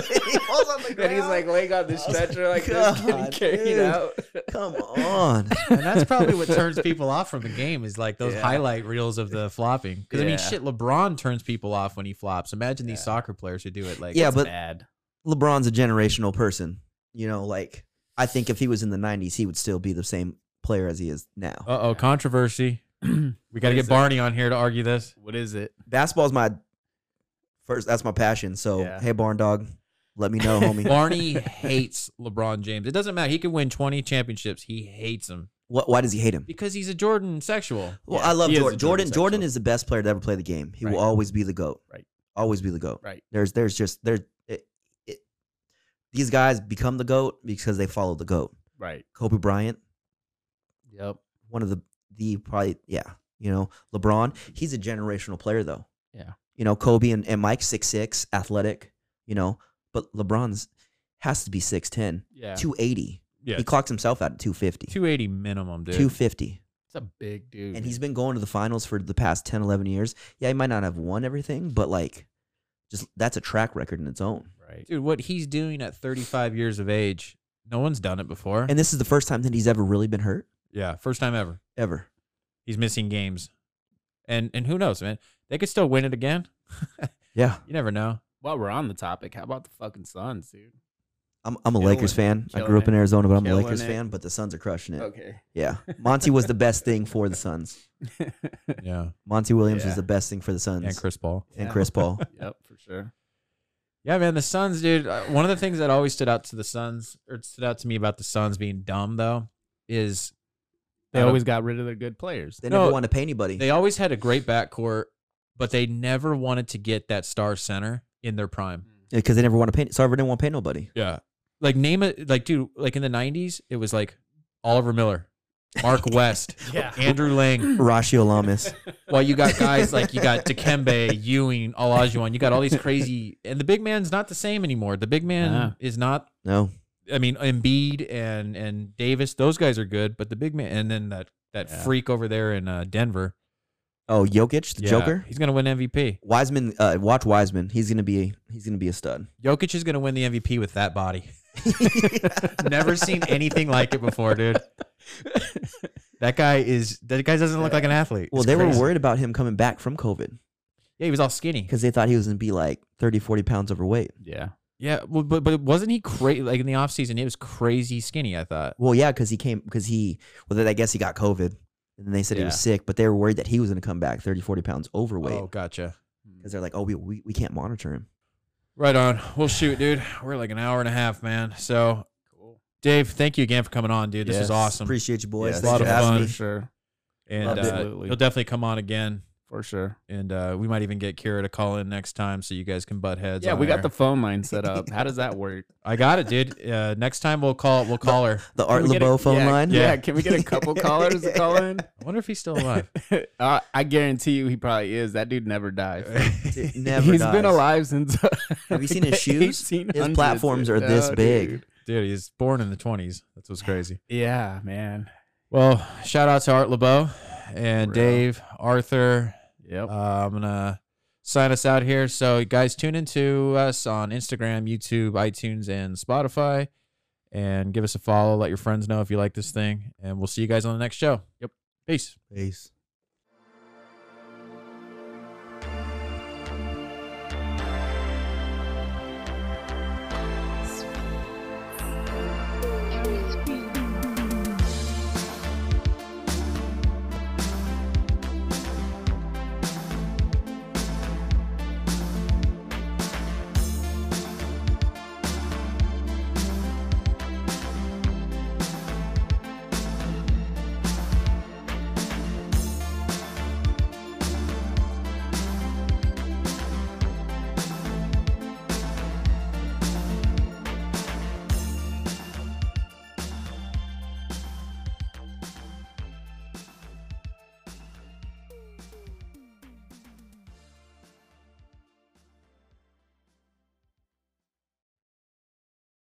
Speaker 2: and he's like "Ah!" laying on the stretcher like this, getting
Speaker 3: Oh God,
Speaker 2: carried
Speaker 3: dude.
Speaker 2: out.
Speaker 3: Come on.
Speaker 1: and that's probably what turns people off from the game is like those
Speaker 2: Yeah.
Speaker 1: highlight reels of the flopping. Because I
Speaker 2: Yeah.
Speaker 1: mean, shit, LeBron turns people off when he flops. Imagine these soccer players who do it. Like,
Speaker 3: yeah,
Speaker 1: it's
Speaker 3: but
Speaker 1: bad.
Speaker 3: LeBron's a generational person. You know, like I think if he was in the '90s, he would still be the same player as he is now.
Speaker 1: uh oh, controversy. we got to get Barney on here to argue this.
Speaker 2: What is it?
Speaker 3: Basketball's my first. That's my passion. So
Speaker 2: Yeah.
Speaker 3: hey, Barn Dog, let me know, homie.
Speaker 1: Barney hates LeBron James. It doesn't matter. He could win 20 championships. He hates him
Speaker 3: What, why does he hate him?
Speaker 1: because he's a Jordan sexual.
Speaker 3: Well,
Speaker 2: Yeah,
Speaker 3: I love
Speaker 2: he is a
Speaker 3: Jordan.
Speaker 2: Jordan
Speaker 3: Jordan. Jordan is the best player to ever play the game. He
Speaker 2: Right.
Speaker 3: will always be the goat.
Speaker 2: Right.
Speaker 3: Always be the goat.
Speaker 2: Right.
Speaker 3: There's there's just there. It, it, these guys become the goat because they follow the goat.
Speaker 2: Right.
Speaker 3: Kobe Bryant,
Speaker 2: Yep.
Speaker 3: one of the the probably yeah. You know LeBron. He's a generational player though.
Speaker 2: Mm-hmm. Yeah.
Speaker 3: You know Kobe and, and Mike six six athletic. You know, but LeBron's has to be six ten.
Speaker 2: Yeah.
Speaker 3: Two eighty.
Speaker 1: Yeah.
Speaker 3: He clocks himself out at two fifty.
Speaker 1: 280 minimum, dude.
Speaker 3: Two fifty.
Speaker 2: It's a big dude.
Speaker 3: and he's been going to the finals for the past 10 11 years yeah he might not have won everything but like just that's a track record in its own
Speaker 2: right.
Speaker 1: Dude, what he's doing at 35 years of age, no one's done it before.
Speaker 3: and this is the first time that he's ever really been hurt
Speaker 1: yeah, first time ever.
Speaker 3: ever
Speaker 1: He's missing games. And and who knows, man? They could still win it again.
Speaker 3: yeah
Speaker 1: You never know.
Speaker 2: While we're on the topic, how about the fucking Suns, dude?
Speaker 3: i'm, I'm a
Speaker 2: Killing
Speaker 3: lakers
Speaker 2: it.
Speaker 3: fan i
Speaker 2: Killing
Speaker 3: grew up in
Speaker 2: it.
Speaker 3: arizona but i'm
Speaker 2: Killing
Speaker 3: a lakers
Speaker 2: it.
Speaker 3: fan but the suns are crushing it
Speaker 2: Okay.
Speaker 3: yeah monty was the best thing for the suns
Speaker 1: Yeah.
Speaker 3: monty williams
Speaker 2: Yeah.
Speaker 3: was the best thing for the suns
Speaker 1: And Chris Paul.
Speaker 3: and Chris Paul
Speaker 2: Yep, for sure.
Speaker 1: Yeah, man, the Suns, dude. uh, One of the things that always stood out to the Suns, or stood out to me about the Suns being dumb, though, is
Speaker 2: They
Speaker 1: out of-
Speaker 2: always got rid of their good players.
Speaker 3: they
Speaker 1: No,
Speaker 3: never want to pay anybody
Speaker 1: they always had a great backcourt, but they never wanted to get that star center in their prime.
Speaker 3: because they never want to pay sarver didn't want to pay nobody
Speaker 1: Yeah. Like name it like dude, like in the nineties, it was like Oliver Miller, Mark West,
Speaker 2: Yeah.
Speaker 1: Andrew Lang.
Speaker 3: Rashi Olamis.
Speaker 1: While you got guys like you got Dikembe, Ewing, Olajuwon, you got all these crazy and the big man's not the same anymore. The big man
Speaker 2: Nah.
Speaker 1: is not
Speaker 3: No.
Speaker 1: I mean Embiid and and Davis, those guys are good, but the big man and then that that
Speaker 2: Yeah.
Speaker 1: freak over there in uh, Denver.
Speaker 3: Oh, Jokic, the
Speaker 1: Yeah,
Speaker 3: Joker.
Speaker 1: He's gonna win MVP.
Speaker 3: Wiseman. Uh, watch Wiseman. He's gonna be. He's gonna be a stud.
Speaker 1: Jokic is gonna win the MVP with that body. Never seen anything like it before, dude. That guy is that guy doesn't look like an athlete.
Speaker 3: Well,
Speaker 1: It's
Speaker 3: they
Speaker 1: crazy.
Speaker 3: were worried about him coming back from COVID.
Speaker 1: Yeah, he was all skinny.
Speaker 3: because they thought he was going to be like 30, 40 pounds overweight.
Speaker 2: Yeah.
Speaker 1: Yeah, well, but but wasn't he crazy? Like in the offseason, he was crazy skinny. I thought.
Speaker 3: Well, yeah, because he came, because he, well, then I guess he got COVID. And then they said he was
Speaker 2: Yeah.
Speaker 3: sick, but they were worried that he was going to come back 30, 40 pounds overweight.
Speaker 1: Oh, gotcha.
Speaker 3: Because they're like, oh, we, we, we can't monitor him.
Speaker 1: Right on. We'll shoot, dude. We're like an hour and a half, man. So,
Speaker 2: Cool.
Speaker 1: Dave, thank you again for coming on, dude. This
Speaker 2: Yes.
Speaker 1: was awesome.
Speaker 3: Appreciate you, boys.
Speaker 1: Yes,
Speaker 3: Thanks
Speaker 1: lot
Speaker 3: for
Speaker 1: of
Speaker 3: having
Speaker 1: fun.
Speaker 3: me.
Speaker 2: For sure.
Speaker 1: and uh,
Speaker 2: Absolutely.
Speaker 1: you'll definitely come on again.
Speaker 2: For sure.
Speaker 1: And uh, we might even get Kira to call in next time, so you guys can butt heads.
Speaker 2: yeah,
Speaker 1: on
Speaker 2: we got
Speaker 1: air.
Speaker 2: the phone line set up. How does that work?
Speaker 1: I got it, dude. Uh, next time we'll call. We'll call her.
Speaker 3: The Art
Speaker 2: Can we get a-
Speaker 3: LeBeau phone
Speaker 2: yeah,
Speaker 3: line.
Speaker 2: Yeah. Can we get a couple callers to call in?
Speaker 1: I wonder if he's still alive.
Speaker 2: I, I guarantee you he probably is. That dude never dies.
Speaker 3: It never
Speaker 2: He's
Speaker 3: dies.
Speaker 2: been alive since.
Speaker 3: Have you seen his shoes? His
Speaker 2: 1800s.
Speaker 3: platforms are this
Speaker 2: No,
Speaker 3: big.
Speaker 2: dude.
Speaker 1: Dude, he's born in the twenties. That's what's crazy.
Speaker 2: Yeah, man.
Speaker 1: Well, shout out to Art LeBeau and
Speaker 2: Real.
Speaker 1: Dave, Arthur.
Speaker 2: Yep.
Speaker 1: Uh, I'm gonna sign us out here. So you guys tune into us on Instagram, YouTube, iTunes, and Spotify. And give us a follow. Let your friends know if you like this thing. And we'll see you guys on the next show. Yep. Peace.
Speaker 3: Peace.